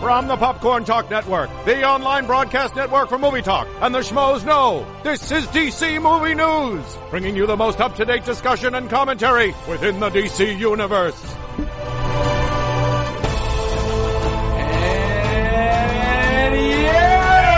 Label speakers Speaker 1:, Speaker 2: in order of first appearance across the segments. Speaker 1: From the Popcorn Talk Network, the online broadcast network for movie talk, and the schmoes know, this is DC Movie News, bringing you the most up-to-date discussion and commentary within the DC Universe.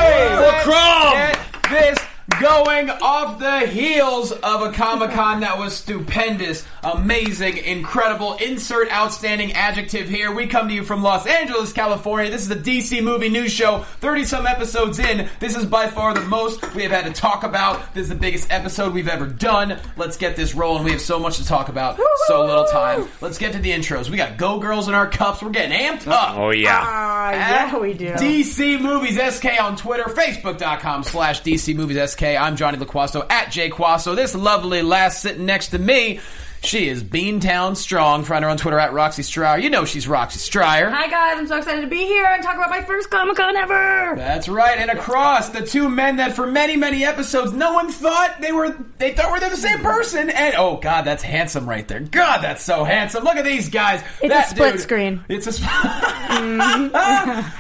Speaker 2: Get this going off the heels of a Comic Con that was stupendous, amazing, incredible. Insert outstanding adjective here. We come to you from Los Angeles, California. This is the DC Movie News Show. 30 some episodes in. This is by far the most we have had to talk about. This is the biggest episode we've ever done. Let's get this rolling. We have so much to talk about, so little time. Let's get to the intros. We got Go Girls in our cups. We're getting amped up.
Speaker 3: Oh yeah.
Speaker 4: Ah,
Speaker 2: At
Speaker 4: yeah, we do.
Speaker 2: DC Movies SK on Twitter, Facebook.com slash DC Movies SK. I'm Johnny LaQuasto at Jay Quasso. This lovely lass sitting next to me, she is Beantown Strong. Find her on Twitter at Roxy Stryer. You know she's Roxy Stryer.
Speaker 4: Hi guys, I'm so excited to be here and talk about my first Comic Con ever.
Speaker 2: That's right, and across the two men that for many, many episodes no one thought they were they thought were they the same person. And oh god, that's handsome right there. God, that's so handsome. Look at these guys.
Speaker 4: It's a split screen. Mm-hmm.
Speaker 2: It's a split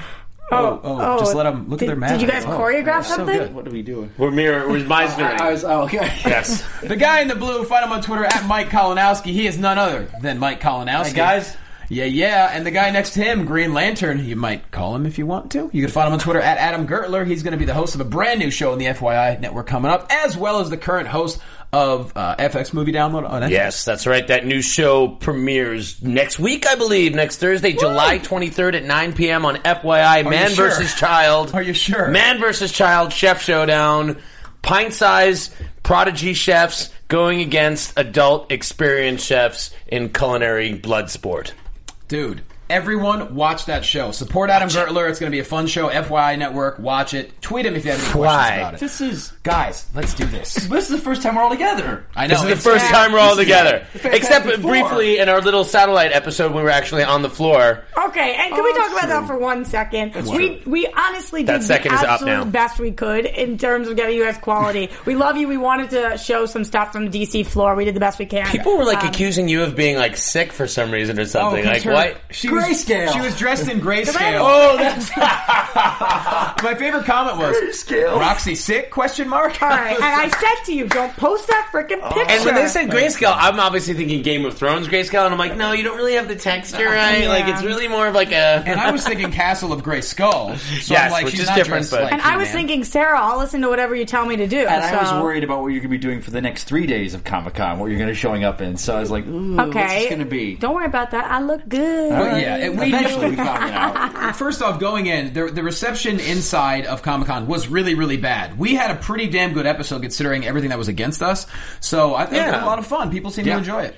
Speaker 2: Oh, oh, just let them look at
Speaker 4: Did,
Speaker 2: their mouth.
Speaker 4: did you guys
Speaker 2: Oh.
Speaker 4: choreograph something?
Speaker 5: What are we doing?
Speaker 3: We're mirror. We're Meisner.
Speaker 5: oh, okay.
Speaker 3: yes.
Speaker 2: The guy in the blue, find him on Twitter at Mike Kolonowski. He is none other than Mike Kolonowski.
Speaker 5: guys.
Speaker 2: Yeah, yeah. And the guy next to him, Green Lantern, you might call him if you want to. You can find him on Twitter at Adam Gertler. He's going to be the host of a brand new show on the FYI network coming up, as well as the current host of uh, FX Movie Download on FX.
Speaker 3: Yes, that's right. That new show premieres next week, I believe, next Thursday, July 23rd at 9 p.m. on FYI. Man
Speaker 2: sure?
Speaker 3: versus Child.
Speaker 2: Are you sure?
Speaker 3: Man versus Child Chef Showdown. Pint size prodigy chefs going against adult experienced chefs in culinary blood sport.
Speaker 2: Dude, everyone watch that show. Support Adam Gertler. It's going to be a fun show. FYI Network, watch it. Tweet him if you have any
Speaker 3: Fly.
Speaker 2: questions about it.
Speaker 5: This is
Speaker 2: Guys, let's do this.
Speaker 5: this is the first time we're all together.
Speaker 2: I know.
Speaker 3: This is the
Speaker 2: it's-
Speaker 3: first time we're all
Speaker 5: This is-
Speaker 3: together,
Speaker 5: it's Fantastic
Speaker 3: except
Speaker 5: Four.
Speaker 3: briefly in our little satellite episode. when We were actually on the floor.
Speaker 4: Okay, and can we talk about that for one second? we we honestly
Speaker 3: That
Speaker 4: did
Speaker 3: second
Speaker 4: the
Speaker 3: is up
Speaker 4: absolute
Speaker 3: now.
Speaker 4: best we could in terms of getting you guys quality. we love you. We wanted to show some stuff from the DC floor. We did the best we can.
Speaker 3: People were like accusing you of being like sick for some reason or
Speaker 4: Oh,
Speaker 3: something. like
Speaker 2: Um, oh, her-
Speaker 3: what?
Speaker 2: She Was,
Speaker 5: Grayscale.
Speaker 2: she was dressed in grayscale.
Speaker 3: Oh, that's
Speaker 2: My favorite comment was
Speaker 5: Grayscale.
Speaker 2: Roxy sick? Question mark.
Speaker 4: All right, and I said to you, don't post that freaking picture.
Speaker 3: and when they said grayscale, I'm obviously thinking Game of Thrones grayscale, and I'm like, no, you don't really have the texture right. Like
Speaker 4: Yeah.
Speaker 3: it's really more of like a.
Speaker 2: Uh, And I was thinking Castle of Grey Skull. So
Speaker 3: Yes,
Speaker 2: I'm like,
Speaker 3: which
Speaker 2: she's
Speaker 3: is
Speaker 2: not
Speaker 3: different,
Speaker 2: dressed
Speaker 3: but-
Speaker 2: like
Speaker 4: And
Speaker 2: you,
Speaker 4: I was
Speaker 2: man.
Speaker 4: thinking, Sarah, I'll listen to whatever you tell me to do.
Speaker 5: And I
Speaker 4: so-
Speaker 5: was worried about what you're going to be doing for the next three days of Comic Con, what you're going to be showing up in. So I was like, ooh, what's
Speaker 4: Okay,
Speaker 5: this going to be?
Speaker 4: Don't worry about that. I look good.
Speaker 5: All right.
Speaker 2: yeah, it- we-
Speaker 5: eventually we found it out.
Speaker 2: First off, going in, the, the reception inside of Comic Con was really, really bad. We had a pretty damn good episode considering everything that was against us. So I think it was
Speaker 3: Yeah.
Speaker 2: a lot of fun. People seem
Speaker 5: Yeah.
Speaker 2: to enjoy it.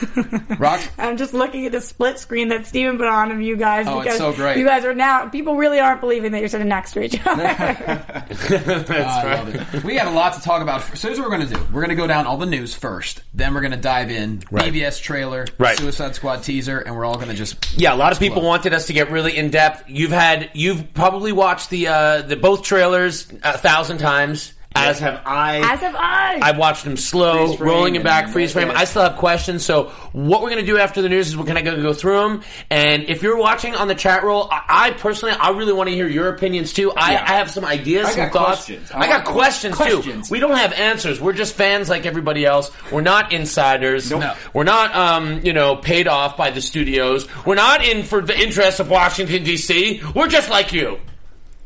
Speaker 2: Rox,
Speaker 4: I'm just looking at the split screen that Steven put on of you guys
Speaker 2: Oh, it's
Speaker 4: because
Speaker 2: so great.
Speaker 4: you guys are now people really aren't believing that you're sitting next to each other.
Speaker 2: I love it. We have a lot to talk about. So here's what we're going to do. We're going to go down all the news first. Then we're going to dive in.
Speaker 3: Right.
Speaker 2: BBS trailer,
Speaker 3: Right.
Speaker 2: Suicide Squad teaser, and we're all going to just
Speaker 3: Yeah, a lot of people wanted us to get really in depth. You've had you've probably watched the uh, the both trailers a thousand times, as have I.
Speaker 4: As have I.
Speaker 3: I've watched them slow,
Speaker 5: Freeze frame
Speaker 3: rolling them back,
Speaker 5: and-
Speaker 3: freeze frame. I still have questions. So what we're going to do after the news is we're going to go through them. And if you're watching on the chat roll, I, I personally, I really want to hear your opinions too. I,
Speaker 5: Yeah.
Speaker 3: I have some ideas,
Speaker 5: I
Speaker 3: some
Speaker 5: got
Speaker 3: thoughts.
Speaker 5: questions.
Speaker 3: I got
Speaker 5: I-
Speaker 3: questions,
Speaker 5: questions.
Speaker 3: too. We don't have answers. We're just fans like everybody else. We're not insiders.
Speaker 5: Nope. No.
Speaker 3: We're not, um, you know, paid off by the studios. We're not in for the interests of Washington D.C. We're just like you.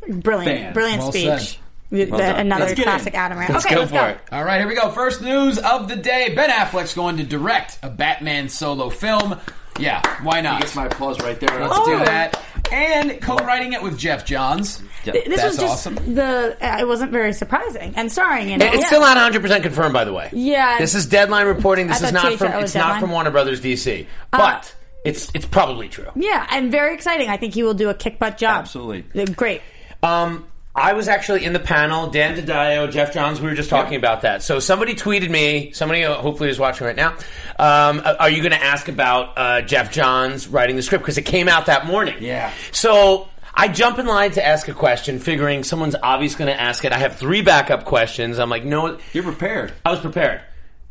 Speaker 4: brilliant,
Speaker 5: Fans.
Speaker 4: brilliant
Speaker 2: Well
Speaker 4: speech.
Speaker 2: said.
Speaker 4: The- the-
Speaker 3: done.
Speaker 4: another
Speaker 6: Let's get
Speaker 4: classic
Speaker 6: in.
Speaker 4: Adam rant.
Speaker 3: Let's
Speaker 4: okay,
Speaker 3: go
Speaker 4: let's
Speaker 3: for
Speaker 4: go.
Speaker 3: it.
Speaker 6: All right, here we go. First news of the day: Ben Affleck's going to direct a Batman solo film. Yeah, why not?
Speaker 5: That's my applause right there.
Speaker 6: Let's do
Speaker 4: Oh.
Speaker 6: that. And co-writing it with Jeff Johns.
Speaker 4: Th- This
Speaker 6: That's
Speaker 4: was just
Speaker 6: awesome.
Speaker 4: the. Uh, it wasn't very surprising and starring in it.
Speaker 3: It's
Speaker 4: yeah.
Speaker 3: still not 100 percent confirmed, by the way.
Speaker 4: Yeah.
Speaker 3: This is deadline reporting. This
Speaker 4: I
Speaker 3: is
Speaker 4: thought
Speaker 3: not
Speaker 4: THR
Speaker 3: from.
Speaker 4: was
Speaker 3: It's not
Speaker 4: Deadline. Uh.
Speaker 3: from Warner Brothers DC, but it's it's probably true.
Speaker 4: Yeah, and very exciting. I think he will do a kick butt job.
Speaker 5: Absolutely.
Speaker 4: Uh, Great.
Speaker 3: Um, I was actually in the panel. Dan DiDio, Jeff Johns. We were just talking about that. So somebody tweeted me. Somebody uh, hopefully is watching right now. Um, uh, are you going to ask about uh, Jeff Johns writing the script because it came out that morning?
Speaker 5: Yeah.
Speaker 3: So I jump in line to ask a question, figuring someone's obviously going to ask it. I have three backup questions. I'm like, no.
Speaker 5: You're prepared.
Speaker 3: I was prepared.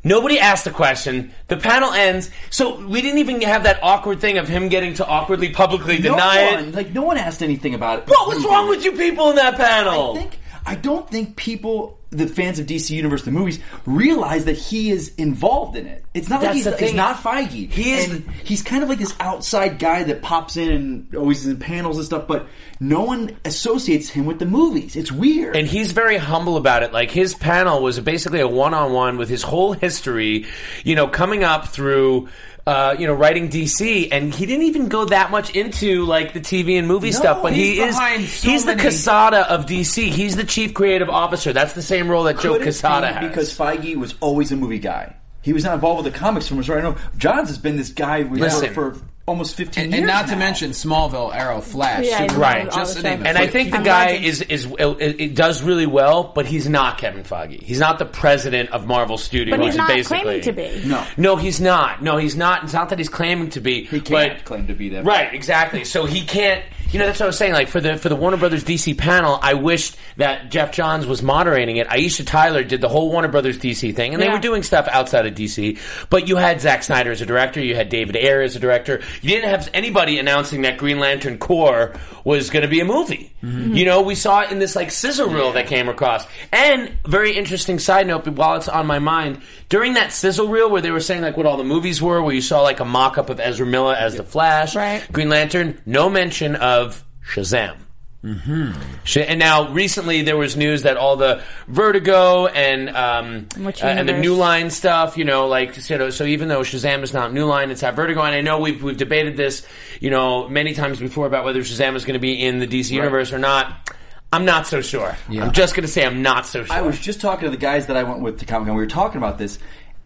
Speaker 3: Nobody asked a question. The panel ends. So we didn't even have that awkward thing of him getting to awkwardly publicly deny
Speaker 5: no one,
Speaker 3: it.
Speaker 5: Like no one asked anything about it.
Speaker 3: What was wrong with you people in that panel?
Speaker 5: I think I don't think people, the fans of DC Universe, the movies, realize that he is involved in it. It's not
Speaker 3: That's
Speaker 5: like he's,
Speaker 3: the
Speaker 5: it's
Speaker 3: thing.
Speaker 5: not Feige.
Speaker 3: He is-
Speaker 5: And he's kind of like this outside guy that pops in and always is in panels and stuff, but no one associates him with the movies. It's weird.
Speaker 3: and he's very humble about it. Like his panel was basically a one-on-one with his whole history, you know, coming up through, uh, you know, writing DC, and he didn't even go that much into like the TV and movie stuff. But he
Speaker 6: he's
Speaker 3: is
Speaker 6: behind so
Speaker 3: he's the
Speaker 6: many-
Speaker 3: Casada of DC. He's the chief creative officer. That's the same role that Joe
Speaker 5: Could it
Speaker 3: Casada
Speaker 5: be
Speaker 3: has.
Speaker 5: because Feige was always a movie guy. He was not involved with the comics from us right now. Johns has been this guy we
Speaker 3: Listen.
Speaker 5: for, for almost fifteen
Speaker 6: And,
Speaker 5: years.
Speaker 6: and not to
Speaker 5: now.
Speaker 6: mention Smallville, Arrow, Flash,
Speaker 4: Yeah,
Speaker 6: Superman,
Speaker 3: Right. all
Speaker 6: Just
Speaker 4: the
Speaker 6: to name
Speaker 4: shows.
Speaker 6: a
Speaker 3: And I
Speaker 6: few.
Speaker 3: think the
Speaker 4: I'm
Speaker 3: guy
Speaker 4: glad to-
Speaker 3: is is it, it does really well, but he's not Kevin Feige. He's not the president of Marvel Studios.
Speaker 4: But he's not
Speaker 3: basically,
Speaker 4: claiming to be.
Speaker 5: No.
Speaker 3: no, he's not. No, he's not. It's not that he's claiming to be.
Speaker 5: He can't
Speaker 3: but-
Speaker 5: claim to be that.
Speaker 3: Right, exactly. So he can't. You know, that's what I was saying. Like for the for the Warner Brothers DC panel, I wished that Jeff Johns was moderating it. Aisha Tyler did the whole Warner Brothers DC thing, and they
Speaker 4: Yeah.
Speaker 3: were doing stuff outside of DC. But you had Zack Snyder as a director, you had David Ayer as a director. You didn't have anybody announcing that Green Lantern Corps was going to be a movie. You know, we saw it in this like scissor reel that came across. And very interesting side note, but while it's on my mind, during that sizzle reel where they were saying like what all the movies were, where you saw like a mock up of Ezra Miller as the Flash,
Speaker 4: Right.
Speaker 3: Green Lantern, no mention of Shazam.
Speaker 5: Mm-hmm.
Speaker 3: Sh- And now, recently, there was news that all the Vertigo and um,
Speaker 4: Which
Speaker 3: uh, and the
Speaker 4: universe?
Speaker 3: New Line stuff, you know, like you know, so even though Shazam is not New Line, it's at Vertigo. And I know we've we've debated this, you know, many times before about whether Shazam is going to be in the DC universe or not. I'm not so sure. I'm just going to say I'm not so sure.
Speaker 5: I was just talking to the guys that I went with to Comic Con. We were talking about this,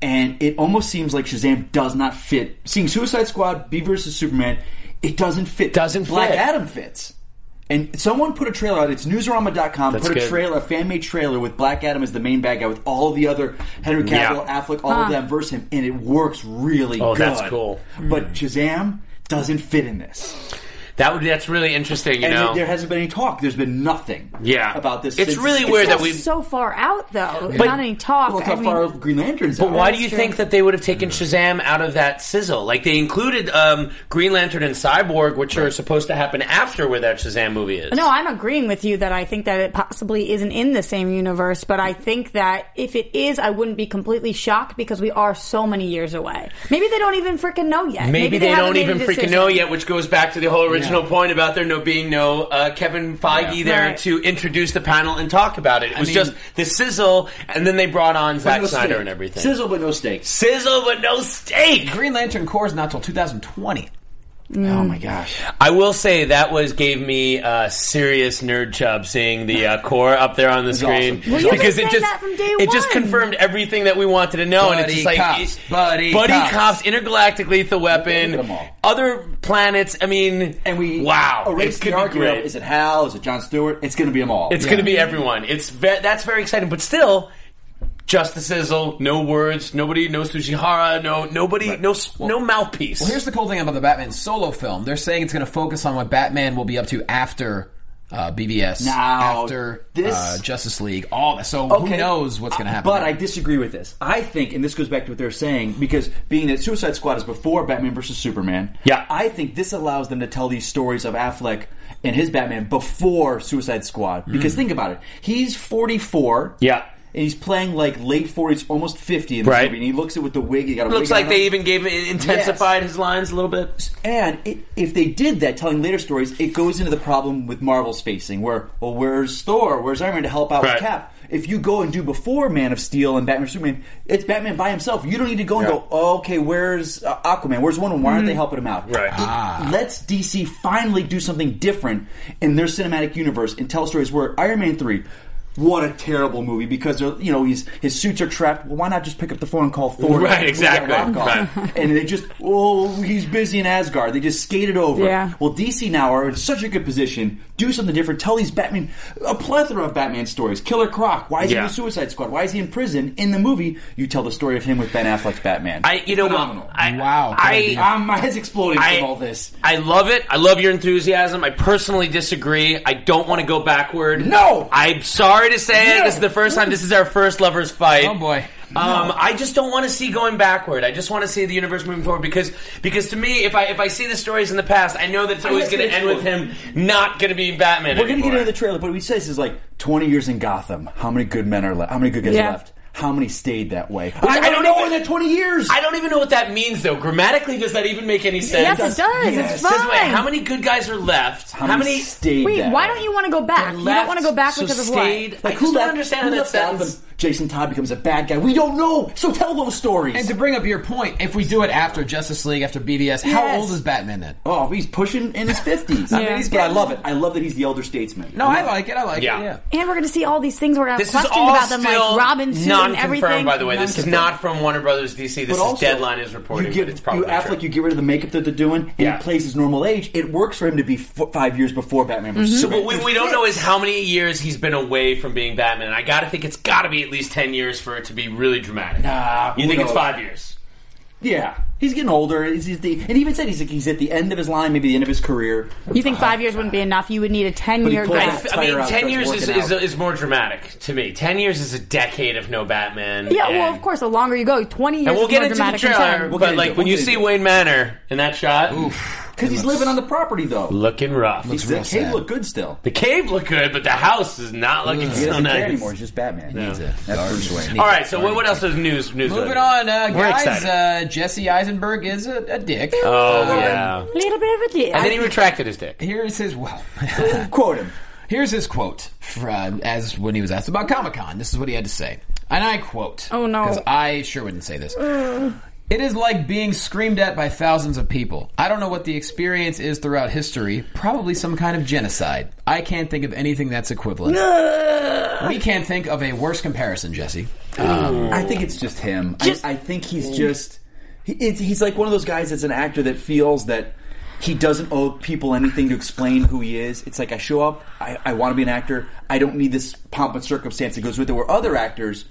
Speaker 5: and it almost seems like Shazam does not fit. Seeing Suicide Squad, B versus Superman, it doesn't fit.
Speaker 3: Doesn't
Speaker 5: Black
Speaker 3: fit.
Speaker 5: Adam fits. And someone put a trailer out. It's Newsarama.com.
Speaker 3: That's
Speaker 5: put a
Speaker 3: good.
Speaker 5: trailer, a fan made trailer with Black Adam as the main bad guy, with all the other Henry Cavill,
Speaker 3: Yeah.
Speaker 5: Affleck, all of them versus him, and it works really.
Speaker 3: Oh,
Speaker 5: good.
Speaker 3: that's cool.
Speaker 5: But Shazam doesn't fit in this.
Speaker 3: that would that's really interesting. You
Speaker 5: And
Speaker 3: know,
Speaker 5: there hasn't been any talk. There's been nothing.
Speaker 3: Yeah.
Speaker 5: about this.
Speaker 3: It's
Speaker 5: since-
Speaker 3: really
Speaker 5: it's
Speaker 3: weird
Speaker 5: not
Speaker 3: that we-
Speaker 4: so far out though.
Speaker 3: But-
Speaker 4: not any talk.
Speaker 5: Well, it's
Speaker 4: I
Speaker 5: how
Speaker 4: mean,
Speaker 5: far Green Lantern's
Speaker 3: But
Speaker 5: out.
Speaker 3: why do you
Speaker 4: true.
Speaker 3: think that they would have taken Shazam out of that sizzle? Like they included um, Green Lantern and Cyborg, which are supposed to happen after where that Shazam movie is.
Speaker 4: No, I'm agreeing with you that I think that it possibly isn't in the same universe, but I think that if it is, I wouldn't be completely shocked because we are so many years away. Maybe they don't even freaking know yet.
Speaker 3: Maybe, they,
Speaker 4: haven't
Speaker 3: don't
Speaker 4: made a
Speaker 3: even freaking
Speaker 4: decision.
Speaker 3: know yet, which goes back to the whole original point about there no being no uh, Kevin Feige there
Speaker 4: Right.
Speaker 3: to introduce the panel and talk about it. It was
Speaker 5: mean-
Speaker 3: just the sizzle, and then they brought on
Speaker 5: But
Speaker 3: Zack
Speaker 5: no
Speaker 3: Snyder
Speaker 5: steak.
Speaker 3: and everything.
Speaker 5: Sizzle, but no steak.
Speaker 3: Sizzle, but no steak.
Speaker 6: Green Lantern Corps is not till 2020.
Speaker 5: Oh my gosh!
Speaker 3: I will say that was gave me uh, serious nerd chub seeing the uh, core up there on the screen
Speaker 5: awesome. Well, you've
Speaker 4: been saying
Speaker 3: it just
Speaker 4: that from day
Speaker 3: it just
Speaker 4: one.
Speaker 3: confirmed everything that we wanted to know, and it's
Speaker 6: Buddy
Speaker 3: just like
Speaker 6: cops, buddy cops.
Speaker 3: cops, intergalactic lethal
Speaker 5: Look at
Speaker 3: weapon,
Speaker 5: them all.
Speaker 3: other planets. I mean,
Speaker 5: And we
Speaker 3: wow,
Speaker 5: Erase
Speaker 3: it's
Speaker 5: the
Speaker 3: gonna be
Speaker 5: argument.
Speaker 3: great.
Speaker 5: Is it Hal? Is it John Stewart? It's going to be them all.
Speaker 3: It's going to be everyone. It's ve- that's very exciting, but still. Just the sizzle, no words, nobody, no Sushihara, no nobody, no s no mouthpiece.
Speaker 6: Well, here's the cool thing about the Batman solo film. They're saying it's going to focus on what Batman will be up to after uh, BBS,
Speaker 5: Now,
Speaker 6: after
Speaker 5: this-
Speaker 6: uh, Justice League, all that. So who knows what's going to happen?
Speaker 5: Uh, But
Speaker 6: there.
Speaker 5: I disagree with this. I think, and this goes back to what they're saying, because being that Suicide Squad is before Batman versus Superman,
Speaker 3: Yeah.
Speaker 5: I think this allows them to tell these stories of Affleck and his Batman before Suicide Squad. Because think about it, he's forty four.
Speaker 3: yeah.
Speaker 5: and he's playing like late forties, almost fifty in this
Speaker 3: Right.
Speaker 5: movie, and he looks it with the wig. He got a
Speaker 3: Looks
Speaker 5: wig
Speaker 3: like
Speaker 5: on
Speaker 3: they
Speaker 5: him.
Speaker 3: even gave it intensified his lines a little bit.
Speaker 5: And it, if they did that, telling later stories, it goes into the problem with Marvel's facing, where well, where's Thor? Where's Iron Man to help out
Speaker 3: Right.
Speaker 5: with Cap? If you go and do before Man of Steel and Batman Superman, it's Batman by himself. You don't need to go and go. "Oh, okay, where's uh, Aquaman? Where's Wonder Woman? Why aren't they helping him out?
Speaker 3: Mm-hmm. Right.
Speaker 5: It lets DC finally do something different in their cinematic universe and tell stories. Where Iron Man three. What a terrible movie because they're- you know he's, his suits are trapped. Well, why not just pick up the phone and call Thor?
Speaker 3: Right,
Speaker 5: We got
Speaker 3: exactly.
Speaker 5: Rock on
Speaker 3: Right.
Speaker 5: and they just oh he's busy in Asgard. They just skated over.
Speaker 4: Yeah.
Speaker 5: Well, DC now are in such a good position. Do something different. Tell these Batman a plethora of Batman stories. Killer Croc. Why is he
Speaker 3: Yeah.
Speaker 5: in the Suicide Squad? Why is he in prison? In the movie, you tell the story of him with Ben Affleck's Batman.
Speaker 3: I, you know,
Speaker 5: Phenomenal.
Speaker 3: I,
Speaker 2: Wow,
Speaker 3: I,
Speaker 2: good
Speaker 3: I,
Speaker 5: Um, my head's exploding
Speaker 3: I-
Speaker 5: from all this.
Speaker 3: I love it. I love your enthusiasm. I personally disagree. I don't want to go backward.
Speaker 5: No!
Speaker 3: I'm sorry to say it. This is the first time. This is our first lovers fight.
Speaker 2: Oh, boy.
Speaker 3: Um, I just don't want to see going backward. I just want to see the universe moving forward because because to me, if I if I see the stories in the past, I know that it's always
Speaker 5: that's
Speaker 3: going to
Speaker 5: the
Speaker 3: end with him not going to be Batman.
Speaker 5: We're gonna
Speaker 3: anymore.
Speaker 5: get into the trailer, but what he says is like twenty years in Gotham. How many good men are left? How many good guys
Speaker 4: Yeah.
Speaker 5: are left? How many stayed that way?
Speaker 3: I
Speaker 5: I,
Speaker 3: don't
Speaker 5: don't know
Speaker 3: even-
Speaker 5: in that twenty years.
Speaker 3: I don't even know what that means though. Grammatically, does that even make any sense?
Speaker 4: Yes, it does.
Speaker 5: Yes.
Speaker 4: It's
Speaker 3: Says, wait,
Speaker 4: fine.
Speaker 3: how many good guys are left?
Speaker 5: how, many stayed?
Speaker 4: Wait,
Speaker 5: that
Speaker 4: why
Speaker 5: way?
Speaker 4: don't you want to go back?
Speaker 3: They're
Speaker 4: You
Speaker 3: left,
Speaker 4: don't want to go back
Speaker 3: so
Speaker 4: because of
Speaker 3: stayed.
Speaker 4: what?
Speaker 3: I just don't understand how
Speaker 5: who
Speaker 3: that
Speaker 5: left Gotham?
Speaker 3: sounds.
Speaker 5: Jason Todd becomes a bad guy. We don't know. So tell those stories.
Speaker 2: And to bring up your point, if we do it after Justice League, after BVS, how
Speaker 5: Yes.
Speaker 2: old is Batman then?
Speaker 5: oh, he's pushing in his fifties. I mean,
Speaker 4: Yeah.
Speaker 5: he's, but I love it. I love that he's the elder statesman.
Speaker 2: No, I like it. I like
Speaker 3: Yeah.
Speaker 2: it. Yeah.
Speaker 4: And we're going to see all these things. We're going to have
Speaker 3: This is
Speaker 4: questions
Speaker 3: all
Speaker 4: about them,
Speaker 3: still
Speaker 4: like Robin suit and
Speaker 3: non-confirmed,
Speaker 4: everything.
Speaker 3: by the way. This is not from Warner Brothers DC. This
Speaker 5: But
Speaker 3: is
Speaker 5: also,
Speaker 3: Deadline is reporting,
Speaker 5: You, get,
Speaker 3: but it's probably
Speaker 5: you act
Speaker 3: true.
Speaker 5: like you get rid of the makeup that they're doing, and
Speaker 3: Yeah.
Speaker 5: he plays his normal age. It works for him to be f- five years before Batman. vs
Speaker 3: So what
Speaker 5: Superman.
Speaker 3: we, we don't know is how many years he's been away from being Batman. And I gotta think it's gotta be at least ten years for it to be really dramatic.
Speaker 5: Nah,
Speaker 3: you
Speaker 5: who
Speaker 3: think it's
Speaker 5: knows?
Speaker 3: five years?
Speaker 5: Yeah, he's getting older. He's, he's the, and he even said he's like, he's at the end of his line, maybe the end of his career.
Speaker 4: You think five years wouldn't be enough? You would need a ten-year
Speaker 5: pulls
Speaker 4: gap.
Speaker 5: that
Speaker 3: I mean,
Speaker 5: Tire out,
Speaker 3: ten
Speaker 5: starts
Speaker 3: years is,
Speaker 5: working
Speaker 3: is,
Speaker 5: out.
Speaker 3: is more dramatic to me. Ten years is a decade of no Batman.
Speaker 4: Yeah, well,
Speaker 3: and-
Speaker 4: of course. The longer you go, twenty years.
Speaker 3: And we'll
Speaker 4: is
Speaker 3: get
Speaker 4: more
Speaker 3: into the
Speaker 4: dramatic than
Speaker 3: trailer,
Speaker 4: 10.
Speaker 5: We'll get
Speaker 3: but
Speaker 5: into
Speaker 3: like when
Speaker 5: it. We'll
Speaker 3: you
Speaker 5: get
Speaker 3: see
Speaker 5: into it.
Speaker 3: Wayne Manor in that shot,
Speaker 5: Because he's living on the property though.
Speaker 3: looking rough.
Speaker 5: He's- the
Speaker 2: real
Speaker 5: cave
Speaker 2: sad.
Speaker 5: looked good still.
Speaker 3: The cave looked good, but the house is not looking
Speaker 5: He
Speaker 3: so
Speaker 5: doesn't care
Speaker 3: nice.
Speaker 5: anymore. He's just Batman. He needs
Speaker 3: it.
Speaker 5: That's Bruce Wayne.
Speaker 3: All right, so what, what else is news? news
Speaker 2: Moving on, uh,
Speaker 3: We're
Speaker 2: guys.
Speaker 3: excited.
Speaker 2: Uh, Jesse Eisenberg is a, a dick.
Speaker 3: Oh yeah,
Speaker 4: Little bit of a deal.
Speaker 3: and then he retracted his dick.
Speaker 2: Here's his well.
Speaker 5: Quote him.
Speaker 2: Here's his quote from as when he was asked about Comic Con. This is what he had to say, and I quote.
Speaker 4: Oh, no.
Speaker 2: Because I sure wouldn't say this. It is like being screamed at by thousands of people. I don't know what the experience is throughout history. Probably some kind of genocide. I can't think of anything that's equivalent. we can't think of a worse comparison, Jesse.
Speaker 5: I think it's just him. I, I think he's just he, it's, he's like one of those guys that's an actor that feels that he doesn't owe people anything to explain who he is. It's like I show up, I, I want to be an actor. I don't need this pomp and circumstance that goes with it. Where other actors.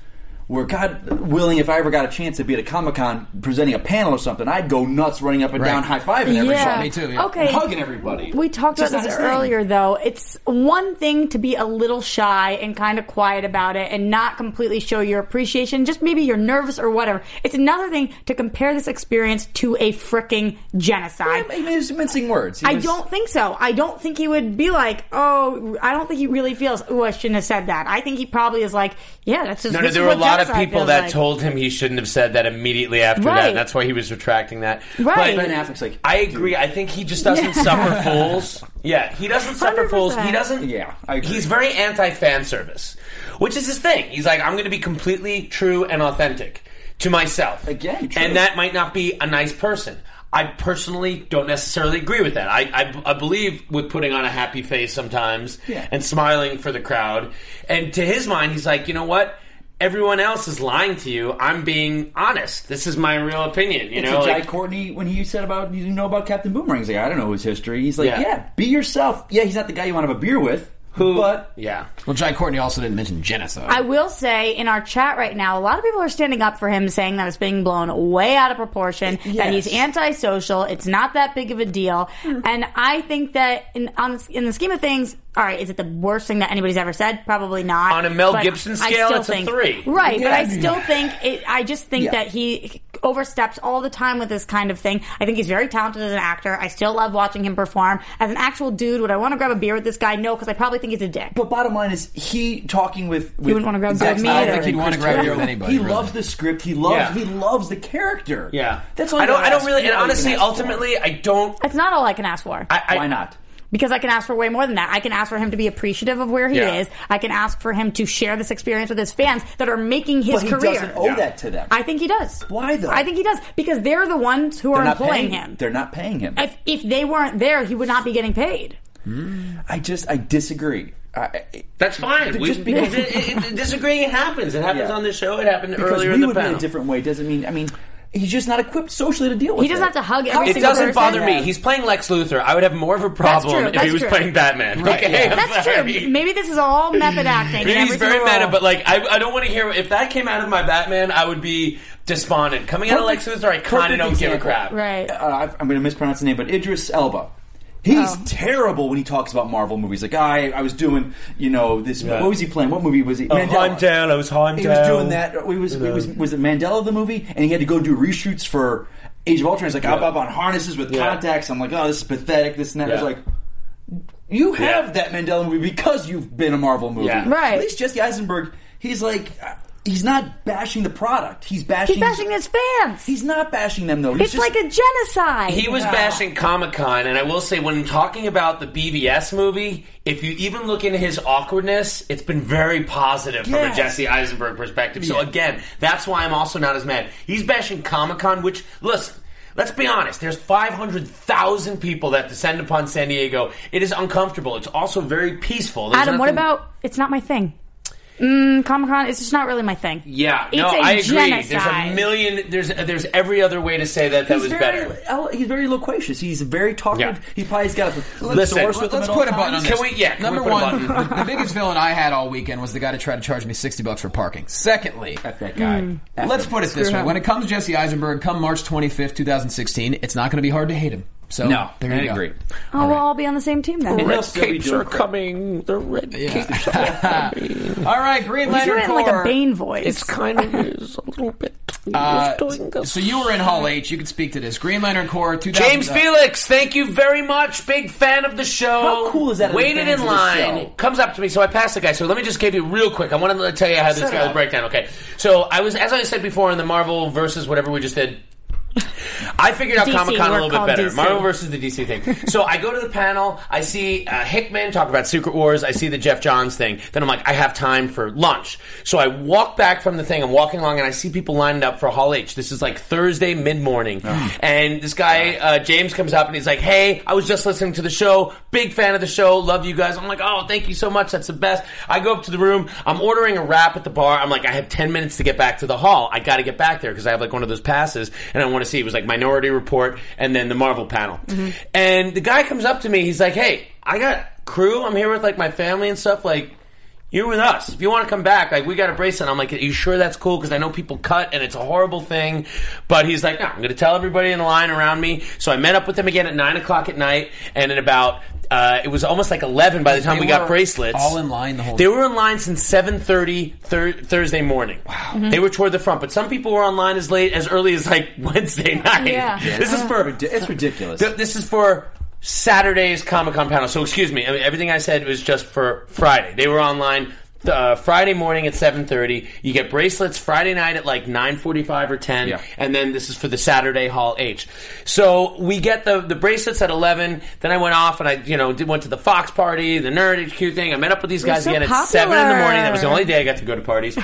Speaker 5: Where God willing, if I ever got a chance to be at a Comic Con presenting a panel or something, I'd go nuts, running up and
Speaker 2: Right.
Speaker 5: down, high fiving
Speaker 4: Yeah.
Speaker 5: everybody,
Speaker 2: Me too, yeah.
Speaker 4: Okay.
Speaker 5: hugging everybody.
Speaker 4: We talked
Speaker 5: Just
Speaker 4: about
Speaker 5: not
Speaker 4: this
Speaker 5: his thing.
Speaker 4: earlier, though. It's one thing to be a little shy and kind of quiet about it and not completely show your appreciation. Just maybe you're nervous or whatever. It's another thing to compare this experience to a freaking genocide.
Speaker 5: I mean, he was mincing words. He
Speaker 4: I
Speaker 5: was-
Speaker 4: don't think so. I don't think he would be like, oh, I don't think he really feels, oh, I shouldn't have said that. I think he probably is like, yeah, that's just
Speaker 3: No, no,
Speaker 4: this is
Speaker 3: there were
Speaker 4: what
Speaker 3: a lot of
Speaker 4: genocide
Speaker 3: people
Speaker 4: feels
Speaker 3: that
Speaker 4: like.
Speaker 3: told him he shouldn't have said that immediately after that.
Speaker 4: Right.
Speaker 3: and That's why he was retracting that.
Speaker 4: Right.
Speaker 3: But
Speaker 5: Ben Affleck's like,
Speaker 3: I agree. I think he just doesn't suffer fools. Yeah, he doesn't suffer fools. He
Speaker 4: 100%.
Speaker 3: doesn't.
Speaker 5: Yeah, I agree.
Speaker 3: He's very anti fan service, which is his thing. He's like, I'm going to be completely true and authentic to myself.
Speaker 5: Again, true.
Speaker 3: and that might not be a nice person. I personally don't necessarily agree with that. I, I, I believe with putting on a happy face sometimes
Speaker 5: Yeah.
Speaker 3: and smiling for the crowd. And to his mind, he's like, you know what? Everyone else is lying to you. I'm being honest. This is my real opinion. You
Speaker 5: It's
Speaker 3: know,
Speaker 5: like Jai
Speaker 3: like,
Speaker 5: Courtney when he said about you know about Captain Boomerang. He's like, I don't know his history. He's like,
Speaker 3: Yeah.
Speaker 5: yeah. be yourself. Yeah, he's not the guy you want to have a beer with. Who? But
Speaker 3: yeah.
Speaker 2: Well, Jai Courtney also didn't mention genocide.
Speaker 4: I will say in our chat right now, a lot of people are standing up for him, saying that it's being blown way out of proportion, that he's antisocial, it's not that big of a deal,
Speaker 5: Hmm.
Speaker 4: and I think that in on the, in the scheme of things, all right, is it the worst thing that anybody's ever said? Probably not.
Speaker 3: On a Mel
Speaker 4: But
Speaker 3: Gibson
Speaker 4: I
Speaker 3: scale,
Speaker 4: still
Speaker 3: it's a
Speaker 4: think,
Speaker 3: three.
Speaker 4: right? But
Speaker 5: Yeah,
Speaker 4: I
Speaker 5: I mean-
Speaker 4: still think it. I just think
Speaker 5: Yeah.
Speaker 4: that he oversteps all the time with this kind of thing. I think he's very talented as an actor. I still love watching him perform. As an actual dude, would I want to grab a beer with this guy? No, because I probably think he's a dick.
Speaker 5: But bottom line is, he talking with, with
Speaker 4: wouldn't wanna grab
Speaker 5: Zack
Speaker 4: me
Speaker 5: Snyder
Speaker 4: either. I
Speaker 5: and
Speaker 4: think he'd
Speaker 5: Chris
Speaker 2: wanna grab
Speaker 5: Terrio.
Speaker 2: beer with anybody,
Speaker 5: He
Speaker 2: really.
Speaker 5: loves the script. He loves.
Speaker 3: Yeah.
Speaker 5: He loves the character.
Speaker 3: Yeah,
Speaker 5: that's all.
Speaker 3: I
Speaker 5: you
Speaker 3: don't.
Speaker 5: gotta
Speaker 3: I don't
Speaker 5: ask.
Speaker 3: really. And
Speaker 5: That's all you
Speaker 3: honestly,
Speaker 5: can ask for.
Speaker 3: ultimately, I don't.
Speaker 4: That's not all I can ask for.
Speaker 3: I, I,
Speaker 5: why not?
Speaker 4: because I can ask for way more than that. I can ask for him to be appreciative of where he
Speaker 3: Yeah.
Speaker 4: is. I can ask for him to share this experience with his fans that are making his
Speaker 5: But he
Speaker 4: career.
Speaker 5: doesn't owe that to them.
Speaker 4: I think he does.
Speaker 5: Why, though?
Speaker 4: I think he does because they're the ones who
Speaker 5: They're
Speaker 4: are
Speaker 5: not
Speaker 4: employing
Speaker 5: paying
Speaker 4: him.
Speaker 5: They're not paying him.
Speaker 4: If if they weren't there, he would not be getting paid.
Speaker 5: I just I disagree. I,
Speaker 3: That's fine. We,
Speaker 5: Just because-
Speaker 3: it, it, it- disagreeing happens. It happens
Speaker 5: Yeah.
Speaker 3: on the show. It happened
Speaker 5: because
Speaker 3: earlier
Speaker 5: we
Speaker 3: in the
Speaker 5: would be
Speaker 3: panel.
Speaker 5: a different way doesn't mean. I mean, he's just not equipped socially to deal with.
Speaker 4: He doesn't have to hug every
Speaker 3: it
Speaker 4: single
Speaker 3: doesn't
Speaker 4: person.
Speaker 3: bother me. He's playing Lex Luthor. I would have more of a problem
Speaker 4: true,
Speaker 3: if he
Speaker 4: that's
Speaker 3: was
Speaker 4: true.
Speaker 3: playing Batman. Okay, I'm
Speaker 4: That's
Speaker 3: sorry.
Speaker 4: true. Maybe this is all method acting.
Speaker 3: Maybe
Speaker 4: in
Speaker 3: he's
Speaker 4: every
Speaker 3: very
Speaker 4: single
Speaker 3: meta,
Speaker 4: role.
Speaker 3: but like I, I don't want to hear if that came out of my Batman, I would be despondent. Coming out of Lex
Speaker 5: Perfect-
Speaker 3: Luthor, I kind of
Speaker 5: perfect
Speaker 3: don't give a
Speaker 5: example.
Speaker 3: crap.
Speaker 4: right.
Speaker 5: uh, I- I'm going to mispronounce the name, but Idris Elba. He's
Speaker 4: Oh.
Speaker 5: terrible when he talks about Marvel movies. Like I, I was doing, you know, this. What was he playing? What movie was he?
Speaker 3: Oh, Heimdall, I was Heimdall.
Speaker 5: He was doing that. He was, he was, was it Mandela the movie? And he had to go do reshoots for Age of Ultron. He's like, I'm up on harnesses with
Speaker 3: Yeah.
Speaker 5: contacts. I'm like, oh, this is pathetic. This and that. I was
Speaker 3: Yeah.
Speaker 5: like, you have
Speaker 3: Yeah.
Speaker 5: that Mandela movie because you've been a Marvel movie,
Speaker 3: Yeah.
Speaker 4: Right.
Speaker 5: At least Jesse Eisenberg, he's like, uh, he's not bashing the product. He's bashing.
Speaker 4: He's bashing his fans.
Speaker 5: He's not bashing them though.
Speaker 4: it's
Speaker 5: He's
Speaker 4: like
Speaker 5: just-
Speaker 4: a genocide.
Speaker 3: He was bashing Comic Con, and I will say, when talking about the BVS movie, if you even look into his awkwardness, it's been very positive from a
Speaker 5: Yes.
Speaker 3: Jesse Eisenberg perspective. So, again, that's why I'm also not as mad. He's bashing Comic Con, which, listen, let's be honest, there's 500,000 people that descend upon San Diego. It is uncomfortable. It's also very peaceful. There's
Speaker 4: Adam, what
Speaker 3: nothing-
Speaker 4: about it's not my thing? Mm, Comic Con, it's just not really my thing.
Speaker 3: Yeah,
Speaker 4: it's
Speaker 3: no,
Speaker 4: a
Speaker 3: I agree.
Speaker 4: Genocide.
Speaker 3: There's a million. There's there's every other way to say that that
Speaker 5: He's
Speaker 3: was
Speaker 5: very,
Speaker 3: better.
Speaker 5: el- He's very loquacious. He's very talkative.
Speaker 3: Yeah.
Speaker 5: He probably has got a
Speaker 3: Listen,
Speaker 5: source with
Speaker 3: let's
Speaker 5: him at
Speaker 2: put
Speaker 5: all
Speaker 2: a button on
Speaker 5: times.
Speaker 2: this.
Speaker 3: Can we- yeah, can
Speaker 2: Number
Speaker 3: we put a
Speaker 2: one,
Speaker 3: button?
Speaker 2: the, the biggest villain I had all weekend was the guy that tried to charge me sixty bucks for parking. Secondly,
Speaker 5: F that guy. F
Speaker 2: let's
Speaker 5: him.
Speaker 2: put it this way: when it comes to Jesse Eisenberg, come March twenty fifth, two thousand sixteen, it's not going to be hard to hate him. So
Speaker 5: No,
Speaker 2: there you
Speaker 5: I
Speaker 2: go.
Speaker 5: agree.
Speaker 4: Oh, we'll all be on the same team then.
Speaker 5: Red capes are
Speaker 3: coming. The red capes are coming.
Speaker 2: All right, Green
Speaker 4: He's
Speaker 2: Lantern
Speaker 4: doing it in like a
Speaker 2: Corps.
Speaker 4: Bane voice.
Speaker 3: kind of is a little bit.
Speaker 2: Uh, so you were in Hall H. You could speak to this. Green Lantern Corps. 2000,
Speaker 3: James Felix, thank you very much. Big fan of the show.
Speaker 5: How cool is that as a
Speaker 3: Waited
Speaker 5: fan
Speaker 3: in
Speaker 5: to the
Speaker 3: line.
Speaker 5: show?
Speaker 3: Comes up to me, so I passed the guy. So let me just give you real quick. I want to tell you how this guy the breakdown. Okay, so I was, as I said before, in the Marvel versus whatever we just did. I figured out
Speaker 4: DC,
Speaker 3: Comic Con a
Speaker 4: we're
Speaker 3: little bit
Speaker 4: called
Speaker 3: better.
Speaker 4: DC.
Speaker 3: Marvel versus the DC thing. so I go to the panel. I see uh, Hickman talk about Secret Wars. I see the Jeff Johns thing. Then I'm like, I have time for lunch. So I walk back from the thing. I'm walking along and I see people lined up for Hall H. This is like Thursday mid morning, and this guy uh, James comes up and he's like, Hey, I was just listening to the show. Big fan of the show. Love you guys. I'm like, Oh, thank you so much. That's the best. I go up to the room. I'm ordering a wrap at the bar. I'm like, I have 10 minutes to get back to the hall. I got to get back there because I have like one of those passes and I want to see. It was like Minority Report and then the Marvel panel.
Speaker 2: Mm-hmm.
Speaker 3: And the guy comes up to me. He's like, Hey, I got crew. I'm here with like my family and stuff. Like, you're with us. If you want to come back, like we got a bracelet. I'm like, are you sure that's cool? Because I know people cut and it's a horrible thing. But he's like, no, I'm going to tell everybody in the line around me. So I met up with him again at nine o'clock at night, and at about uh, it was almost like eleven by the time
Speaker 2: They
Speaker 3: we got
Speaker 2: were
Speaker 3: bracelets.
Speaker 2: all in line the whole
Speaker 3: They were in line since seven thirty thir- Thursday morning. Wow. They were toward the front, but some people were online as late as early as like Wednesday night.
Speaker 4: Yeah.
Speaker 3: This is for
Speaker 5: Ridi- It's ridiculous.
Speaker 3: Th- this is for Saturday's Comic Con panel. So excuse me. I mean, everything I said was just for Friday. They were online uh, Friday morning at seven thirty. You get bracelets Friday night at like nine forty five or ten,
Speaker 5: Yeah.
Speaker 3: and then this is for the Saturday Hall H. So we get the the bracelets at eleven. Then I went off and I you know did, went to the Fox party, the Nerd HQ thing. I met up with these guys
Speaker 4: so
Speaker 3: again at seven in the morning. That was the
Speaker 4: popular.
Speaker 3: only day I got to go to parties.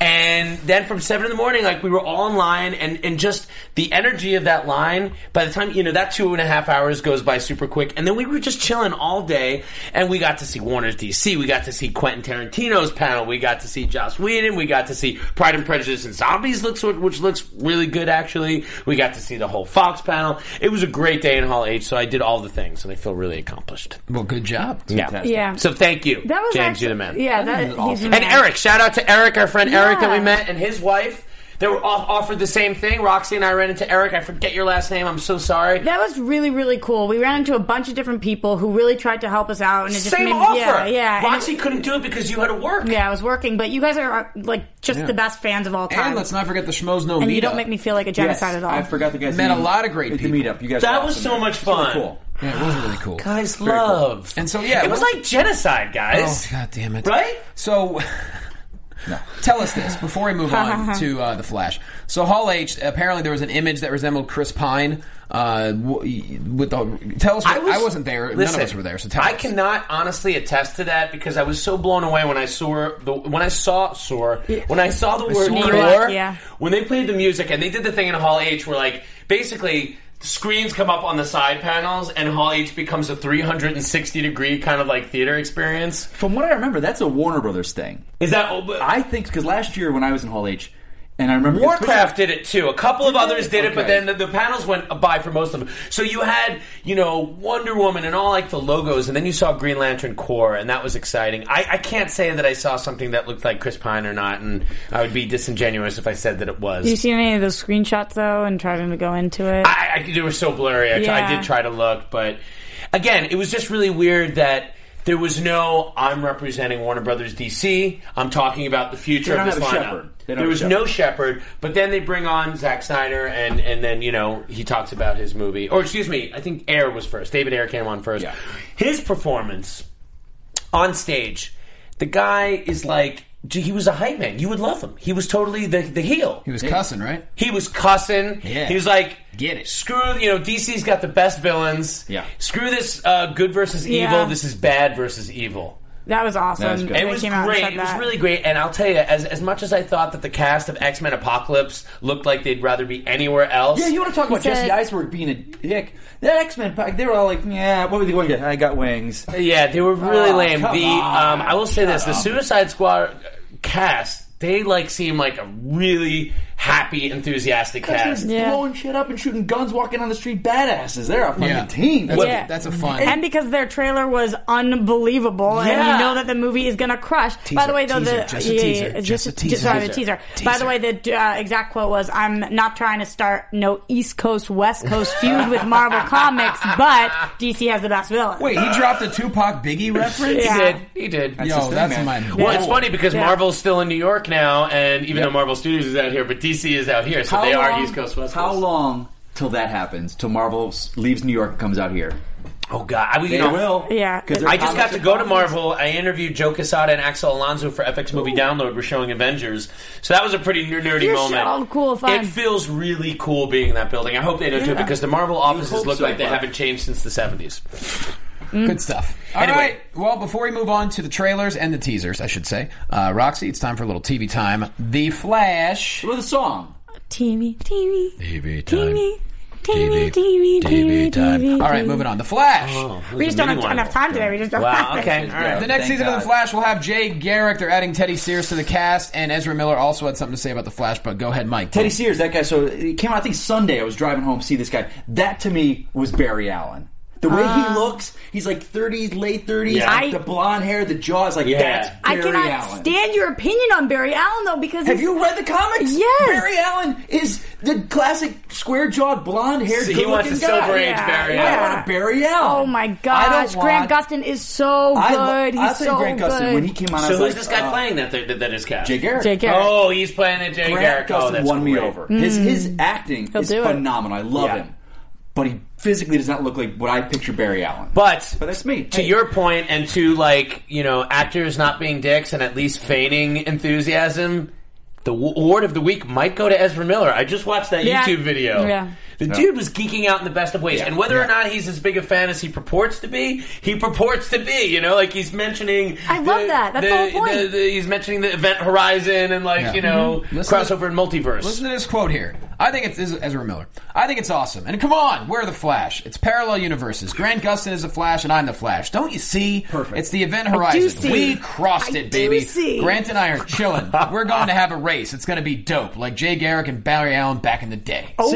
Speaker 3: and then from seven in the morning, like we were all in line, and and just the energy of that line. By the time you know that two and a half hours goes by super quick, and then we were just chilling all day, and we got to see Warner's DC, we got to see Quentin Tarantino's panel, we got to see Joss Whedon, we got to see Pride and Prejudice and Zombies looks which looks really good actually. We got to see the whole Fox panel. It was a great day in Hall H, so I did all the things, and I feel really accomplished.
Speaker 2: Well, good job.
Speaker 3: Yeah,
Speaker 4: Yeah.
Speaker 3: So thank you,
Speaker 4: that was
Speaker 3: James,
Speaker 4: actually,
Speaker 3: you're the man.
Speaker 4: Yeah, that, he's the
Speaker 3: And
Speaker 4: man.
Speaker 3: Eric, shout out to Eric, our friend Eric that we
Speaker 4: Yeah.
Speaker 3: met, and his wife. They were off- offered the same thing. Roxy and I ran into Eric. I forget your last name. I'm so sorry.
Speaker 4: That was really, really cool. We ran into a bunch of different people who really tried to help us out, and it just
Speaker 3: Same
Speaker 4: made,
Speaker 3: offer.
Speaker 4: Yeah, yeah. and
Speaker 3: Roxy couldn't do it because you had to work.
Speaker 4: it- yeah, I was working, but you guys are uh, like just the best fans of all time.
Speaker 2: And let's not forget the Schmoes No
Speaker 4: And
Speaker 2: meetup.
Speaker 4: you don't make me feel like a
Speaker 5: Yes,
Speaker 4: genocide at all.
Speaker 5: I forgot the guys.
Speaker 2: Met a
Speaker 5: name
Speaker 2: lot of great
Speaker 5: at the
Speaker 2: people.
Speaker 5: meetup. You guys.
Speaker 3: That
Speaker 5: were
Speaker 3: was
Speaker 5: awesome,
Speaker 3: so
Speaker 5: man.
Speaker 3: much
Speaker 5: It's really
Speaker 3: fun.
Speaker 5: Cool.
Speaker 2: Yeah, it was really cool.
Speaker 3: Guys, love.
Speaker 2: And so, yeah,
Speaker 3: It was
Speaker 2: well-
Speaker 3: like genocide,
Speaker 2: Oh,
Speaker 3: guys.
Speaker 2: God damn it.
Speaker 3: Right?
Speaker 2: So, tell us this before we move on to uh, the Flash. So, Hall H. Apparently, there was an image that resembled Chris Pine. Uh, w- with the tell us, what, I, was, not there.
Speaker 3: listen,
Speaker 2: none of us were there. So tell
Speaker 3: I
Speaker 2: us.
Speaker 3: cannot honestly attest to that because I was so blown away when I saw the when I saw saw when I saw the word
Speaker 4: saw it.
Speaker 3: "core,"
Speaker 4: Yeah.
Speaker 3: when they played the music and they did the thing in Hall H where like basically screens come up on the side panels and Hall H becomes a 360 degree kind of like theater experience.
Speaker 5: From what I remember, that's a Warner Brothers thing.
Speaker 3: Is that oh, but-
Speaker 5: I think because last year when I was in Hall H, and I remember
Speaker 3: Warcraft did it too. A couple of others did it, but
Speaker 2: Okay.
Speaker 3: then the, the panels went by for most of them. So you had, you know, Wonder Woman and all like the logos, and then you saw Green Lantern Corps, and that was exciting. I, I can't say that I saw something that looked like Chris Pine or not, and I would be disingenuous if I said that it was.
Speaker 4: Have you seen any of those screenshots though, and trying to go into it?
Speaker 3: I, I, they were so blurry. I, tr- I
Speaker 4: Yeah.
Speaker 3: did try to look, but again, it was just really weird that there was no. I'm representing Warner Brothers DC. I'm talking about the future
Speaker 5: They don't
Speaker 3: of this
Speaker 5: have a
Speaker 3: lineup.
Speaker 5: shepherd. They
Speaker 3: There
Speaker 5: don't have a
Speaker 3: was no shepherd, but then they bring on Zack Snyder, and and then you know he talks about his movie, or excuse me, I think Air was first. David Air came on first.
Speaker 5: Yeah.
Speaker 3: His performance on stage, the guy is like. gee, He was a hype man. You would love him. He was totally the, the heel.
Speaker 2: he was cussing, right?
Speaker 3: He was cussing.
Speaker 2: Yeah.
Speaker 3: He was like,
Speaker 2: Get it.
Speaker 3: Screw, you know, DC's got the best villains.
Speaker 5: Yeah.
Speaker 3: Screw this uh, good versus
Speaker 4: Yeah.
Speaker 3: evil. This is bad versus evil.
Speaker 4: that was awesome.
Speaker 5: That was good.
Speaker 4: when
Speaker 3: And
Speaker 4: they
Speaker 3: it was
Speaker 4: came out and
Speaker 3: great.
Speaker 4: said
Speaker 3: It was
Speaker 4: that.
Speaker 3: really great. And I'll tell you, as, as much as I thought that the cast of X Men Apocalypse looked like they'd rather be anywhere else.
Speaker 5: Yeah, you want to talk about
Speaker 4: said-
Speaker 5: Jesse Eisenberg being a dick? That X Men pack, they were all like, "Yeah, what were they going to get? I got wings."
Speaker 3: Yeah, they were really
Speaker 5: Oh,
Speaker 3: lame. The
Speaker 5: come on.
Speaker 3: um, I will say
Speaker 5: Shut
Speaker 3: this: the
Speaker 5: up.
Speaker 3: Suicide Squad cast, they like seem like a really happy, enthusiastic
Speaker 5: That's
Speaker 3: cast.
Speaker 5: just
Speaker 4: Yeah.
Speaker 5: blowing shit up and shooting guns, walking on the street, badasses. They're a fucking
Speaker 2: Yeah.
Speaker 5: team.
Speaker 2: That's,
Speaker 4: Yeah.
Speaker 2: a, that's a fun.
Speaker 4: And because their trailer was unbelievable, and
Speaker 3: Yeah.
Speaker 4: you know that the movie is going to crush. By the way, though,
Speaker 2: teaser,
Speaker 4: the
Speaker 2: just a teaser, just a teaser.
Speaker 4: sorry, the
Speaker 2: Teaser.
Speaker 4: teaser. By the way, the uh, exact quote was, "I'm not trying to start no East Coast West Coast feud with Marvel Comics, but DC has the best villain."
Speaker 2: Wait, he dropped a Tupac Biggie reference?
Speaker 4: Yeah.
Speaker 3: He did. He did.
Speaker 5: his
Speaker 2: Yo,
Speaker 5: thing,
Speaker 2: that's
Speaker 5: man.
Speaker 2: my.
Speaker 3: Well, it's funny because
Speaker 4: Yeah.
Speaker 3: Marvel's still in New York now, and even though Marvel Studios is out here, but DC is out here, so they are East Coast, West
Speaker 5: How
Speaker 3: Coast.
Speaker 5: long till that happens? Till Marvel s- leaves New York and comes out here?
Speaker 3: Oh God, I, was- you
Speaker 5: They
Speaker 3: know,
Speaker 5: will.
Speaker 4: Yeah.
Speaker 5: 'Cause they're
Speaker 3: I just got
Speaker 5: comics
Speaker 3: to
Speaker 5: and
Speaker 3: go to
Speaker 5: comics.
Speaker 3: Marvel. I interviewed Joe Quesada and Axel Alonso for FX Movie Download. We're showing Avengers, so that was a pretty ner- nerdy
Speaker 4: You're
Speaker 3: moment.
Speaker 4: so cool, fun.
Speaker 3: It feels really cool being in that building. I hope they do too, because the Marvel offices
Speaker 5: hope
Speaker 3: look
Speaker 5: so,
Speaker 3: like they
Speaker 5: but-
Speaker 3: haven't changed since the seventies.
Speaker 2: Good stuff. All right.
Speaker 3: Anyway.
Speaker 2: Well, before we move on to the trailers and the teasers, I should say, uh, Roxy, it's time for a little TV time. The Flash.
Speaker 5: with a song.
Speaker 4: TV, TV,
Speaker 2: TV
Speaker 4: TV, TV, TV, TV, TV.
Speaker 2: All right, moving on. The Flash.
Speaker 4: We just don't have
Speaker 3: mini
Speaker 4: enough
Speaker 3: one.
Speaker 4: time today. We just don't.
Speaker 3: Wow.
Speaker 4: have
Speaker 3: Okay. All right.
Speaker 2: The next
Speaker 5: Thank
Speaker 2: season of
Speaker 5: God.
Speaker 2: The Flash will have Jay Garrick. They're adding Teddy Sears to the cast, and Ezra Miller also had something to say about The Flash, but go ahead, Mike.
Speaker 3: Oh.
Speaker 5: Teddy Sears, that guy. So it came out. I think Sunday. I was driving home, see this guy. That to me was Barry Allen. The way
Speaker 4: Ah.
Speaker 5: he looks, he's like 30s, late 30s.
Speaker 3: Yeah.
Speaker 5: like the blonde hair, the jaw is like
Speaker 3: Yeah.
Speaker 5: that's
Speaker 4: I
Speaker 5: Barry
Speaker 4: cannot
Speaker 5: Allen.
Speaker 4: stand your opinion on Barry Allen though because
Speaker 5: Have
Speaker 4: he's-
Speaker 5: you read the comics?
Speaker 4: Yes.
Speaker 5: Barry Allen is the classic square jawed, blonde haired,
Speaker 3: So he
Speaker 5: good
Speaker 3: wants
Speaker 5: looking
Speaker 3: a
Speaker 5: guy.
Speaker 3: Silver Age
Speaker 4: Yeah,
Speaker 3: Barry
Speaker 4: yeah.
Speaker 5: I
Speaker 3: Allen.
Speaker 5: want a Barry Allen.
Speaker 4: Oh my
Speaker 5: I don't
Speaker 4: gosh, Grant
Speaker 5: want-
Speaker 4: Gustin is so good.
Speaker 5: I lo-
Speaker 4: He's
Speaker 5: I think
Speaker 4: so
Speaker 5: Grant
Speaker 4: good.
Speaker 5: Gustin, when he came on, I
Speaker 3: So
Speaker 5: was
Speaker 3: who's
Speaker 5: like,
Speaker 3: this guy
Speaker 5: uh,
Speaker 3: playing that that, that is cast?
Speaker 5: Jay Garrick.
Speaker 4: Jay Garrick.
Speaker 3: Oh, he's playing that Jay
Speaker 5: Grant
Speaker 3: Garrick. Oh,
Speaker 5: Gustin
Speaker 3: that's
Speaker 5: won me
Speaker 3: great.
Speaker 5: over. His
Speaker 3: Mm.
Speaker 5: his acting is
Speaker 4: do it.
Speaker 5: phenomenal. I love
Speaker 3: Yeah.
Speaker 5: him, but he physically does not look like what I picture Barry Allen.
Speaker 3: But,
Speaker 5: But that's me.
Speaker 3: To
Speaker 5: Hey.
Speaker 3: your point, and to like you know, actors not being dicks and at least feigning enthusiasm. The w- award of the week might go to Ezra Miller. I just watched that
Speaker 4: Yeah.
Speaker 3: YouTube video.
Speaker 4: Yeah.
Speaker 3: The dude was geeking out in the best of ways, and whether or not he's as big a fan as he purports to be, he purports to be. You know, like he's mentioning.
Speaker 4: I love that. That's the whole point.
Speaker 3: the- he's mentioning the Event Horizon and like
Speaker 2: Yeah.
Speaker 3: you know
Speaker 4: Mm-hmm.
Speaker 2: Listen to-
Speaker 3: crossover and multiverse.
Speaker 2: Listen to this quote here. I think it's this is Ezra Miller. I think it's awesome. And come on, we're the Flash. It's parallel universes. Grant Gustin is the Flash, and I'm the Flash. Don't you see? Perfect. It's the event horizon.
Speaker 4: see.
Speaker 2: We crossed
Speaker 4: I
Speaker 2: it,
Speaker 4: do
Speaker 2: baby.
Speaker 4: see.
Speaker 2: Grant and I are chilling. we're going to have a race. It's going to be dope, like Jay Garrick and Barry Allen back in the day.
Speaker 4: Oh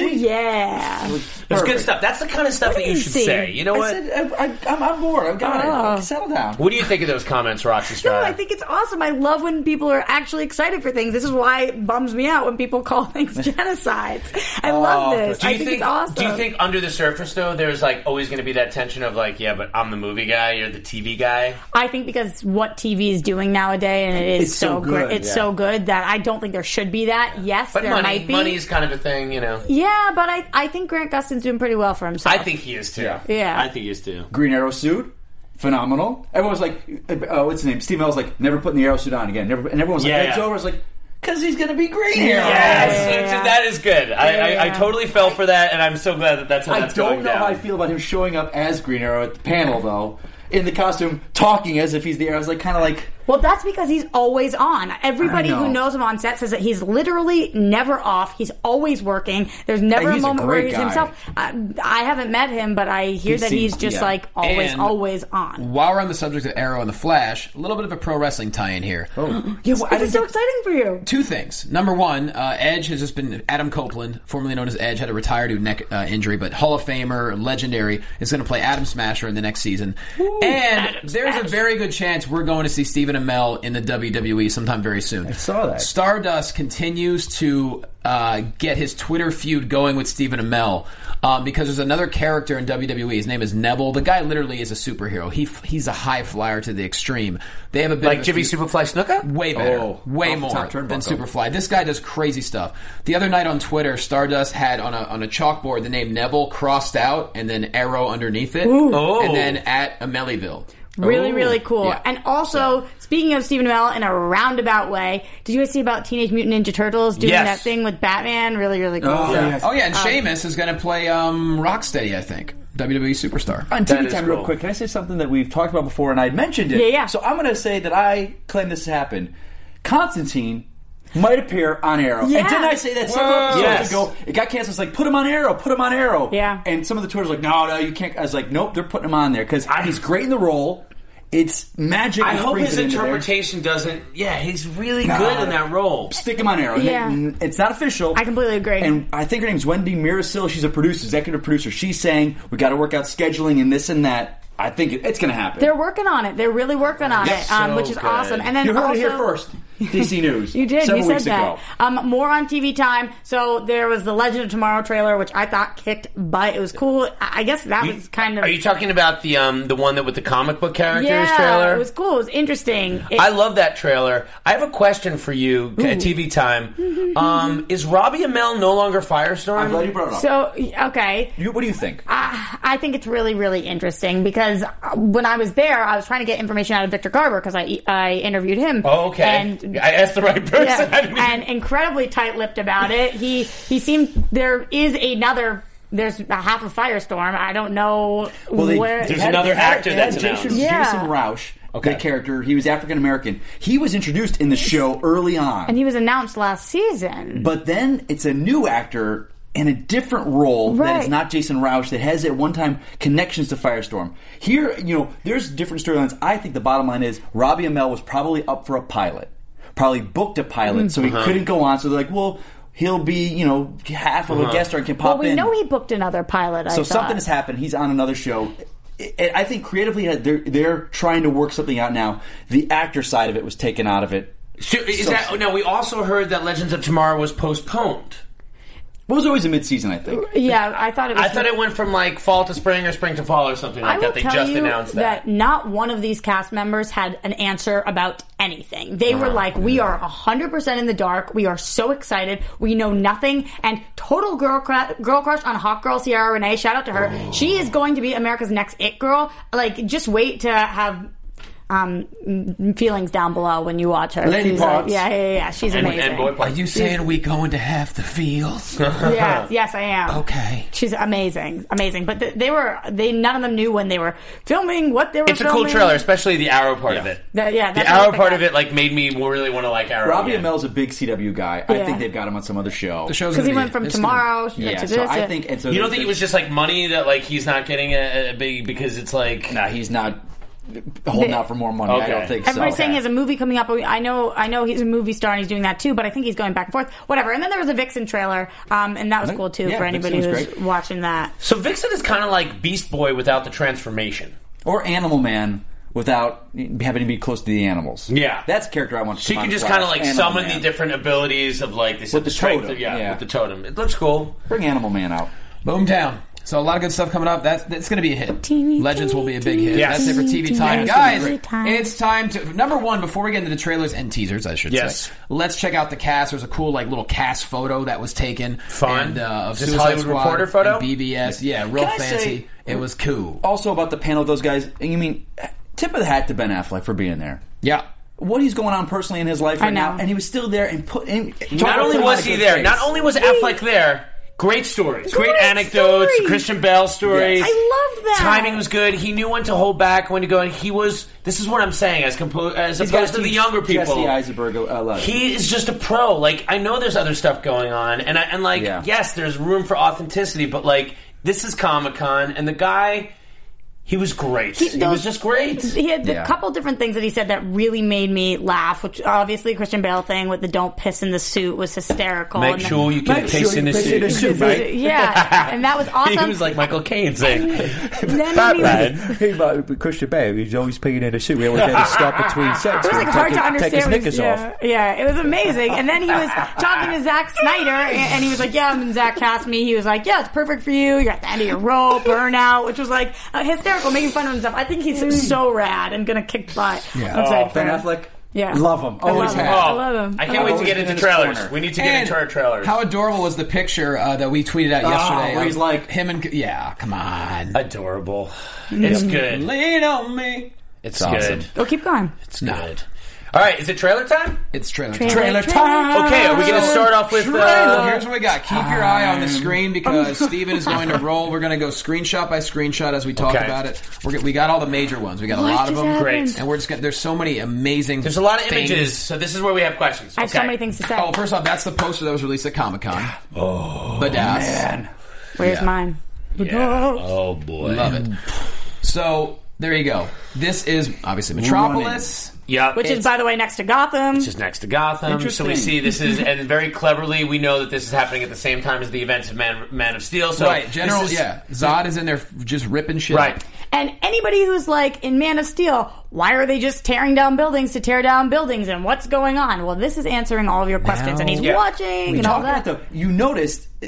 Speaker 4: yeah.
Speaker 3: It's good stuff. That's the kind of stuff
Speaker 4: What
Speaker 3: that
Speaker 4: do
Speaker 3: you
Speaker 4: you
Speaker 3: should
Speaker 4: see?
Speaker 3: say. You know what?
Speaker 5: I, I, I'm on board. I've got
Speaker 4: Oh.
Speaker 5: it. Settle down.
Speaker 3: what do you think of those comments, Roxy
Speaker 4: No,
Speaker 3: Strada?
Speaker 4: I think it's awesome. I love when people are actually excited for things. This is why it bums me out when people call things genocides. I
Speaker 5: Oh,
Speaker 4: love this.
Speaker 3: Do
Speaker 4: I
Speaker 3: you
Speaker 4: think, it's awesome.
Speaker 3: Do you think under the surface though, there's like always going to be that tension of like, yeah, but I'm the movie guy, you're the TV guy.
Speaker 4: I think because what TV is doing nowadays, and it is
Speaker 5: It's
Speaker 4: so,
Speaker 5: so
Speaker 4: great,
Speaker 5: good,
Speaker 4: it's
Speaker 5: yeah.
Speaker 4: so good that I don't think there should be that. Yes,
Speaker 3: But
Speaker 4: there
Speaker 3: money,
Speaker 4: might be.
Speaker 3: money's kind of a thing, you know.
Speaker 4: yeah, but I, I think Grant Gustin's doing pretty well for himself.
Speaker 3: I think he is too.
Speaker 4: Yeah.
Speaker 3: I think he is too.
Speaker 5: Green Arrow suit. Phenomenal. Everyone was like, uh, uh, what's his name? Steve Mel was like, never putting the arrow suit on again. Never, and everyone was like,
Speaker 3: Yeah.
Speaker 5: it's over. I was like, because he's going to be Green Arrow.
Speaker 3: Yes, it's- that is good. I, I, I
Speaker 4: Yeah.
Speaker 3: totally fell for that, and I'm so glad that that's how
Speaker 5: I
Speaker 3: that's
Speaker 5: don't
Speaker 3: going
Speaker 5: know
Speaker 3: down.
Speaker 5: how I feel about him showing up as Green Arrow at the panel, though, in the costume, talking as if he's the Arrow. I was like, kind of like,
Speaker 4: Well, that's because he's always on. Everybody
Speaker 5: I know.
Speaker 4: who knows him on set says that he's literally never off. He's always working. There's never
Speaker 5: And
Speaker 4: a
Speaker 5: he's a
Speaker 4: moment where
Speaker 5: great
Speaker 4: he's
Speaker 5: guy.
Speaker 4: himself. I, I haven't met him, but I hear
Speaker 5: He
Speaker 4: that he's
Speaker 5: seems-
Speaker 4: just
Speaker 5: yeah.
Speaker 4: like always,
Speaker 2: And-
Speaker 4: always on.
Speaker 2: While we're on the subject of Arrow and the Flash, a little bit of a pro wrestling tie-in here.
Speaker 4: Yeah, well, this is so exciting for you.
Speaker 2: Two things. Number one, uh, Edge has just been Adam Copeland, formerly known as Edge, had to retire due to neck uh, injury, but Hall of Famer, legendary, is going to play Adam Smasher in the next season. and there's a very good chance we're going to see Stephen Amell in the WWE sometime very soon. I
Speaker 5: saw that.
Speaker 2: Stardust continues to uh, get his Twitter feud going with Stephen Amell um, because there's another character in WWE. His name is Neville. The guy literally is a superhero. He f- he's a high flyer to the extreme. They have a bit of
Speaker 3: like
Speaker 2: a
Speaker 3: Jimmy
Speaker 2: feud-
Speaker 3: Superfly Snuka.
Speaker 2: Way better.
Speaker 5: Oh,
Speaker 2: way
Speaker 5: off the
Speaker 2: more
Speaker 5: top
Speaker 2: than
Speaker 5: turnbuckle.
Speaker 2: Superfly. This guy does crazy stuff. The other night on Twitter, Stardust had on a, on a chalkboard the name Neville crossed out and then arrow underneath it.
Speaker 3: Oh.
Speaker 2: And then at Ameliville.
Speaker 4: Really,
Speaker 2: Ooh.
Speaker 4: really cool.
Speaker 2: Yeah.
Speaker 4: And also, speaking of Stephen Amell in a roundabout way, did you guys see about Teenage Mutant Ninja Turtles doing
Speaker 3: Yes.
Speaker 4: that thing with Batman? Really, really cool. So-
Speaker 5: Oh, yes.
Speaker 2: Oh, yeah,
Speaker 4: um,
Speaker 2: and Sheamus is going to play um, Rocksteady, I think. WWE superstar.
Speaker 5: on
Speaker 3: That
Speaker 5: TV
Speaker 3: is
Speaker 5: time
Speaker 3: cool.
Speaker 5: real quick. Can I say something that we've talked about before and I mentioned it?
Speaker 4: Yeah, yeah.
Speaker 5: So I'm going to say that I claim this happened. Constantine might appear on Arrow.
Speaker 4: Yeah.
Speaker 5: And didn't I say that several episodes
Speaker 3: Yes.
Speaker 5: ago? It got canceled. It's like, put him on Arrow, put him on Arrow.
Speaker 4: Yeah.
Speaker 5: And some of the Twitter's like, no, no, you can't. I was like, nope, they're putting him on there because he's great in the role. It's magic.
Speaker 3: I
Speaker 5: that
Speaker 3: hope
Speaker 5: brings
Speaker 3: his
Speaker 5: it into there.
Speaker 3: interpretation doesn't. Yeah, he's really
Speaker 5: Nah.
Speaker 3: good in that role.
Speaker 5: Stick him on Arrow.
Speaker 4: Yeah.
Speaker 5: N- It's not official.
Speaker 4: I completely agree.
Speaker 5: And I think her name's Wendy Mirasil. She's a producer, executive producer. She's saying, we got to work out scheduling and this and that. I think it, it's going to happen.
Speaker 4: They're working on it. They're really working on
Speaker 5: That's
Speaker 4: it, um,
Speaker 3: so
Speaker 4: which is
Speaker 3: good.
Speaker 4: awesome. And then
Speaker 5: you heard
Speaker 4: also,
Speaker 5: it here first. DC News.
Speaker 4: You did.
Speaker 5: Several
Speaker 4: you said
Speaker 5: weeks
Speaker 4: that.
Speaker 5: ago.
Speaker 4: Um, more on TV time. So there was the Legend of Tomorrow trailer, which I thought kicked butt. It was cool. I I guess that was kind of.
Speaker 3: Are you talking about the um the one that with the comic book characters
Speaker 4: yeah,
Speaker 3: trailer?
Speaker 4: It was cool. It was interesting. It-
Speaker 3: I love that trailer. I have a question for you at TV time. Um, is Robbie Amell no longer Firestorm?
Speaker 5: I'm glad you brought it up.
Speaker 4: so okay.
Speaker 5: you, what do you think?
Speaker 4: I I think it's really, really interesting because uh, when I was there, I was trying to get information out of Victor Garber because I e, I interviewed him.
Speaker 3: oh, okay.
Speaker 4: And
Speaker 3: I asked the right person. I didn't
Speaker 4: Yeah, and
Speaker 3: even-
Speaker 4: incredibly tight-lipped about it. He he seemed there is another. There's a half a firestorm. I don't know where.
Speaker 3: There's another actor
Speaker 5: they
Speaker 3: that's
Speaker 5: had Jason,
Speaker 3: announced.
Speaker 4: Yeah.
Speaker 5: Jason Roush,
Speaker 3: Okay.
Speaker 5: the character. He was African American. He was introduced in the show early on.
Speaker 4: and he was announced last season.
Speaker 5: But then it's a new actor in a different role that
Speaker 4: Right.
Speaker 5: is not Jason Roush that has at one time connections to Firestorm. Here, you know, there's different storylines. I think the bottom line is Robbie Amell was probably up for a pilot, probably booked a
Speaker 4: Mm.
Speaker 5: pilot, so he couldn't go on. So they're like, well, he'll be, you know, half of a guest star and can pop
Speaker 4: well, we
Speaker 5: in.
Speaker 4: know he booked another pilot. I
Speaker 5: so
Speaker 4: thought.
Speaker 5: something has happened. He's on another show. I- I I think creatively uh, they're they're trying to work something out now. The actor side of it was taken out of it.
Speaker 3: So, is that, oh, now we also heard that Legends of Tomorrow was postponed.
Speaker 5: It was always a mid season, I think.
Speaker 4: Yeah, I thought it. Was
Speaker 3: I thought it went from like fall to spring or spring to fall or something
Speaker 4: I
Speaker 3: like
Speaker 4: will
Speaker 3: that. They
Speaker 4: tell
Speaker 3: just
Speaker 4: you
Speaker 3: announced that.
Speaker 4: that. not one of these cast members had an answer about anything. They were like, "We are hundred percent in the dark. We are so excited. We know nothing." And total girl cra- girl crush on Hawk Girl Sierra
Speaker 5: Oh.
Speaker 4: Renee. Shout out to her. She is going to be America's next It Girl. Like, just wait to have. um, m- feelings down below when you watch her.
Speaker 5: Lady
Speaker 4: she's like-
Speaker 5: parts.
Speaker 4: yeah, yeah, yeah, yeah. She's
Speaker 3: And,
Speaker 4: amazing.
Speaker 3: and boy,
Speaker 2: Are you saying we going to half the fields?
Speaker 4: yes, yes, I am.
Speaker 2: Uh-huh. Okay.
Speaker 4: She's amazing, amazing. But th- they were they none of them knew when they were filming what they were.
Speaker 3: it's a cool
Speaker 4: filming.
Speaker 3: trailer, especially the Arrow part of it.
Speaker 4: That- yeah,
Speaker 3: the
Speaker 4: that's what I
Speaker 3: Arrow
Speaker 4: think
Speaker 3: part
Speaker 4: I-
Speaker 3: of it like made me really want to like Arrow.
Speaker 5: Robbie
Speaker 3: again.
Speaker 5: Amell's a big CW guy. I
Speaker 4: Yeah.
Speaker 5: think they've got him on some other show.
Speaker 2: The show's
Speaker 4: because he
Speaker 2: gonna
Speaker 4: went
Speaker 2: be-
Speaker 4: from
Speaker 2: it's
Speaker 4: tomorrow to
Speaker 5: yeah,
Speaker 4: this.
Speaker 5: so I
Speaker 4: to-
Speaker 5: think and so
Speaker 3: You don't
Speaker 5: there's-
Speaker 3: think it was just like money that like he's not getting a, a big because it's like
Speaker 5: Nah, he's not holding out for more money. I
Speaker 3: Okay.
Speaker 5: don't think
Speaker 4: Everybody's
Speaker 5: so.
Speaker 4: saying he has a movie coming up. I know, I know he's a movie star and he's doing that too. But I think he's going back and forth, whatever. And then there was a Vixen trailer, um, and that was cool too
Speaker 5: yeah,
Speaker 4: for anybody
Speaker 5: Vixen was
Speaker 4: who's
Speaker 5: great.
Speaker 4: watching that.
Speaker 3: so. Vixen is kind of like Beast Boy without the transformation.
Speaker 5: or Animal Man without having to be close to the animals.
Speaker 3: Yeah.
Speaker 5: that's a character I want. to
Speaker 3: She
Speaker 5: come on
Speaker 3: can just
Speaker 5: Flash.
Speaker 3: kind of like
Speaker 5: Animal
Speaker 3: summon
Speaker 5: Man.
Speaker 3: the different abilities of like they said
Speaker 5: With the
Speaker 3: strength,
Speaker 5: totem,
Speaker 3: yeah,
Speaker 5: yeah.
Speaker 3: with the totem. It looks cool.
Speaker 5: Bring Animal Man out.
Speaker 2: Boomtown. So a lot of good stuff coming up. That's that's going to be a hit.
Speaker 4: TV,
Speaker 2: Legends will be a big hit.
Speaker 3: Yes.
Speaker 2: That's it for TV
Speaker 4: TV,
Speaker 2: time,
Speaker 4: Yeah,
Speaker 2: guys.
Speaker 4: TV time.
Speaker 2: It's time to number one. Before we get into the trailers and teasers, I should
Speaker 3: Yes.
Speaker 2: say, let's check out the cast. There's a cool like little cast photo that was taken.
Speaker 3: Fun.
Speaker 2: And, uh, of
Speaker 3: Is this
Speaker 2: Suicide
Speaker 3: Hollywood
Speaker 2: Squad
Speaker 3: Reporter photo?
Speaker 2: and BBS. Yeah, real
Speaker 5: Can I
Speaker 2: fancy.
Speaker 5: say-
Speaker 2: it was cool.
Speaker 3: Oh.
Speaker 5: Also about the panel of those guys. You mean tip of the hat to Ben Affleck for being there.
Speaker 2: Yeah.
Speaker 5: What he's going on personally in his life right
Speaker 4: know.
Speaker 5: now, and he was still there and put. And
Speaker 3: Not only was he there, not only was Affleck there. Great stories, great,
Speaker 4: Great
Speaker 3: anecdotes,
Speaker 4: stories.
Speaker 3: Christian Bale stories.
Speaker 5: Yes.
Speaker 4: I love that.
Speaker 3: Timing was good. He knew when to hold back, when to go. And he was. This is what I'm saying, as compo- as opposed to the younger people.
Speaker 5: Jesse Eisenberg. Uh, love.
Speaker 3: he is just a pro. Like I know there's other stuff going on, and I, and like
Speaker 5: Yeah.
Speaker 3: yes, there's room for authenticity, but like this is Comic Con, and the guy, he was great. He, was
Speaker 4: those-
Speaker 3: just great.
Speaker 4: He had a
Speaker 5: Yeah.
Speaker 4: couple different things that he said that really made me laugh, which obviously Christian Bale thing with the don't piss in the suit was hysterical.
Speaker 3: Make
Speaker 4: And the-
Speaker 3: sure you can piss in a suit, right?
Speaker 4: Yeah, and that was
Speaker 3: He
Speaker 4: awesome.
Speaker 3: was like Michael Caine saying,
Speaker 4: Then he was-
Speaker 3: "Batman."
Speaker 7: He might be Christian Bale. He's always peeing in a suit. We always had to stop between sets.
Speaker 4: It was like
Speaker 7: He'd take
Speaker 4: hard to
Speaker 7: his- Take
Speaker 4: understand.
Speaker 7: his
Speaker 4: what he
Speaker 7: knickers
Speaker 4: was-
Speaker 7: off.
Speaker 4: yeah, yeah, it was amazing. And then he was talking to Zack Snyder, and, and he was like, "Yeah, I'm in Zack cast me." He was like, "Yeah, it's perfect for you. You're at the end of your rope, burnout," which was like uh, hysterical, making fun of himself. I think
Speaker 5: Mm.
Speaker 4: he's so rad and gonna kick butt. Yeah. I'm excited for
Speaker 5: Ben
Speaker 4: him.
Speaker 5: Affleck.
Speaker 4: Yeah,
Speaker 5: Oh, Love him.
Speaker 4: I
Speaker 5: Always
Speaker 4: love him.
Speaker 5: have.
Speaker 4: I
Speaker 3: Oh,
Speaker 4: love him.
Speaker 3: I can't wait to get into
Speaker 5: in his
Speaker 3: trailers.
Speaker 5: corner.
Speaker 3: We need to get
Speaker 2: And
Speaker 3: into our trailers. Ah,
Speaker 2: How adorable was the picture uh, that we tweeted out yesterday?
Speaker 5: where
Speaker 2: of
Speaker 5: he's like-
Speaker 2: him and yeah, come on,
Speaker 3: adorable! It's good.
Speaker 2: lean on me.
Speaker 3: It's
Speaker 5: awesome.
Speaker 3: good.
Speaker 4: Oh, keep going.
Speaker 3: It's good. All right, is it trailer time?
Speaker 2: It's trailer time.
Speaker 4: Trailer
Speaker 2: Uh,
Speaker 4: time.
Speaker 3: Okay, are we going to start off with?
Speaker 2: Well,
Speaker 3: Uh,
Speaker 2: here's what we got. Keep your eye on the screen because Steven is going to roll. We're going to go screenshot by screenshot as we talk
Speaker 3: Okay.
Speaker 2: about it. We're, g- we got all the major ones. We got a
Speaker 4: What
Speaker 2: lot of
Speaker 4: just
Speaker 2: them.
Speaker 3: Great.
Speaker 2: And we're just gonna, there's so many amazing.
Speaker 3: there's a lot of
Speaker 2: things.
Speaker 3: images, so this is where we have questions.
Speaker 4: I have so
Speaker 3: Okay.
Speaker 4: many things to say.
Speaker 2: Oh, first off, that's the poster that was released at Comic Con. Oh, man,
Speaker 4: Where's mine?
Speaker 3: Oh boy.
Speaker 2: love it. So there you go. This is obviously Metropolis.
Speaker 3: Yep.
Speaker 4: Which is, by the way, next to Gotham.
Speaker 3: Which is next to Gotham. So we see this is, and very cleverly, we know that this is happening at the same time as the events of Man, Man of Steel. So
Speaker 2: Right, General.
Speaker 3: this is-
Speaker 2: yeah, Zod is in there just ripping shit.
Speaker 3: Right.
Speaker 2: up.
Speaker 4: And anybody who's like in Man of Steel, why are they just tearing down buildings to tear down buildings and what's going on? Well, this is answering all of your questions and he's
Speaker 3: Yeah.
Speaker 4: watching and all
Speaker 5: Talking
Speaker 4: that.
Speaker 5: about though, you noticed. uh,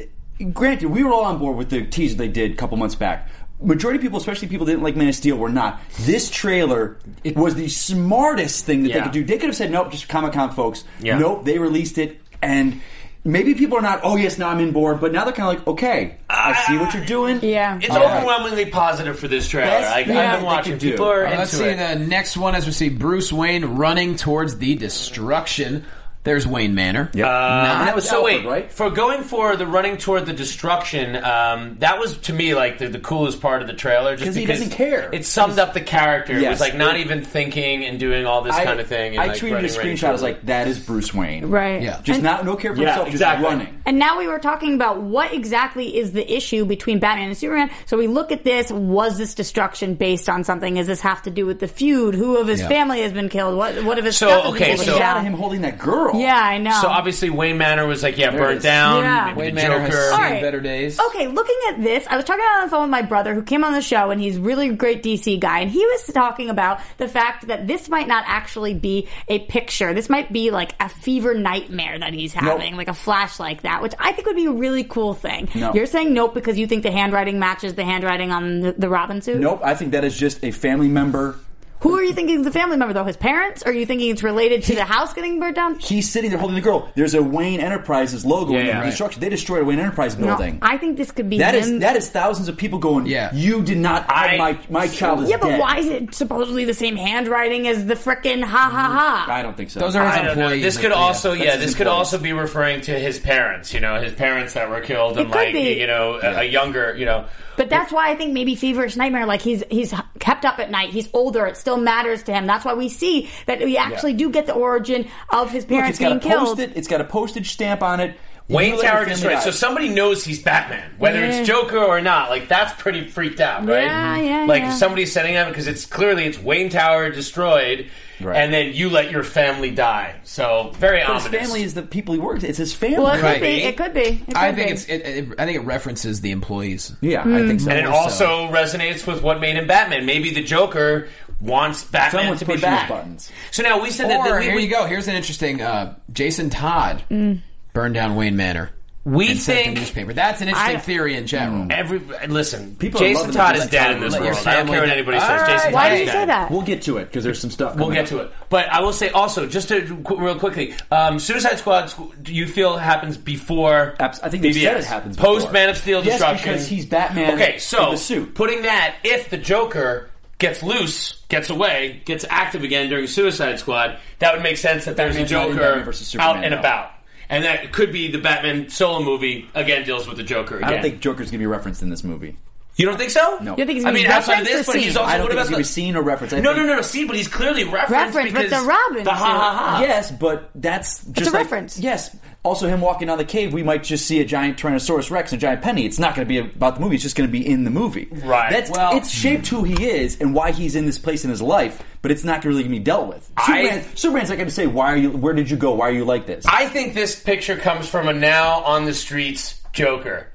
Speaker 5: Granted, we were all on board with the teaser they did a couple months back. Majority of people, especially people that didn't like Man of Steel, were not. This trailer it was the smartest thing that
Speaker 3: Yeah.
Speaker 5: they could do. They could have said, "Nope, just Comic Con folks."
Speaker 3: Yeah.
Speaker 5: Nope, they released it, and maybe people are not. Oh yes, now I'm in board. But now they're kind of like, "Okay, I see what you're doing."
Speaker 4: Yeah.
Speaker 3: It's
Speaker 5: All right.
Speaker 3: overwhelmingly positive for this trailer.
Speaker 5: Best
Speaker 3: I, I've
Speaker 5: thing that
Speaker 3: been
Speaker 5: they
Speaker 3: watching.
Speaker 5: could do.
Speaker 3: People are
Speaker 2: All right,
Speaker 3: into
Speaker 2: let's see
Speaker 3: it.
Speaker 2: the next one as we see Bruce Wayne running towards the destruction. There's Wayne Manor. Yeah.
Speaker 3: Uh,
Speaker 5: that was
Speaker 3: so
Speaker 5: Alfred,
Speaker 3: wait,
Speaker 5: right?
Speaker 3: for going for the running toward the destruction, um, that was to me like the, the coolest part of the trailer, just
Speaker 5: 'Cause
Speaker 3: because
Speaker 5: he doesn't care.
Speaker 3: It summed up the character. it was
Speaker 5: Yes.
Speaker 3: like not even thinking and doing all this
Speaker 5: I,
Speaker 3: kind of thing. And,
Speaker 5: I
Speaker 3: like,
Speaker 5: tweeted a
Speaker 3: running, running
Speaker 5: screenshot. I was
Speaker 3: toward-
Speaker 5: like, "That is Bruce Wayne."
Speaker 4: Right.
Speaker 2: Yeah.
Speaker 5: Just not no care for
Speaker 3: Yeah,
Speaker 5: himself.
Speaker 3: exactly.
Speaker 5: Just running.
Speaker 4: And now we were talking about what exactly is the issue between Batman and Superman. So we look at this. Was this destruction based on something? Does this have to do with the feud? Who of his
Speaker 2: Yeah.
Speaker 4: family has been killed? What what of his
Speaker 3: So,
Speaker 4: stuff has been
Speaker 3: okay,
Speaker 4: taken
Speaker 3: so-
Speaker 5: Shot of
Speaker 4: down?
Speaker 5: him holding that girl.
Speaker 4: Yeah, I know.
Speaker 3: So obviously Wayne Manor was like, yeah,
Speaker 5: There it
Speaker 3: burnt
Speaker 5: is.
Speaker 3: down.
Speaker 4: Yeah.
Speaker 3: maybe
Speaker 2: Wayne
Speaker 3: the
Speaker 2: Manor has
Speaker 3: Joker.
Speaker 2: seen
Speaker 4: All right.
Speaker 2: better days.
Speaker 4: Okay, looking at this, I was talking on the phone with my brother who came on the show, and he's really great DC guy, and he was talking about the fact that this might not actually be a picture. This might be like a fever nightmare that he's having, like a flash like that, which I think would be a really cool thing.
Speaker 5: No.
Speaker 4: You're saying nope because you think the handwriting matches the handwriting on the, the Robin suit.
Speaker 5: Nope, I think that is just a family member
Speaker 4: Who are you thinking is the family member though? His parents? Are you thinking it's related to the house getting burnt down?
Speaker 5: He's sitting there holding the girl. There's a Wayne Enterprises logo in the
Speaker 2: yeah, right.
Speaker 5: construction. They destroyed a Wayne Enterprise
Speaker 4: No,
Speaker 5: building.
Speaker 4: I think this could be
Speaker 5: that is
Speaker 4: him.
Speaker 5: that is thousands of people going.
Speaker 2: Yeah.
Speaker 5: you did not. I,
Speaker 3: I-
Speaker 5: my my child is
Speaker 4: yeah, but
Speaker 5: dead."
Speaker 4: why is it supposedly the same handwriting as the frickin' ha ha ha?
Speaker 5: I don't think so.
Speaker 2: Those are his
Speaker 3: I don't know.
Speaker 2: employees. uh,
Speaker 3: This could also, yeah,
Speaker 5: That's his
Speaker 3: this could
Speaker 5: employees.
Speaker 3: also be referring to his parents. You know, his parents that were killed, and
Speaker 4: could
Speaker 3: like
Speaker 4: be.
Speaker 3: you know, a, a younger, you know,
Speaker 4: But that's why I think maybe feverish nightmare. Like he's he's kept up at night. He's older. It still matters to him. That's why we see that we actually do get the origin of his
Speaker 5: Look,
Speaker 4: parents
Speaker 5: it's got
Speaker 4: being
Speaker 5: a
Speaker 4: killed.
Speaker 5: post-it. It's got a postage stamp on it.
Speaker 3: Wayne
Speaker 5: You let your
Speaker 3: Tower
Speaker 5: family
Speaker 3: destroyed.
Speaker 5: die.
Speaker 3: So somebody knows he's Batman, whether it's Joker or not. Like that's pretty freaked out, right?
Speaker 4: Yeah,
Speaker 5: Mm-hmm.
Speaker 4: yeah,
Speaker 3: Like
Speaker 4: yeah.
Speaker 3: somebody's setting up because it's clearly it's Wayne Tower destroyed,
Speaker 5: Right.
Speaker 3: and then you let your family die. So very
Speaker 5: But his
Speaker 3: ominous.
Speaker 5: family is the people he works. It's his family.
Speaker 4: Well, it
Speaker 2: Right.
Speaker 4: could be. It could be. It could
Speaker 2: I think
Speaker 4: be. Mm.
Speaker 2: it's. It, it, I think it references the employees.
Speaker 5: Yeah, I think so.
Speaker 3: and it also resonates with what made him Batman. Maybe the Joker wants Batman
Speaker 5: Someone's
Speaker 3: to be
Speaker 5: pushing his
Speaker 3: back.
Speaker 5: buttons.
Speaker 3: So now we said that, that
Speaker 2: Or
Speaker 3: we,
Speaker 2: here
Speaker 3: we,
Speaker 2: you go. Here's an interesting. Uh, Jason Todd
Speaker 4: Mm.
Speaker 2: burned down Wayne Manor.
Speaker 3: we
Speaker 2: and sent the
Speaker 3: think Mm.
Speaker 2: newspaper. That's an interesting
Speaker 4: I-
Speaker 2: theory in general.
Speaker 3: Every listen,
Speaker 5: People are
Speaker 3: Jason
Speaker 5: loving
Speaker 3: Todd
Speaker 5: the
Speaker 3: is
Speaker 5: Jason
Speaker 3: dead
Speaker 5: Todd
Speaker 3: in this
Speaker 5: movie.
Speaker 3: world.
Speaker 2: Let your
Speaker 3: I don't care what
Speaker 2: family-
Speaker 3: anybody says.
Speaker 5: "Ah,
Speaker 2: All
Speaker 3: Jason
Speaker 2: right.
Speaker 4: Why
Speaker 3: Todd
Speaker 4: did
Speaker 3: is
Speaker 4: you say
Speaker 3: dead.
Speaker 4: that?
Speaker 5: We'll get to it because there's some stuff.
Speaker 3: We'll get to it, but I will say also just to qu- real quickly, um, Suicide Squad. squ- Do you feel happens before?
Speaker 5: Abs- I think they
Speaker 3: BBS?
Speaker 5: said it happens before.
Speaker 3: post Man of Steel
Speaker 5: Yes,
Speaker 3: destruction
Speaker 5: because he's Batman
Speaker 3: Okay, so
Speaker 5: in the suit.
Speaker 3: putting that if the Joker gets loose, gets away, gets active again during Suicide Squad, that would make sense that there's a
Speaker 5: Batman's not in Batman
Speaker 3: Joker
Speaker 5: versus Superman,
Speaker 3: out and
Speaker 5: no.
Speaker 3: about, and that could be the Batman solo movie again deals with the Joker. Again.
Speaker 5: I don't think Joker's gonna be referenced in this movie.
Speaker 3: You don't think so? No.
Speaker 4: You think he's
Speaker 3: I
Speaker 4: gonna
Speaker 3: mean,
Speaker 4: be
Speaker 3: outside of
Speaker 4: referenced
Speaker 3: this,
Speaker 4: or
Speaker 3: but he's
Speaker 4: seen?
Speaker 3: also.
Speaker 5: I don't
Speaker 3: what
Speaker 5: think
Speaker 3: about
Speaker 5: he's gonna be
Speaker 3: the-
Speaker 5: seen or referenced. I
Speaker 3: No, no,
Speaker 5: think-
Speaker 3: no, no. See, but he's clearly referenced.
Speaker 4: Referenced, but
Speaker 3: because
Speaker 4: the Robin
Speaker 3: The ha ha ha.
Speaker 5: Yes, but that's just
Speaker 4: a
Speaker 5: like-
Speaker 4: reference.
Speaker 5: Yes. Also, him walking down the cave, we might just see a giant Tyrannosaurus Rex and a giant Penny. It's not going to be about the movie. It's just going to be in the movie.
Speaker 3: Right.
Speaker 5: That's
Speaker 3: Well-
Speaker 5: it's shaped who he is and why he's in this place in his life, but it's not really going to be dealt with. Superman, Superman's not going to say why are you? Where did you go? Why are you like this?
Speaker 3: I think this picture comes from a now on the streets Joker,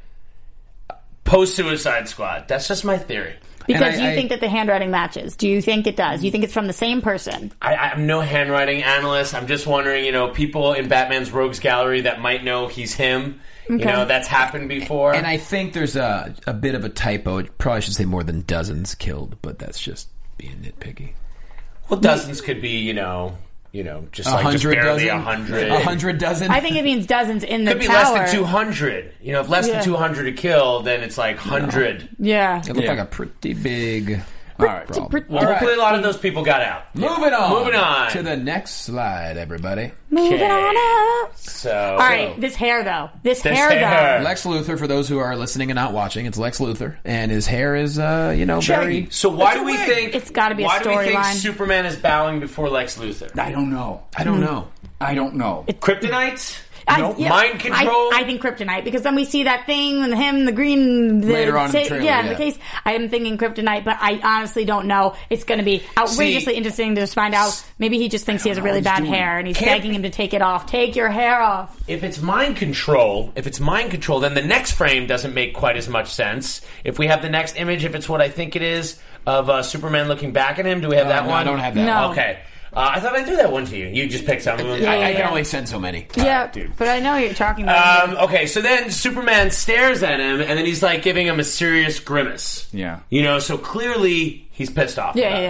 Speaker 3: post Suicide Squad. That's just my theory.
Speaker 4: because
Speaker 2: and I-
Speaker 4: you
Speaker 2: I-
Speaker 4: think that the handwriting matches. Do you think it does? You think it's from the same person?
Speaker 3: I, I'm no handwriting analyst. I'm just wondering, you know, people in Batman's Rogues Gallery that might know he's him. You know, that's happened before.
Speaker 2: And I think there's a a bit of a typo. Probably should say more than dozens killed, but that's just being nitpicky.
Speaker 3: well, dozens could be, you know, you know, just
Speaker 2: A
Speaker 3: like just
Speaker 2: hundred
Speaker 3: barely
Speaker 2: dozen.
Speaker 3: a hundred.
Speaker 2: A hundred dozen.
Speaker 4: I think it means dozens in the
Speaker 3: Could be
Speaker 4: tower.
Speaker 3: less than 200. You know, if less
Speaker 4: Yeah.
Speaker 3: than 200 to kill, then it's like 100.
Speaker 4: Yeah.
Speaker 2: it looked like a pretty big. problem.
Speaker 4: pretty-
Speaker 3: Well, hopefully, a lot of those people got out.
Speaker 2: Moving on.
Speaker 3: Moving on.
Speaker 2: to the next slide, everybody.
Speaker 4: Moving on up.
Speaker 3: So,
Speaker 4: All right, this hair though. This,
Speaker 3: This
Speaker 4: hair,
Speaker 3: hair.
Speaker 4: though.
Speaker 2: Lex Luthor, for those who are listening and not watching, it's Lex Luthor, and his hair is, uh, you know, very.
Speaker 3: So why do we think
Speaker 4: It's gotta be a
Speaker 3: why do we think
Speaker 4: storyline.
Speaker 3: Superman is bowing before Lex Luthor?
Speaker 5: I don't know.
Speaker 2: I
Speaker 4: Hmm.
Speaker 2: don't know.
Speaker 5: I don't know.
Speaker 3: Kryptonite.
Speaker 4: I,
Speaker 3: Nope. Mind control?
Speaker 4: I, I think kryptonite because then we see that thing and him, the green. The,
Speaker 2: Later on in the trailer,
Speaker 4: yeah, in
Speaker 2: yeah.
Speaker 4: the case. I am thinking kryptonite, but I honestly don't know. It's going to be outrageously
Speaker 3: See-
Speaker 4: interesting to just find out. Maybe he just thinks he has a really
Speaker 5: what
Speaker 4: bad
Speaker 5: he's doing.
Speaker 4: hair and he's
Speaker 3: Can't
Speaker 4: begging
Speaker 3: be-
Speaker 4: him to take it off. Take your hair off.
Speaker 3: If it's mind control, if it's mind control, then the next frame doesn't make quite as much sense. If we have the next image, if it's what I think it is of uh, Superman looking back at him, do we have that
Speaker 2: Uh, no,
Speaker 3: one?
Speaker 2: I don't have that
Speaker 4: No. one.
Speaker 3: Okay. Uh, I thought I threw that one to you. You just picked something.
Speaker 2: I,
Speaker 4: yeah,
Speaker 2: I can
Speaker 4: yeah.
Speaker 2: only send so many.
Speaker 4: yeah,
Speaker 3: dude.
Speaker 4: but I know what you're talking about.
Speaker 3: Um, okay, so then Superman stares at him, and then he's like giving him a serious grimace.
Speaker 5: Yeah.
Speaker 3: You know, so clearly he's pissed off.
Speaker 4: yeah,
Speaker 3: about
Speaker 4: yeah,
Speaker 3: it.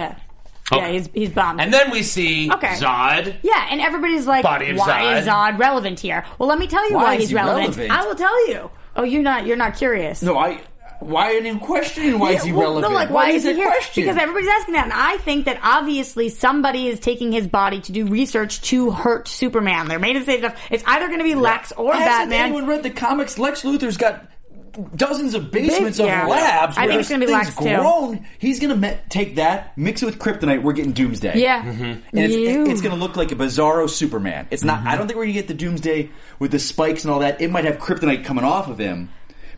Speaker 4: yeah. Yeah,
Speaker 3: Okay.
Speaker 4: he's he's bummed.
Speaker 3: And then we see
Speaker 4: Okay.
Speaker 3: Zod.
Speaker 4: Yeah, and everybody's like,
Speaker 3: Body of
Speaker 4: why
Speaker 3: Zod.
Speaker 4: is Zod relevant here? Well, let me tell you why,
Speaker 5: Why is
Speaker 4: he's
Speaker 5: he
Speaker 4: relevant.
Speaker 5: relevant?
Speaker 4: I will tell you. Oh, you're not. You're not curious.
Speaker 5: No, I. Why are you questioning why is he
Speaker 4: Yeah, well,
Speaker 5: relevant?
Speaker 4: No, like, why, is he
Speaker 5: it
Speaker 4: here?
Speaker 5: questioned?
Speaker 4: Because everybody's asking that, and I think that obviously somebody is taking his body to do research to hurt Superman. They're made to say stuff. It's either going to be Lex or
Speaker 5: Hasn't
Speaker 4: Batman.
Speaker 5: anyone read the comics? Lex Luthor's got dozens of basements
Speaker 4: yeah.
Speaker 5: of labs.
Speaker 4: I
Speaker 5: where
Speaker 4: think it's gonna be
Speaker 5: things
Speaker 4: Lex, too.
Speaker 5: grown. He's gonna me- take that, mix it with kryptonite. We're getting Doomsday.
Speaker 4: Yeah.
Speaker 5: and it's,
Speaker 4: You.
Speaker 5: it- it's gonna look like a Bizarro Superman. It's not. I don't think we're gonna get the Doomsday with the spikes and all that. It might have kryptonite coming off of him.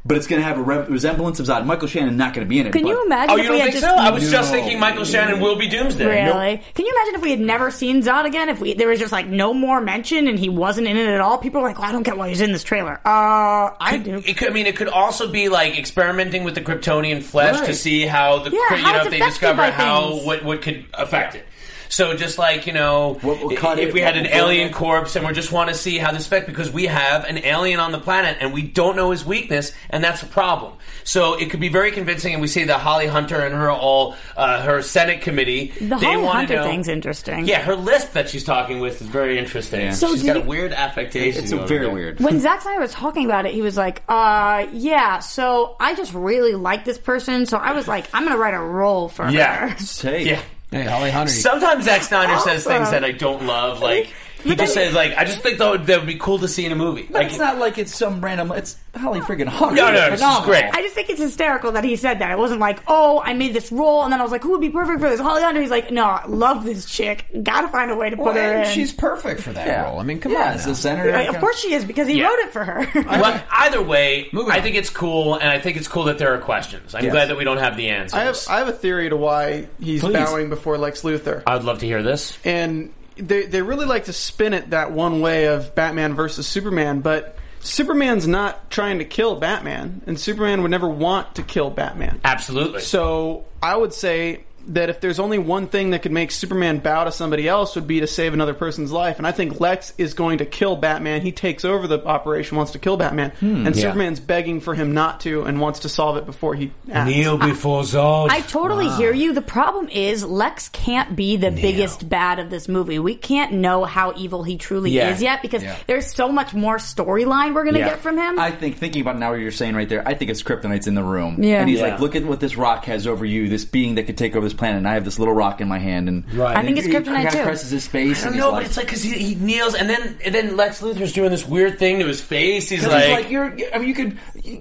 Speaker 5: But it's going to have a re- resemblance of Zod. Michael Shannon not going to be in it.
Speaker 4: Can
Speaker 5: but-
Speaker 4: you imagine
Speaker 3: Oh,
Speaker 4: if
Speaker 3: you don't
Speaker 4: we had
Speaker 3: think
Speaker 4: just
Speaker 3: so? I was just
Speaker 5: No.
Speaker 3: thinking Michael Shannon will be Doomsday.
Speaker 4: really? Can you imagine if we had never seen Zod again? If we there was just like no more mention and he wasn't in it at all? People are like, well, I don't get why he's in this trailer. Uh, I
Speaker 3: Could-
Speaker 4: do.
Speaker 3: It could, I mean, it could also be like experimenting with the Kryptonian flesh to
Speaker 5: Right.
Speaker 3: see how the
Speaker 4: Yeah,
Speaker 3: cri-
Speaker 4: how
Speaker 3: you know
Speaker 4: it's
Speaker 3: if they
Speaker 4: affected
Speaker 3: discover
Speaker 4: by
Speaker 3: how
Speaker 4: things.
Speaker 3: what what could affect it. So just like you know,
Speaker 5: What will
Speaker 3: i-
Speaker 5: cut
Speaker 3: if
Speaker 5: it,
Speaker 3: we had
Speaker 5: what
Speaker 3: an
Speaker 5: will burn
Speaker 3: alien
Speaker 5: it.
Speaker 3: corpse and we just want to see how this spec because we have an alien on the planet and we don't know his weakness and that's a problem. So it could be very convincing. And we see the Holly Hunter and her all uh, her Senate committee.
Speaker 4: The
Speaker 3: they
Speaker 4: Holly
Speaker 3: wanna
Speaker 4: Hunter
Speaker 3: know-
Speaker 4: thing's interesting.
Speaker 3: Yeah, her lisp that she's talking with is very interesting.
Speaker 4: So
Speaker 3: she's
Speaker 4: do
Speaker 3: got a
Speaker 4: you-
Speaker 3: weird affectation.
Speaker 5: It's
Speaker 3: over
Speaker 5: very
Speaker 3: there.
Speaker 5: weird.
Speaker 4: when Zack Snyder was talking about it, he was like, uh, yeah, so I just really like this person, so I was like, I'm gonna write a role for
Speaker 3: Yeah.
Speaker 4: her.
Speaker 5: Say,
Speaker 3: Yeah.
Speaker 2: Hey, Holly Hunter.
Speaker 3: Sometimes Zack Snyder says
Speaker 4: Awesome.
Speaker 3: things that I don't love. Like he just says, like I just think that would, that would be cool to see in a movie.
Speaker 5: But
Speaker 3: Like
Speaker 5: it's not like it's some random. It's Holly freaking Hunter.
Speaker 3: no, no, this is
Speaker 5: Phenomenal.
Speaker 3: great.
Speaker 4: I just think it's hysterical that he said that. It wasn't like, oh, I made this role, and then I was like, who would be perfect for this? Holly Hunter. He's like, no, I love this chick. Gotta find a way to put
Speaker 2: Well,
Speaker 4: her
Speaker 2: and
Speaker 4: in.
Speaker 2: she's perfect for that
Speaker 5: Yeah.
Speaker 2: role. I mean, come
Speaker 5: yeah,
Speaker 2: on.
Speaker 5: it's
Speaker 2: now.
Speaker 5: the center.
Speaker 4: Right, of course she is because he
Speaker 3: Yeah.
Speaker 4: wrote it for her.
Speaker 3: Well, either way,
Speaker 2: Moving
Speaker 3: I
Speaker 2: on.
Speaker 3: think it's cool, and I think it's cool that there are questions. I'm glad that we don't have the answers.
Speaker 8: I have I have a theory to why he's bowing before Lex Luthor,
Speaker 3: I would love to hear this.
Speaker 8: and they they really like to spin it that one way of Batman versus Superman, but Superman's not trying to kill Batman, and Superman would never want to kill Batman.
Speaker 3: Absolutely.
Speaker 8: So I would say that if there's only one thing that could make Superman bow to somebody else would be to save another person's life. And I think Lex is going to kill Batman. He takes over the operation, wants to kill Batman. and Superman's begging for him not to and wants to solve it before he acts.
Speaker 3: before Zod.
Speaker 4: I totally hear you. The problem is Lex can't be the biggest bad of this movie. We can't know how evil he truly
Speaker 3: Yeah.
Speaker 4: is yet because there's so much more storyline we're gonna
Speaker 3: Yeah.
Speaker 4: get from him.
Speaker 5: I think thinking about now what you're saying right there, I think it's kryptonite's in the room.
Speaker 4: Yeah.
Speaker 5: And he's
Speaker 3: Yeah.
Speaker 5: like, look at what this rock has over you, this being that could take over this planet, and I have this little rock in my hand and
Speaker 3: Right. I
Speaker 5: and
Speaker 4: think
Speaker 5: he-
Speaker 4: it's kryptonite,
Speaker 5: he kinda
Speaker 4: too.
Speaker 5: presses his face
Speaker 3: I don't
Speaker 5: and he's
Speaker 3: know,
Speaker 5: like,
Speaker 3: but it's like because he, he kneels, and then and then Lex Luthor's doing this weird thing to his face. He's
Speaker 5: 'Cause
Speaker 3: like,
Speaker 5: he's like, you're, I mean, you could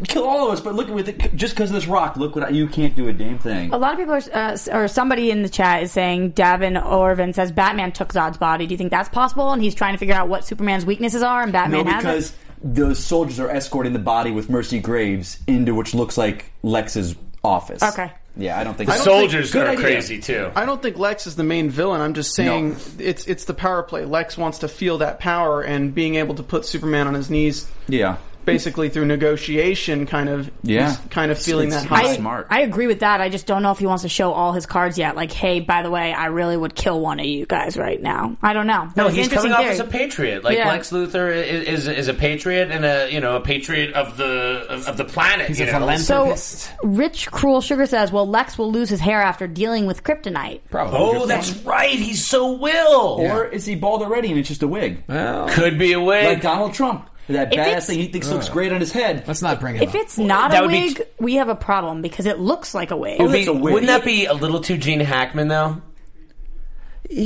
Speaker 5: kill all of us, but look with it, just because of this rock, look what I, you can't do a damn thing.
Speaker 4: a lot of people are, uh, s- or somebody in the chat is saying Davin Orvin says Batman took Zod's body. Do you think that's possible? And he's trying to figure out what Superman's weaknesses are, and Batman
Speaker 5: No,
Speaker 4: has.
Speaker 5: because
Speaker 4: it.
Speaker 5: those soldiers are escorting the body with Mercy Graves into which looks like Lex's office.
Speaker 4: Okay.
Speaker 5: Yeah, I don't think so.
Speaker 3: soldiers
Speaker 8: Good
Speaker 3: are
Speaker 8: idea.
Speaker 3: crazy too.
Speaker 8: I don't think Lex is the main villain. I'm just saying
Speaker 5: No.
Speaker 8: it's it's the power play. Lex wants to feel that power and being able to put Superman on his knees
Speaker 5: Yeah.
Speaker 8: basically through negotiation kind of
Speaker 5: Yeah.
Speaker 8: he's kind of
Speaker 5: It's-
Speaker 8: feeling
Speaker 5: it's-
Speaker 8: that
Speaker 5: it's
Speaker 8: high.
Speaker 5: smart.
Speaker 4: I agree with that. I just don't know if he wants to show all his cards yet. Like, hey, by the way, I really would kill one of you guys right now. I don't know. That
Speaker 3: No,
Speaker 4: was an
Speaker 3: he's
Speaker 4: interesting
Speaker 3: coming
Speaker 4: theory.
Speaker 3: off as a patriot. Like
Speaker 4: Yeah.
Speaker 3: Lex Luthor is, is is a patriot and a you know a patriot of the of, of the planet.
Speaker 2: He's
Speaker 3: you
Speaker 2: a
Speaker 3: know?
Speaker 4: So,
Speaker 2: philanthropist.
Speaker 4: Rich Cruel Sugar says, well, Lex will lose his hair after dealing with kryptonite.
Speaker 2: Probably.
Speaker 3: Oh, that's right. He's so will.
Speaker 5: Or is he bald already and it's just a wig?
Speaker 3: Could be a wig.
Speaker 5: Like Donald Trump. That
Speaker 4: If
Speaker 5: badass
Speaker 4: it's-
Speaker 5: thing he thinks looks great on his head.
Speaker 2: Let's not bring him
Speaker 4: If
Speaker 2: up.
Speaker 4: it's not
Speaker 3: that
Speaker 4: a
Speaker 3: would be Oh,
Speaker 4: wig,
Speaker 3: t-
Speaker 4: we have a problem because it looks like a wig.
Speaker 3: Would
Speaker 5: that's a wig.
Speaker 3: not that be a little too Gene Hackman though?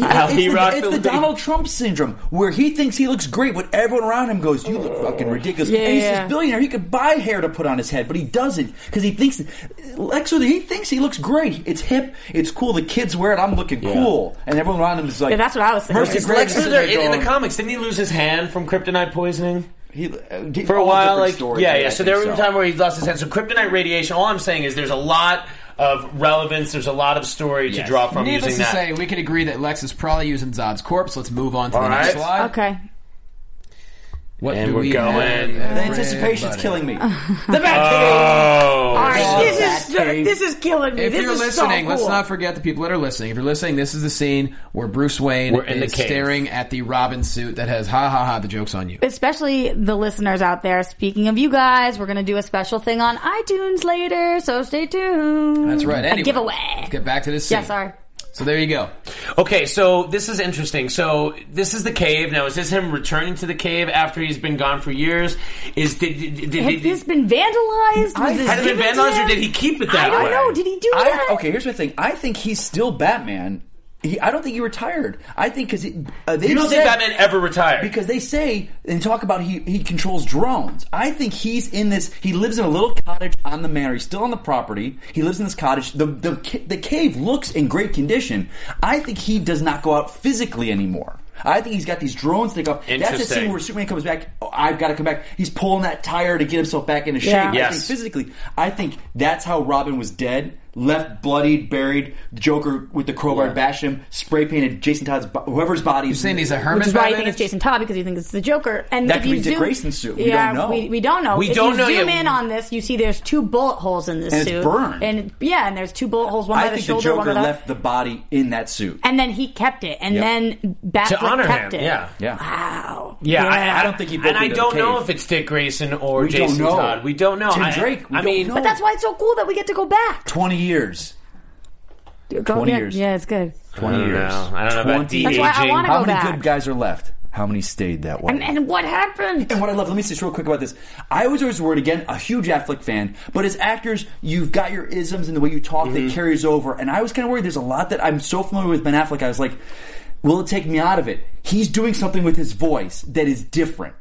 Speaker 3: How
Speaker 5: it's
Speaker 3: he
Speaker 5: the,
Speaker 3: rocked
Speaker 5: it's
Speaker 3: the
Speaker 5: the
Speaker 3: wig.
Speaker 5: Donald Trump syndrome, where he thinks he looks great, but everyone around him goes, "You look fucking ridiculous."
Speaker 4: Yeah,
Speaker 5: and he's
Speaker 4: yeah.
Speaker 5: this billionaire; he could buy hair to put on his head, but he doesn't because he thinks Lex Luthor. He thinks he looks great. It's hip. It's cool. The kids wear it. I'm looking cool, and everyone around him is like,
Speaker 4: Yeah, that's what I was thinking.
Speaker 5: Mercy
Speaker 4: Is
Speaker 5: Graves
Speaker 3: Lex
Speaker 5: is
Speaker 3: Luthor in,
Speaker 5: there
Speaker 3: in the
Speaker 5: going-
Speaker 3: comics didn't he lose his hand from kryptonite poisoning
Speaker 5: He, uh, he-
Speaker 3: for a
Speaker 5: all
Speaker 3: while?
Speaker 5: different
Speaker 3: Like
Speaker 5: stories,
Speaker 3: yeah,
Speaker 5: but
Speaker 3: yeah.
Speaker 5: I
Speaker 3: So
Speaker 5: think
Speaker 3: there was a time where he lost his hand. So kryptonite radiation. All I'm saying is there's a lot of relevance. There's a lot of story to draw from
Speaker 2: Needless
Speaker 3: using
Speaker 2: to
Speaker 3: that.
Speaker 2: say, we could agree that Lex is probably using Zod's corpse. Let's move on to the
Speaker 3: All
Speaker 2: next
Speaker 3: right.
Speaker 2: slide.
Speaker 4: Okay.
Speaker 2: What
Speaker 3: And
Speaker 2: do
Speaker 3: we're
Speaker 2: we
Speaker 3: going-
Speaker 2: have?
Speaker 5: The anticipation's killing me.
Speaker 3: the
Speaker 4: All
Speaker 3: Batcave.
Speaker 4: right, this
Speaker 5: that
Speaker 4: is
Speaker 5: cave.
Speaker 4: this is killing me.
Speaker 2: If
Speaker 4: this
Speaker 2: you're
Speaker 4: is
Speaker 2: listening,
Speaker 4: so
Speaker 2: let's
Speaker 4: cool.
Speaker 2: not forget the people that are listening. If you're listening, this is the scene where Bruce Wayne
Speaker 3: We're in the
Speaker 2: is
Speaker 3: cave.
Speaker 2: staring at the Robin suit that has ha ha ha the joke's on you.
Speaker 4: Especially the listeners out there. Speaking of you guys, we're gonna do a special thing on iTunes later, so stay tuned.
Speaker 2: That's right. Anyway,
Speaker 4: a giveaway.
Speaker 2: Let's get back to this scene.
Speaker 4: yeah, sorry.
Speaker 2: So there you go.
Speaker 3: Okay, so this is interesting. So this is the cave. Now, is this him returning to the cave after he's been gone for years? Is did did, did,
Speaker 4: Had
Speaker 3: did-
Speaker 4: this been vandalized? Was this
Speaker 3: had it been
Speaker 4: given to
Speaker 3: vandalized,
Speaker 4: him?
Speaker 3: or did he keep it that
Speaker 4: I don't
Speaker 3: way?
Speaker 4: know. Did he do that?
Speaker 5: I, okay, here's my thing. I think he's still Batman. He, I don't think he retired. I think because uh, they
Speaker 3: you don't think Batman ever retired?
Speaker 5: because they say and talk about he, he controls drones. I think he's in this. He lives in a little cottage on the manor. He's still on the property. He lives in this cottage. The the ca- the cave looks in great condition. I think he does not go out physically anymore. I think he's got these drones that go. That's the
Speaker 3: Interesting.
Speaker 5: scene where Superman comes back. Oh, I've got to come back. He's pulling that tire to get himself back into shape.
Speaker 4: Yeah.
Speaker 5: I think
Speaker 3: Yes.
Speaker 5: physically, I think that's how Robin was dead. left bloodied, buried. The Joker with the crowbar bashed him, spray painted Jason Todd's bo- whoever's body. You're
Speaker 2: saying he's a
Speaker 4: Which
Speaker 2: Herman
Speaker 4: is why
Speaker 2: by
Speaker 4: you think it's
Speaker 2: minutes?
Speaker 4: Jason Todd because you think it's the Joker. And
Speaker 5: That
Speaker 4: if
Speaker 5: could
Speaker 4: you
Speaker 5: be Dick
Speaker 4: zoom,
Speaker 5: Grayson's suit. We
Speaker 4: yeah,
Speaker 5: don't know.
Speaker 4: We, we don't know.
Speaker 3: We
Speaker 4: if
Speaker 3: don't
Speaker 4: you
Speaker 3: know
Speaker 4: Zoom
Speaker 3: yet.
Speaker 4: in on this, you see there's two bullet holes in this
Speaker 5: And it's
Speaker 4: suit.
Speaker 5: burned.
Speaker 4: And yeah, and there's two bullet holes, one
Speaker 5: I
Speaker 4: by the
Speaker 5: think
Speaker 4: shoulder,
Speaker 5: the
Speaker 4: one
Speaker 5: Joker
Speaker 4: by the.
Speaker 5: left the body in that suit.
Speaker 4: and then he kept it, and
Speaker 5: Yep.
Speaker 4: then Batfleck
Speaker 3: to honor him.
Speaker 4: kept it.
Speaker 3: Yeah.
Speaker 5: yeah.
Speaker 4: Wow.
Speaker 3: Yeah,
Speaker 5: I don't think he broke
Speaker 3: And I
Speaker 5: into the
Speaker 3: don't know
Speaker 5: cave.
Speaker 3: if it's Dick Grayson or
Speaker 5: We don't
Speaker 3: Jason
Speaker 5: know.
Speaker 3: Todd. We don't know.
Speaker 5: Tim
Speaker 3: I,
Speaker 5: Drake, we
Speaker 3: I
Speaker 5: don't
Speaker 3: mean,
Speaker 5: know.
Speaker 4: But that's why it's so cool that we get to go back.
Speaker 5: 20 years.
Speaker 4: Go-
Speaker 5: 20
Speaker 4: yeah,
Speaker 5: years.
Speaker 4: Yeah, it's good.
Speaker 5: 20
Speaker 3: I don't
Speaker 5: years.
Speaker 3: know. I don't know about
Speaker 5: 20
Speaker 4: That's why I
Speaker 3: de-aging.
Speaker 4: wanna
Speaker 5: E How
Speaker 4: go
Speaker 5: many
Speaker 4: back.
Speaker 5: good guys are left? How many stayed that way?
Speaker 4: And, and what happened?
Speaker 5: And what I love, let me say this real quick about this. I was always worried, again, a huge Affleck fan, but as actors, you've got your isms and the way you talk that
Speaker 3: Mm-hmm.
Speaker 5: carries over. And I was kind of worried there's a lot that I'm so familiar with Ben Affleck, I was like, will it take me out of it? He's doing something with his voice that is different.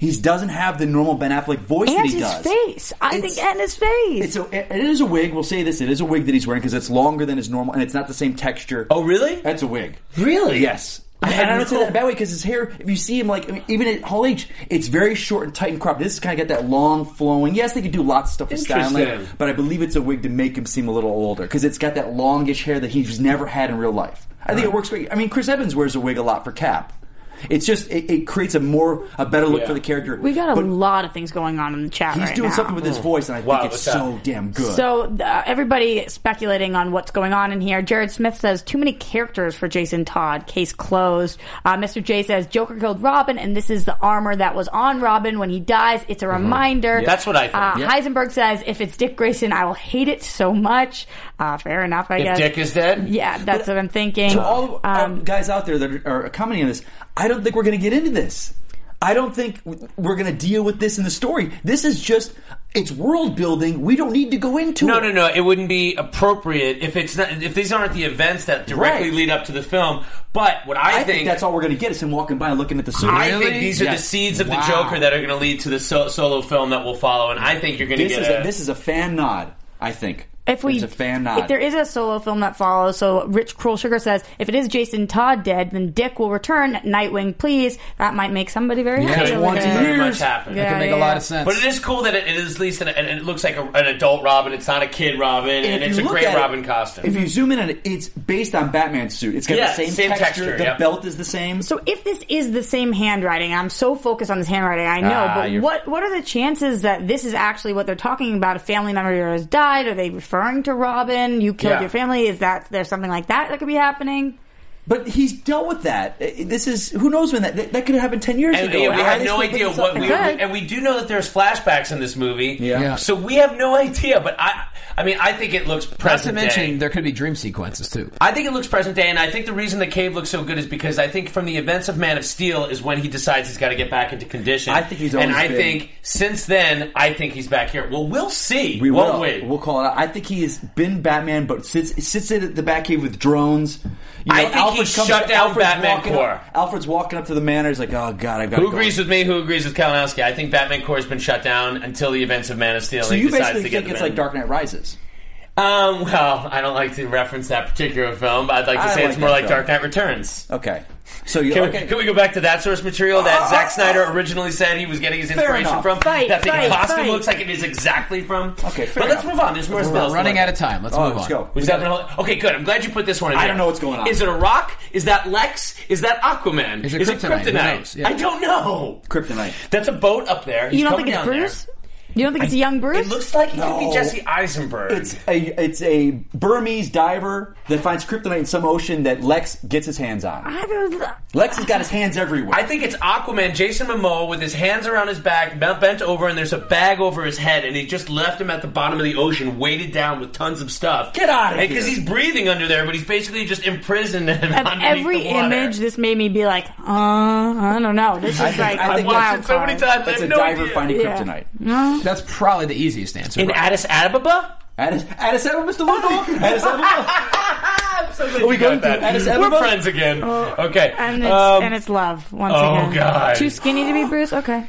Speaker 5: He doesn't have the normal Ben Affleck voice that
Speaker 4: And
Speaker 5: he
Speaker 4: his
Speaker 5: does.
Speaker 4: face. I
Speaker 5: It's-
Speaker 4: think and his face.
Speaker 5: It's a, it is a wig. We'll say this: it is a wig that he's wearing because it's longer than his normal, and it's not the same texture.
Speaker 3: Oh, really?
Speaker 5: That's a wig.
Speaker 3: Really?
Speaker 5: Yes.
Speaker 3: I
Speaker 5: and I don't
Speaker 3: hadn't-
Speaker 5: say that in a bad way because his hair. If you see him, like I mean, even at Hall H, it's very short and tight and cropped. This has kind of got that long, flowing. Yes, they could do lots of stuff with styling,
Speaker 3: Interesting.
Speaker 5: but I believe it's a wig to make him seem a little older because it's got that longish hair that he's never had in real life. I think it works great. I mean, Chris Evans wears a wig a lot for Cap. It's just it, it creates a more a better look
Speaker 3: Yeah.
Speaker 5: for the character.
Speaker 4: we got a
Speaker 5: But
Speaker 4: lot of things going on in the chat
Speaker 5: He's
Speaker 4: right
Speaker 5: doing
Speaker 4: now.
Speaker 5: something with his voice, and I
Speaker 3: Hmm. Wow,
Speaker 5: think it's
Speaker 3: what's that?
Speaker 5: so damn good.
Speaker 4: So uh, everybody speculating on what's going on in here. Jared Smith says too many characters for Jason Todd. Case closed. Uh, Mr. J says Joker killed Robin, and this is the armor that was on Robin when he dies. It's a reminder.
Speaker 3: That's what I think.
Speaker 4: Uh,
Speaker 3: Uh-huh. Yeah.
Speaker 4: Heisenberg says if it's Dick Grayson, I will hate it so much. Uh, fair enough, I
Speaker 3: If
Speaker 4: guess.
Speaker 3: Dick is dead? uh,
Speaker 4: yeah, that's what I'm thinking.
Speaker 5: to all um,
Speaker 4: Um,
Speaker 5: guys out there that are, are commenting on this, I don't think we're going to get into this. I don't think we're going to deal with this in the story. This is just it's world building. We don't need to go into
Speaker 3: No,
Speaker 5: it.
Speaker 3: no, no. It wouldn't be appropriate if it's not, if these aren't the events that directly
Speaker 5: Right.
Speaker 3: lead up to the film. But what I,
Speaker 5: I think, that's all we're going to get is him walking by and looking at the suit.
Speaker 3: I think these are
Speaker 5: Yes.
Speaker 3: the seeds of
Speaker 5: Wow.
Speaker 3: the Joker that are going to lead to the so- solo film that will follow, and I think you're going to
Speaker 5: This
Speaker 3: get
Speaker 5: is
Speaker 3: a,
Speaker 5: a, this is a fan nod. I think
Speaker 4: if we,
Speaker 5: it's a fan nod.
Speaker 4: if there is a solo film that follows, so Rich Cruel Sugar says, if it is Jason Todd dead, then Dick will return. Nightwing, please. That might make somebody very happy.
Speaker 3: could
Speaker 4: over
Speaker 3: want to
Speaker 4: there.
Speaker 3: very much happen.
Speaker 4: Yeah,
Speaker 2: It can make a
Speaker 4: yeah,
Speaker 2: lot
Speaker 4: yeah.
Speaker 2: of sense.
Speaker 3: But it is cool that it, it is at least an, and it looks like a, an adult Robin. It's not a kid Robin, and,
Speaker 5: if
Speaker 3: it's
Speaker 5: you
Speaker 3: a
Speaker 5: look
Speaker 3: great
Speaker 5: at it,
Speaker 3: Robin costume.
Speaker 5: If you zoom in on it, it's based on Batman's suit. It's got
Speaker 3: Yeah,
Speaker 5: the same,
Speaker 3: same
Speaker 5: texture.
Speaker 3: texture,
Speaker 5: The
Speaker 3: yep.
Speaker 5: belt is the same.
Speaker 4: So if this is the same handwriting, I'm so focused on this handwriting, I know,
Speaker 5: Ah,
Speaker 4: but
Speaker 5: you're-
Speaker 4: what what are the chances that this is actually what they're talking about? A family member has died? Are they referring to Robin? You killed
Speaker 3: Yeah.
Speaker 4: your family? Is that there's something like that that could be happening?
Speaker 5: But he's dealt with that. This is who knows when that that, that could have happened ten years
Speaker 3: and
Speaker 5: ago.
Speaker 3: yeah, we
Speaker 5: How
Speaker 3: have
Speaker 5: they
Speaker 3: no
Speaker 5: still
Speaker 3: idea
Speaker 5: pick this
Speaker 3: what
Speaker 5: up?
Speaker 3: we,
Speaker 4: Good.
Speaker 3: and we do know that there's flashbacks in this movie.
Speaker 5: Yeah. Yeah.
Speaker 3: So we have no idea, but I, I mean, I think it looks
Speaker 2: Not to
Speaker 3: present
Speaker 2: mention,
Speaker 3: day.
Speaker 2: there could be dream sequences too.
Speaker 3: I think it looks present day, and I think the reason the cave looks so good is because I think from the events of Man of Steel is when he decides he's got to get back into condition.
Speaker 5: I think he's
Speaker 3: and
Speaker 5: always
Speaker 3: I
Speaker 5: been-
Speaker 3: think since then, I think he's back here. Well, we'll see.
Speaker 5: We
Speaker 3: won't
Speaker 5: will.
Speaker 3: we?
Speaker 5: We'll call it out. I think he has been Batman, but sits sits in the back cave with drones. You know,
Speaker 3: I think he shut down Batman
Speaker 5: walking
Speaker 3: Corps.
Speaker 5: Up, Alfred's walking up to the manor. He's like, "Oh God, I've got."
Speaker 3: Who
Speaker 5: go.
Speaker 3: agrees with me? Who agrees with Kalinowski? I think Batman Corps has been shut down until the events of Man of Steel.
Speaker 5: So
Speaker 3: and he
Speaker 5: you
Speaker 3: decides
Speaker 5: basically
Speaker 3: to get
Speaker 5: think it's
Speaker 3: them
Speaker 5: like
Speaker 3: in.
Speaker 5: Dark Knight Rises?
Speaker 3: Um, well, I don't like to reference that particular film, but I'd like to
Speaker 5: I
Speaker 3: say it's
Speaker 5: like
Speaker 3: more
Speaker 5: that
Speaker 3: like
Speaker 5: film.
Speaker 3: Dark Knight Returns.
Speaker 5: Okay. So you
Speaker 3: Can,
Speaker 5: okay.
Speaker 3: we, can we go back to that source material that
Speaker 5: Uh,
Speaker 3: Zack Snyder
Speaker 5: uh,
Speaker 3: originally said he was getting his
Speaker 5: Fair
Speaker 3: inspiration
Speaker 5: enough.
Speaker 3: from?
Speaker 4: Fight,
Speaker 3: that the
Speaker 4: fight,
Speaker 3: costume
Speaker 4: fight.
Speaker 3: looks like it is exactly from.
Speaker 5: Okay, fair
Speaker 3: but let's
Speaker 5: enough.
Speaker 3: move on. There's more
Speaker 2: We're
Speaker 3: spells.
Speaker 2: running
Speaker 3: left.
Speaker 2: out of time. Let's
Speaker 5: Oh,
Speaker 2: move
Speaker 5: let's
Speaker 2: on.
Speaker 5: go.
Speaker 3: Who's that gonna hold- Okay, good. I'm glad you put this one in.
Speaker 5: I
Speaker 3: there.
Speaker 5: don't know what's going on.
Speaker 3: Is it a rock? Is that Lex? Is that Aquaman?
Speaker 2: Is it kryptonite? Who knows? Yeah.
Speaker 3: I don't know.
Speaker 5: Kryptonite.
Speaker 3: That's a boat up there. He's
Speaker 4: You don't
Speaker 3: coming
Speaker 4: think it's
Speaker 3: down there.
Speaker 4: Bruce? You don't think it's a young Bruce?
Speaker 3: It looks like it could
Speaker 5: No.
Speaker 3: be Jesse Eisenberg.
Speaker 5: It's a it's a Burmese diver that finds kryptonite in some ocean that Lex gets his hands on.
Speaker 4: I don't-
Speaker 5: Lex has got his hands everywhere.
Speaker 3: I think it's Aquaman, Jason Momoa, with his hands around his back, bent, bent over, and there's a bag over his head, and he just left him at the bottom of the ocean, weighted down with tons of stuff.
Speaker 5: Get outta here.
Speaker 3: Because he's breathing under there, but he's basically just imprisoned him
Speaker 4: Of
Speaker 3: underneath
Speaker 4: every
Speaker 3: the water.
Speaker 4: image, this made me be like, uh, I don't know. This is
Speaker 5: I think-
Speaker 4: like
Speaker 5: I
Speaker 4: a
Speaker 5: think
Speaker 3: Watched
Speaker 4: wild
Speaker 3: it so many
Speaker 4: card.
Speaker 3: times. I
Speaker 5: That's
Speaker 3: have
Speaker 5: a
Speaker 3: no
Speaker 5: diver
Speaker 3: idea.
Speaker 5: finding
Speaker 4: Yeah.
Speaker 5: kryptonite.
Speaker 2: That's probably the easiest answer.
Speaker 3: in
Speaker 2: Brian.
Speaker 3: Addis Ababa.
Speaker 5: Addis, Addis Ababa, Mr. Wonderful. Addis Ababa.
Speaker 3: I'm Are we going that?
Speaker 5: Addis
Speaker 3: We're
Speaker 5: Ababa?
Speaker 3: friends again. okay.
Speaker 4: Oh, And it's,
Speaker 3: um,
Speaker 4: and it's love once
Speaker 3: oh,
Speaker 4: again.
Speaker 3: God.
Speaker 4: Too skinny to be Bruce. Okay,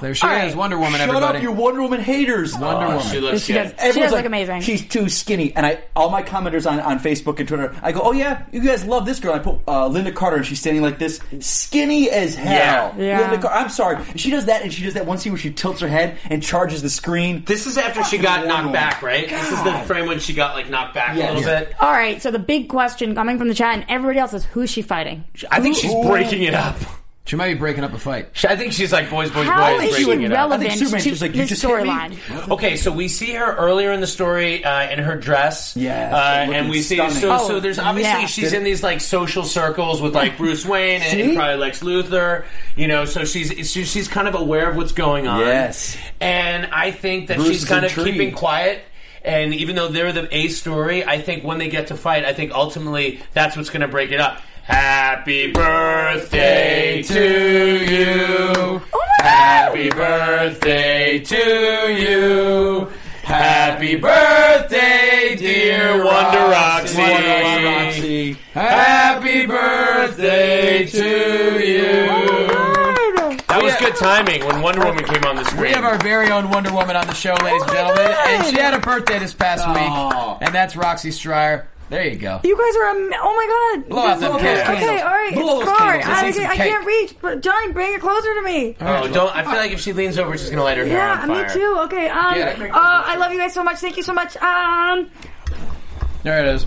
Speaker 2: There she is, Wonder Woman.
Speaker 5: Oh, Shut
Speaker 2: everybody.
Speaker 5: up, you Wonder Woman haters. Oh,
Speaker 2: Wonder Woman.
Speaker 3: she looks
Speaker 4: she
Speaker 3: good.
Speaker 4: does. she does look amazing.
Speaker 5: She's too skinny, and I all my commenters on, on Facebook and Twitter. I go, oh yeah, you guys love this girl. I put uh, Linda Carter, and she's standing like this, skinny as hell.
Speaker 4: Yeah.
Speaker 5: Linda Car- I'm sorry, she does that, and she does that one scene where she tilts her head and charges the screen.
Speaker 3: This is after she got
Speaker 5: Fucking
Speaker 3: knocked
Speaker 5: Wonder
Speaker 3: back, right? This is the frame when she got like knocked back
Speaker 5: Yeah.
Speaker 3: a little
Speaker 5: Yeah.
Speaker 3: bit.
Speaker 4: All right, so the big question coming from the chat and everybody else is who's she fighting?
Speaker 3: I think she's breaking it up.
Speaker 2: She might be breaking up a fight.
Speaker 3: She- I think she's like boys, boys,
Speaker 4: How
Speaker 3: boys,
Speaker 4: is she
Speaker 3: breaking it up.
Speaker 5: I
Speaker 4: relevant
Speaker 5: think Superman's
Speaker 4: to
Speaker 5: just like, you
Speaker 4: this
Speaker 5: just hit me.
Speaker 4: storyline?
Speaker 3: Okay, so we see her earlier in the story uh, in her dress.
Speaker 5: Yes,
Speaker 3: uh,
Speaker 5: looking
Speaker 3: and we see
Speaker 5: stunning.
Speaker 3: so,
Speaker 4: Oh,
Speaker 3: so there's obviously
Speaker 4: yeah.
Speaker 3: she's in these like social circles with like Bruce Wayne and, and
Speaker 5: See?
Speaker 3: probably Lex Luthor. You know, so she's she- she's kind of aware of what's going on.
Speaker 5: Yes.
Speaker 3: and I think that
Speaker 5: Bruce
Speaker 3: she's
Speaker 5: is
Speaker 3: kind of
Speaker 5: intrigued.
Speaker 3: keeping quiet. And even though they're the A story, I think when they get to fight, I think ultimately that's what's going to break it up. Happy birthday to you.
Speaker 4: Oh my God!
Speaker 3: Happy birthday to you. Happy birthday, dear Wonder Roxy.
Speaker 5: Wonder Roxy.
Speaker 3: Happy birthday to you.
Speaker 4: Oh my God.
Speaker 3: That was good timing when Wonder Woman came on the
Speaker 2: We
Speaker 3: screen.
Speaker 2: have our very own Wonder Woman on the show, ladies and
Speaker 4: Oh my
Speaker 2: gentlemen,
Speaker 4: God.
Speaker 2: and she had her birthday this past
Speaker 5: Oh.
Speaker 2: week, and that's Roxy Stryer. There you go.
Speaker 4: You guys are am- oh my god!
Speaker 2: Blow out them
Speaker 4: Okay,
Speaker 2: candles.
Speaker 4: Okay, all right,
Speaker 2: Blow
Speaker 4: it's
Speaker 2: those
Speaker 4: far.
Speaker 2: candles. Let's
Speaker 4: I,
Speaker 2: eat some
Speaker 4: I
Speaker 2: cake.
Speaker 4: can't reach. But John, bring it closer to me.
Speaker 3: Oh, don't! I feel like if she leans over, she's gonna light her hair
Speaker 4: Yeah,
Speaker 3: on
Speaker 4: me
Speaker 3: fire.
Speaker 4: too. Okay. Um, uh, I love you guys so much. Thank you so much. Um,
Speaker 2: There it is.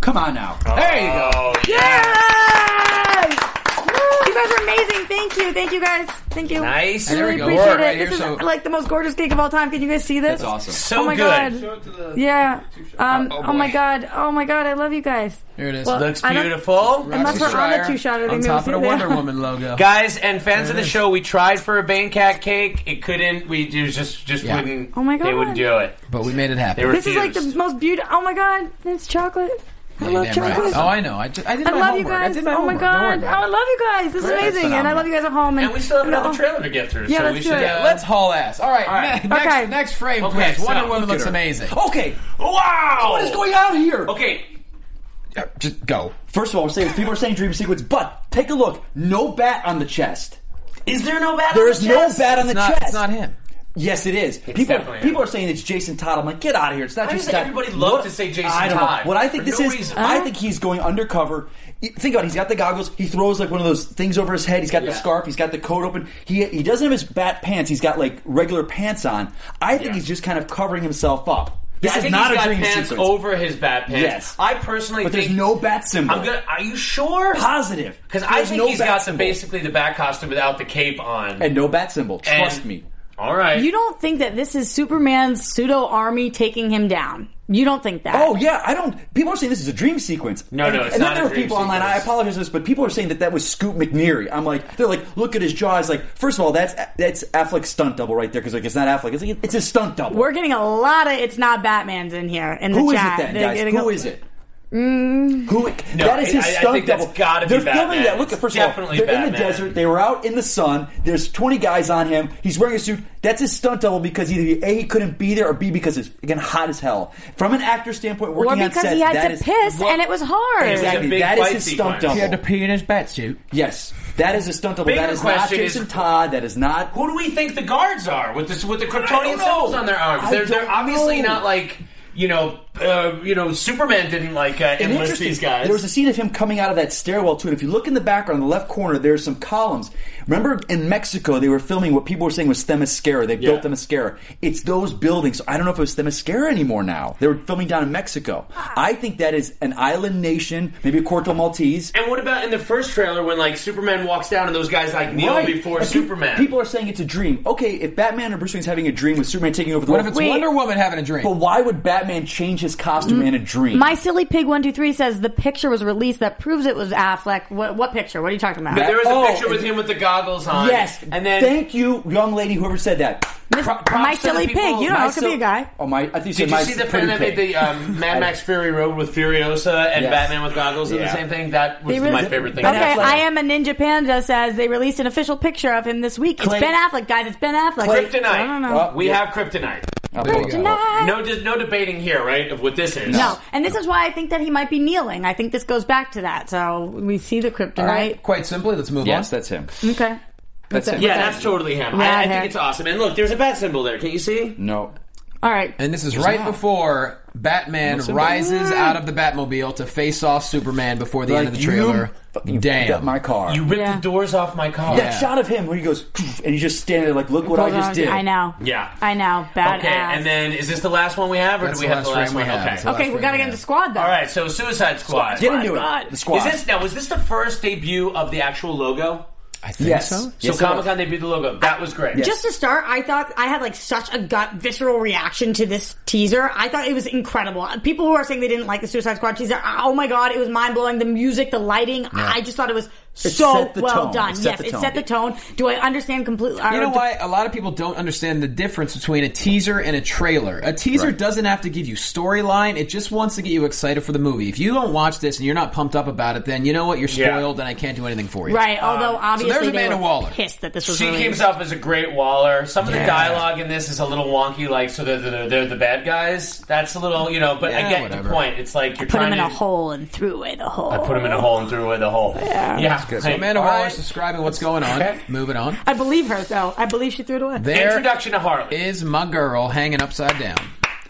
Speaker 5: Come on now.
Speaker 2: There you go.
Speaker 3: Oh,
Speaker 4: yay! You guys are amazing. Thank you. Thank you guys. Thank you.
Speaker 3: Nice.
Speaker 4: I
Speaker 2: There
Speaker 4: really
Speaker 2: we go.
Speaker 4: appreciate
Speaker 2: Work
Speaker 4: it.
Speaker 2: right
Speaker 4: this is
Speaker 2: here, so-
Speaker 4: like the most gorgeous cake of all time. Can you guys see this?
Speaker 5: That's awesome.
Speaker 3: so
Speaker 4: oh my
Speaker 3: good.
Speaker 4: god. Yeah. Um, oh, my god. Oh my god. I love you guys.
Speaker 2: There it is.
Speaker 4: Well,
Speaker 3: Looks
Speaker 4: I don't-
Speaker 3: beautiful.
Speaker 4: Unless
Speaker 2: Roxy
Speaker 4: we're on
Speaker 2: Stryer
Speaker 4: a two-shot, I
Speaker 2: on
Speaker 4: think
Speaker 2: top of
Speaker 4: we'll
Speaker 2: the
Speaker 4: see-
Speaker 2: Wonder
Speaker 4: yeah.
Speaker 2: Woman logo.
Speaker 3: Guys and fans of the
Speaker 2: is.
Speaker 3: show, we tried for a Bane Cat cake. It couldn't. We it was just just
Speaker 2: Yeah.
Speaker 3: wouldn't.
Speaker 4: Oh my
Speaker 3: They
Speaker 4: God.
Speaker 3: wouldn't do it.
Speaker 2: But we made it happen.
Speaker 3: They refused.
Speaker 4: This is like the most beautiful. Oh my god. It's chocolate. I love
Speaker 2: Damn right.
Speaker 4: chocolate.
Speaker 2: Oh, I know. I, ju- I did
Speaker 4: I
Speaker 2: my
Speaker 4: love
Speaker 2: homework.
Speaker 4: you
Speaker 2: I
Speaker 4: guys.
Speaker 2: did my
Speaker 4: Oh my
Speaker 2: homework. Don't worry
Speaker 4: god.
Speaker 2: about
Speaker 4: Oh, I
Speaker 2: it.
Speaker 4: love you guys. This is
Speaker 2: That's
Speaker 4: amazing. And I
Speaker 2: phenomenal.
Speaker 4: love you guys at home. And,
Speaker 3: And we still have
Speaker 4: and
Speaker 3: another
Speaker 4: all-
Speaker 3: trailer to get through,
Speaker 4: Yeah,
Speaker 3: so
Speaker 4: let's
Speaker 3: we
Speaker 4: do
Speaker 3: should.
Speaker 4: it.
Speaker 3: Uh,
Speaker 2: Let's haul ass. All right.
Speaker 3: right.
Speaker 2: Next,
Speaker 4: Okay.
Speaker 2: next frame,
Speaker 3: Okay,
Speaker 2: please. Wonder
Speaker 3: so-
Speaker 2: Woman
Speaker 3: Look
Speaker 2: looks
Speaker 3: at her.
Speaker 2: amazing.
Speaker 5: Okay,
Speaker 3: Wow!
Speaker 5: what is going on here?
Speaker 3: Okay,
Speaker 2: Just go.
Speaker 5: First of all, we're saying people are saying dream sequence, but take a look. No bat on the chest.
Speaker 3: is there no battle?
Speaker 5: There is no bat on the
Speaker 2: It's not,
Speaker 5: chest.
Speaker 2: it's not him.
Speaker 5: Yes, it is. people
Speaker 3: definitely
Speaker 5: people are saying it's Jason Todd. I'm like, get out of here. It's not
Speaker 3: Why
Speaker 5: Jason
Speaker 3: does
Speaker 5: Todd.
Speaker 3: everybody love to say Jason
Speaker 5: I don't know.
Speaker 3: Todd?
Speaker 5: What I think
Speaker 3: For
Speaker 5: this
Speaker 3: no
Speaker 5: is,
Speaker 3: reason.
Speaker 5: I think he's going undercover. You- Think about it. He's got the goggles. He throws like one of those things over his head. He's got the scarf. He's got the coat open. He he doesn't have his bat pants. He's got like regular pants on. I think he's just kind of covering himself up. This
Speaker 3: I
Speaker 5: is
Speaker 3: think
Speaker 5: not
Speaker 3: he's
Speaker 5: a
Speaker 3: got
Speaker 5: dream
Speaker 3: pants
Speaker 5: sequence.
Speaker 3: over his bat pants.
Speaker 5: Yes.
Speaker 3: I personally
Speaker 5: but
Speaker 3: think
Speaker 5: there's no bat symbol.
Speaker 3: I'm gonna. Are you sure?
Speaker 5: Positive.
Speaker 3: Because I
Speaker 5: There's
Speaker 3: think
Speaker 5: no
Speaker 3: he's
Speaker 5: bat
Speaker 3: got the,
Speaker 5: symbol.
Speaker 3: basically the bat costume without the cape on.
Speaker 5: and no bat symbol.
Speaker 3: And-
Speaker 5: Trust me.
Speaker 3: All right.
Speaker 4: You don't think that this is Superman's pseudo army taking him down? You don't think that?
Speaker 5: Oh yeah, I don't. People are saying this is a dream sequence.
Speaker 3: No, no,
Speaker 5: And-
Speaker 3: it's
Speaker 5: and
Speaker 3: not
Speaker 5: then there
Speaker 3: a
Speaker 5: were
Speaker 3: dream
Speaker 5: people online. I
Speaker 3: sequence.
Speaker 5: apologize for this, but people are saying that that was Scoot McNeary. I'm like, they're like, look at his jaw. It's like, first of all, that's that's Affleck's stunt double right there because like it's not Affleck. It's like it's his stunt double.
Speaker 4: We're getting a lot of it's not Batman's in here in
Speaker 5: Who
Speaker 4: the
Speaker 5: is it
Speaker 4: chat.
Speaker 5: then,
Speaker 4: They're
Speaker 5: guys?
Speaker 4: getting a- Mm.
Speaker 5: Who is it? Who that is his
Speaker 3: I- I
Speaker 5: stunt
Speaker 3: think that's
Speaker 5: double?
Speaker 3: gotta be
Speaker 5: they're
Speaker 3: Batman.
Speaker 5: filming that. Look,
Speaker 3: It's
Speaker 5: first
Speaker 3: definitely
Speaker 5: of all, they're in the
Speaker 3: Batman.
Speaker 5: desert. They were out in the sun. There's 20 guys on him. He's wearing a suit. That's his stunt double because either a he couldn't be there or b because it's again hot as hell. From an actor standpoint, working
Speaker 4: Or
Speaker 5: on
Speaker 4: because
Speaker 5: sets,
Speaker 4: he had
Speaker 5: that
Speaker 4: to
Speaker 5: is-
Speaker 4: piss
Speaker 3: Well,
Speaker 4: and it was hard.
Speaker 3: Exactly. It's
Speaker 5: Exactly.
Speaker 3: a big
Speaker 5: That is
Speaker 3: fight
Speaker 5: his
Speaker 3: sequence.
Speaker 5: stunt double.
Speaker 2: He had to pee in his bat suit.
Speaker 5: Yes, that is a stunt double.
Speaker 3: Bigger
Speaker 5: That is not
Speaker 3: question
Speaker 5: Jason
Speaker 3: is-
Speaker 5: Todd. That is not.
Speaker 3: Who do we think the guards are with this with the Kryptonian
Speaker 5: know.
Speaker 3: symbols on their arms?
Speaker 5: I
Speaker 3: They're, they're
Speaker 5: don't
Speaker 3: obviously
Speaker 5: know.
Speaker 3: not like you know uh, you know Superman didn't like uh,
Speaker 5: And
Speaker 3: enlist
Speaker 5: interesting,
Speaker 3: these guys.
Speaker 5: There was a scene of him coming out of that stairwell too. And if you look in the background, the left corner, there's some columns. Remember in Mexico, they were filming what people were saying was Themyscira. They built Themyscira. It's those buildings. I don't know if it was Themyscira anymore. Now they were filming down in Mexico.
Speaker 2: Ah.
Speaker 5: I think that is an island nation, maybe Corto Maltese.
Speaker 3: and what about in the first trailer when like Superman walks down and those guys like kneel
Speaker 5: Right.
Speaker 3: before
Speaker 5: And pe-
Speaker 3: Superman?
Speaker 5: People are saying it's a dream. Okay, if Batman or Bruce Wayne's having a dream with Superman taking over the
Speaker 2: What if
Speaker 5: world,
Speaker 2: it's Wonder Woman having a drink?
Speaker 5: but why would Batman change his costume in a dream?
Speaker 4: My silly pig one two three says the picture was released that proves it was Affleck. What, what picture? What are you talking about?
Speaker 3: But there was a
Speaker 5: Oh,
Speaker 3: picture with
Speaker 5: and-
Speaker 3: him with the goggles on.
Speaker 5: Yes,
Speaker 3: and then
Speaker 5: thank you, young lady, whoever said that.
Speaker 4: Miss- my
Speaker 3: to the
Speaker 4: silly
Speaker 3: people-
Speaker 4: pig. You don't
Speaker 3: my
Speaker 4: know. It could be a guy.
Speaker 5: Oh my! I think you said
Speaker 3: Did you
Speaker 5: my
Speaker 3: see the
Speaker 5: pretty
Speaker 3: fan that made
Speaker 5: pig.
Speaker 3: the um, Mad
Speaker 5: I-
Speaker 3: Max Fury Road with Furiosa and
Speaker 5: Yes.
Speaker 3: Batman with goggles and the
Speaker 5: Yeah.
Speaker 3: same thing? That was
Speaker 4: They really-
Speaker 3: my favorite thing.
Speaker 4: Okay,
Speaker 5: Ben Affleck.
Speaker 4: I am a ninja panda says they released an official picture of him this week.
Speaker 5: Clay-
Speaker 4: it's Ben Affleck, guys. It's Ben Affleck.
Speaker 3: Kryptonite.
Speaker 4: I don't know.
Speaker 5: Oh,
Speaker 3: We
Speaker 5: yeah.
Speaker 3: have kryptonite.
Speaker 4: through tonight.
Speaker 3: No, just no debating here, right? Of what this is.
Speaker 4: No, and this is why I think that he might be kneeling. I think this goes back to that. So we see the kryptonite.
Speaker 2: Quite simply, let's move
Speaker 5: Yes,
Speaker 2: on.
Speaker 5: that's him.
Speaker 4: Okay.
Speaker 5: That's him.
Speaker 3: Yeah, that's totally him.
Speaker 4: Yeah,
Speaker 3: I, I
Speaker 4: hair.
Speaker 3: think it's awesome. And look, there's a bat symbol there. Can't you see?
Speaker 5: No.
Speaker 4: All right.
Speaker 2: And this is right before Batman rises out of the Batmobile to face off Superman before the end of the
Speaker 5: you
Speaker 2: trailer.
Speaker 5: fucking beat up
Speaker 2: Damn.
Speaker 5: my car.
Speaker 3: You ripped
Speaker 4: Yeah.
Speaker 3: the doors off my car.
Speaker 5: that shot of him where he goes and he's just standing there like, look what I just did.
Speaker 4: I know.
Speaker 3: Yeah.
Speaker 4: I know. Badass.
Speaker 3: Okay, and then is this the last one we have, or
Speaker 2: That's
Speaker 3: do we
Speaker 2: the
Speaker 3: have the
Speaker 2: last
Speaker 3: last
Speaker 2: frame
Speaker 3: one?
Speaker 2: we have.
Speaker 3: Okay.
Speaker 2: It's the last
Speaker 4: okay, we got to
Speaker 2: Yeah.
Speaker 4: get into squad though.
Speaker 3: All right, so Suicide Squad.
Speaker 5: Get into it. The squad.
Speaker 3: Is this now? Was this the first debut of the actual logo?
Speaker 2: I think
Speaker 5: Yes.
Speaker 2: so.
Speaker 3: So
Speaker 5: it
Speaker 3: Comic Con debuted the logo. That was great.
Speaker 4: Just to start, I thought I had like such a gut visceral reaction to this teaser. I thought it was incredible. People who are saying they didn't like the Suicide Squad teaser, oh my god, it was mind blowing. The music, the lighting, I just thought it was so
Speaker 5: set the
Speaker 4: well
Speaker 5: tone.
Speaker 4: done.
Speaker 5: It set
Speaker 4: yes,
Speaker 5: the
Speaker 4: it
Speaker 5: tone.
Speaker 4: set the tone. Do I understand completely?
Speaker 2: You know why a lot of people don't understand the difference between a teaser and a trailer. A teaser doesn't have to give you storyline; it just wants to get you excited for the movie. If you don't watch this and you're not pumped up about it, then you know what you're
Speaker 3: Yeah.
Speaker 2: spoiled, and I can't do anything for you.
Speaker 4: Right. Although obviously
Speaker 2: there's
Speaker 4: they
Speaker 2: Amanda
Speaker 4: were
Speaker 2: Waller.
Speaker 4: pissed that this was
Speaker 3: She
Speaker 4: released.
Speaker 3: comes up as a great Waller. Some of the dialogue in this is a little wonky, like so they're, they're, they're the bad guys. That's a little, you know. But I
Speaker 2: Yeah,
Speaker 3: get the
Speaker 2: whatever.
Speaker 3: point. It's like you're
Speaker 4: put
Speaker 3: trying
Speaker 4: him in a
Speaker 3: to
Speaker 4: hole and threw away the hole.
Speaker 3: I put him in a hole and threw away the hole. Yeah,
Speaker 2: So
Speaker 3: Hey,
Speaker 2: Amanda
Speaker 3: all
Speaker 2: Waller
Speaker 3: right.
Speaker 2: describing what's going on. Moving on.
Speaker 4: I believe her though. I believe she threw it away.
Speaker 2: There
Speaker 3: Introduction to Harley.
Speaker 2: is my girl hanging upside down.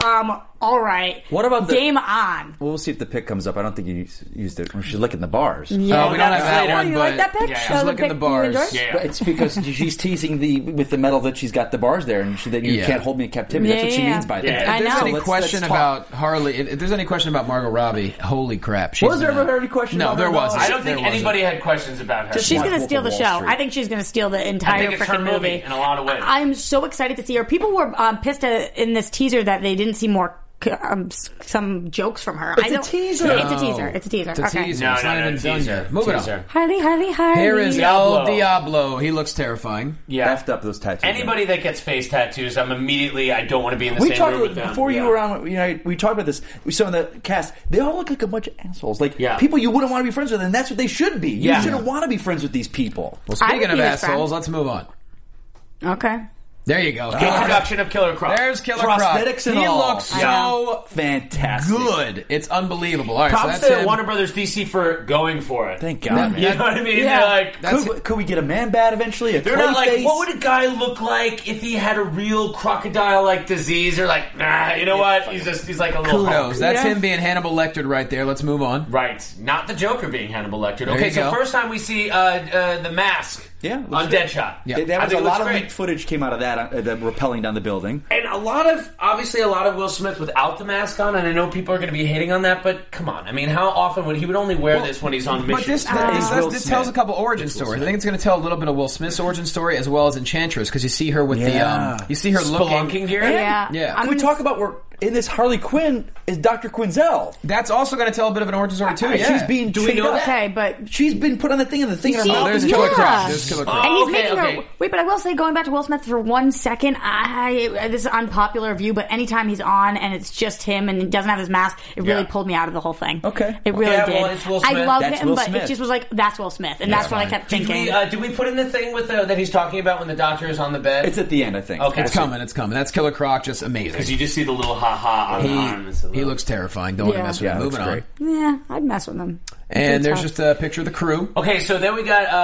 Speaker 4: um. All right.
Speaker 5: What about the-
Speaker 4: game on?
Speaker 5: We'll see if the pic comes up. I don't think you used it. She's licking the bars.
Speaker 2: Oh, we don't have
Speaker 3: that's
Speaker 2: that
Speaker 3: later.
Speaker 2: one.
Speaker 4: Oh, you
Speaker 2: but
Speaker 4: like that pic?
Speaker 3: yeah, yeah.
Speaker 4: That
Speaker 3: She's
Speaker 4: was a
Speaker 2: looking
Speaker 4: pic
Speaker 2: the
Speaker 4: you
Speaker 2: bars.
Speaker 4: endorsed?
Speaker 3: Yeah.
Speaker 5: But it's because she's teasing the with the metal that she's got the bars there, and she, that you
Speaker 2: Yeah.
Speaker 5: can't hold me in captivity. That's what she
Speaker 4: Yeah.
Speaker 5: means by
Speaker 3: Yeah.
Speaker 5: that.
Speaker 4: I
Speaker 2: If there's
Speaker 4: know.
Speaker 2: any
Speaker 5: Let's-
Speaker 2: question
Speaker 5: let's talk.
Speaker 2: about Harley, if there's any question about Margot Robbie, holy crap! She's
Speaker 5: Was there
Speaker 2: not-
Speaker 5: ever any question
Speaker 2: No,
Speaker 5: about
Speaker 2: there
Speaker 5: her?
Speaker 2: wasn't.
Speaker 3: I don't think
Speaker 2: There wasn't.
Speaker 3: anybody had questions about her.
Speaker 4: She's
Speaker 5: Watch
Speaker 4: gonna
Speaker 5: Wolf of
Speaker 4: steal the
Speaker 5: Wall
Speaker 4: show.
Speaker 5: Street.
Speaker 4: I think she's gonna steal the
Speaker 3: I
Speaker 4: entire
Speaker 3: think it's her
Speaker 4: freaking
Speaker 3: movie
Speaker 4: movie
Speaker 3: in a lot of ways.
Speaker 4: I- I'm so excited to see her. People were um, pissed at, in this teaser that they didn't see more c- um, s- some jokes from her. I
Speaker 5: a
Speaker 4: don't,
Speaker 5: teaser.
Speaker 4: It's a teaser. It's a teaser.
Speaker 2: It's a
Speaker 4: okay.
Speaker 2: teaser.
Speaker 3: No,
Speaker 2: it's
Speaker 3: no,
Speaker 2: not
Speaker 3: no,
Speaker 2: even done
Speaker 3: teaser.
Speaker 2: yet. Moving
Speaker 3: Teaser.
Speaker 2: on.
Speaker 4: Harley, Harley, Harley.
Speaker 2: Here is
Speaker 3: Diablo.
Speaker 2: El Diablo. He looks terrifying.
Speaker 3: yeah.
Speaker 5: Effed up those tattoos.
Speaker 3: Anybody that gets face tattoos, I'm immediately. I don't want to be in the
Speaker 5: We
Speaker 3: same
Speaker 5: talked
Speaker 3: room with them.
Speaker 5: before you
Speaker 3: Yeah.
Speaker 5: were on. You know, we talked about this. We saw in the cast. They all look like a bunch of assholes, like
Speaker 3: Yeah.
Speaker 5: people you wouldn't want to be friends with, and that's what they should be.
Speaker 3: Yeah.
Speaker 5: You shouldn't want to be friends with these people.
Speaker 2: Well,
Speaker 4: I would
Speaker 2: speaking of
Speaker 4: be his friend.
Speaker 2: assholes, let's move on.
Speaker 4: Okay.
Speaker 2: There you go.
Speaker 3: Introduction of Killer Croc.
Speaker 2: There's Killer Croc.
Speaker 5: Prosthetics and
Speaker 2: he
Speaker 5: all.
Speaker 2: looks
Speaker 5: Yeah.
Speaker 2: so
Speaker 5: fantastic.
Speaker 2: good. It's unbelievable. All right,
Speaker 3: Props
Speaker 2: so that's
Speaker 3: to
Speaker 2: him.
Speaker 3: Warner Brothers DC for going for it.
Speaker 5: Thank God.
Speaker 3: You know what I mean?
Speaker 4: Yeah.
Speaker 3: They're like,
Speaker 5: could, could we get a man bat eventually? A
Speaker 3: they're not like,
Speaker 5: face?
Speaker 3: what would a guy look like if he had a real crocodile-like disease? Or like, nah, you know what? He's just, he's like a little
Speaker 2: Kudos.
Speaker 3: Hulk.
Speaker 2: That's him being Hannibal Lecter right there. Let's move on.
Speaker 3: Right, not the Joker being Hannibal Lecter. okay,
Speaker 2: you
Speaker 3: so
Speaker 2: go.
Speaker 3: first time we see uh, uh, the mask
Speaker 5: Yeah, looks
Speaker 3: on
Speaker 5: great.
Speaker 3: Deadshot.
Speaker 2: Yeah.
Speaker 5: There- There
Speaker 3: I
Speaker 5: was
Speaker 3: think
Speaker 5: a
Speaker 3: it looks
Speaker 5: lot of
Speaker 3: great.
Speaker 5: leaked footage came out of that, uh, the rappelling down the building.
Speaker 3: And a lot of, obviously, a lot of Will Smith without the mask on, and I know people are going to be hating on that, but come on. I mean, how often would he would only wear this when he's on mission?
Speaker 2: But this, this,
Speaker 5: Ah.
Speaker 2: this-
Speaker 5: It's Will
Speaker 2: this
Speaker 5: Smith.
Speaker 2: tells a couple origin stories. I think it's going to tell a little bit of Will Smith's origin story as well as Enchantress because you see her with
Speaker 5: Yeah.
Speaker 2: the um, you see her
Speaker 3: Spelunking
Speaker 2: looking.
Speaker 3: gear?
Speaker 4: Yeah.
Speaker 2: Yeah.
Speaker 4: I'm
Speaker 5: Can we
Speaker 4: gonna
Speaker 5: talk about where in this Harley Quinn is Dr. Quinzel?
Speaker 2: That's also going to tell a bit of an origin story too. Yeah.
Speaker 5: She's being
Speaker 3: Do we know
Speaker 5: treated-
Speaker 3: that?
Speaker 4: Okay, but-
Speaker 5: she's been put on the thing and the thing in her
Speaker 4: see-
Speaker 2: Oh,
Speaker 5: mouth.
Speaker 2: there's
Speaker 4: Yeah.
Speaker 2: Killer Croc. There's Killer Croc.
Speaker 4: And he's
Speaker 3: okay,
Speaker 4: making her
Speaker 3: okay.
Speaker 4: wait, but I will say, going back to Will Smith for one second, I this is unpopular view, but anytime he's on and it's just him and he doesn't have his mask, it really
Speaker 3: Yeah.
Speaker 4: pulled me out of the whole thing.
Speaker 5: Okay.
Speaker 4: it really
Speaker 3: Yeah,
Speaker 4: did.
Speaker 3: well, it's Will
Speaker 4: I
Speaker 3: Smith.
Speaker 4: love
Speaker 5: That's
Speaker 4: him,
Speaker 5: Will
Speaker 4: but it
Speaker 5: Smith.
Speaker 4: just was like that's Will Smith, and that's what I kept
Speaker 3: Did
Speaker 4: thinking.
Speaker 3: we, uh, did we put in the thing with the, that he's talking about when the doctor is on the bed?
Speaker 5: It's at the end, I think.
Speaker 3: Okay.
Speaker 2: It's coming. It's coming. That's Killer Croc. Just
Speaker 3: Because
Speaker 2: amazing.
Speaker 3: you just see the little ha ha on the arm. It's a
Speaker 2: He, he
Speaker 3: little-
Speaker 2: looks terrifying. Don't want
Speaker 4: Yeah.
Speaker 2: to mess with
Speaker 5: Yeah,
Speaker 2: him.
Speaker 5: looks
Speaker 2: Moving on.
Speaker 5: great.
Speaker 4: yeah, I'd mess with him.
Speaker 2: And there's
Speaker 4: tough.
Speaker 2: just a picture of the crew.
Speaker 3: Okay, so then we got uh,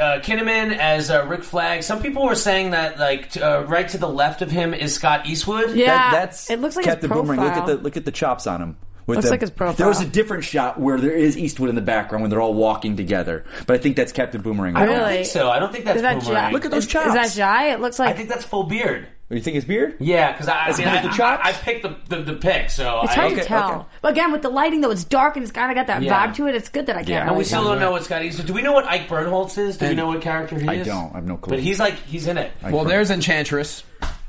Speaker 3: uh, Kinnaman as uh, Rick Flag. Some people were saying that, like, t- uh, right to the left of him is Scott Eastwood.
Speaker 4: Yeah,
Speaker 5: That- that's
Speaker 4: it looks like
Speaker 5: Captain
Speaker 4: his profile.
Speaker 5: Boomerang. Look at the look at the chops on him. With
Speaker 4: Looks
Speaker 5: the-
Speaker 4: like his profile.
Speaker 5: There was a different shot where there is Eastwood in the background when they're all walking together, but I think that's Captain Boomerang.
Speaker 3: I don't
Speaker 4: Really?
Speaker 3: think so. I don't think that's
Speaker 4: Is that
Speaker 3: Boomerang.
Speaker 4: Jai?
Speaker 5: Look at those
Speaker 4: is,
Speaker 5: chops.
Speaker 4: Is that Jai? It looks like
Speaker 3: I think that's full beard.
Speaker 5: You think his beard?
Speaker 3: Yeah, because I, I, mean,
Speaker 5: good
Speaker 3: I,
Speaker 5: as the chops?
Speaker 3: I, I picked the, the, the pick, so
Speaker 4: it's
Speaker 3: I,
Speaker 4: hard
Speaker 5: okay,
Speaker 4: to tell.
Speaker 5: okay.
Speaker 4: But again, with the lighting though, it's dark and it's kind of got that
Speaker 3: Yeah.
Speaker 4: vibe to it. It's good that I can't.
Speaker 5: Yeah.
Speaker 4: really
Speaker 3: And we
Speaker 4: tell.
Speaker 3: still don't know what Scott Eastwood. Do we know what Ike Bernholtz is? Do we
Speaker 2: And-
Speaker 3: know what character he
Speaker 5: I
Speaker 3: is?
Speaker 5: don't. I have no clue.
Speaker 3: But he's like he's in it.
Speaker 2: Well, there's Enchantress.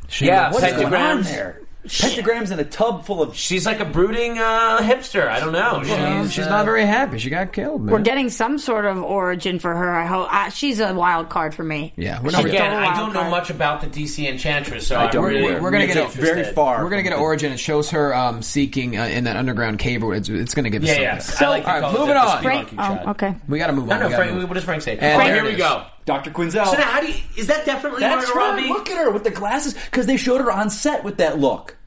Speaker 2: She
Speaker 3: Yeah,
Speaker 2: looks,
Speaker 5: What is
Speaker 2: uh,
Speaker 5: going on
Speaker 3: Pentagrams.
Speaker 5: there? Pentagrams in a tub full of.
Speaker 3: She's like a brooding uh, hipster. I don't know.
Speaker 2: she's,
Speaker 3: She's,
Speaker 2: she's
Speaker 3: uh,
Speaker 2: not very happy. She got killed. Man.
Speaker 4: We're getting some sort of origin for her. I hope I, she's a wild card for me.
Speaker 2: Yeah, we're not
Speaker 4: She's
Speaker 2: really-
Speaker 3: Again,
Speaker 4: still a
Speaker 3: I
Speaker 4: wild
Speaker 3: don't know
Speaker 4: card.
Speaker 3: much about the DC Enchantress, so I
Speaker 5: I don't
Speaker 3: am really,
Speaker 5: either.
Speaker 2: We're gonna
Speaker 3: really
Speaker 2: get it
Speaker 3: interested.
Speaker 5: very far.
Speaker 2: We're gonna get an origin. It shows her um, seeking uh, in that underground cave. Or it's, it's gonna give us
Speaker 3: Yeah, yeah.
Speaker 2: something.
Speaker 3: I like to
Speaker 2: All right,
Speaker 3: call it
Speaker 2: moving
Speaker 3: the- the
Speaker 2: on.
Speaker 3: speed
Speaker 4: Frank,
Speaker 3: monkey
Speaker 4: oh,
Speaker 3: shot.
Speaker 4: okay.
Speaker 2: We got to move
Speaker 3: No,
Speaker 2: on.
Speaker 3: no,
Speaker 2: We gotta
Speaker 3: Frank.
Speaker 2: move.
Speaker 3: What does Frank say?
Speaker 2: And
Speaker 3: oh,
Speaker 2: there
Speaker 3: here
Speaker 2: it
Speaker 3: we
Speaker 2: is.
Speaker 3: go.
Speaker 5: Dr. Quinzel.
Speaker 3: So now, how do you? Is that definitely
Speaker 5: That's
Speaker 3: Margot
Speaker 5: her.
Speaker 3: Robbie?
Speaker 5: Look at her with the glasses because they showed her on set with that look.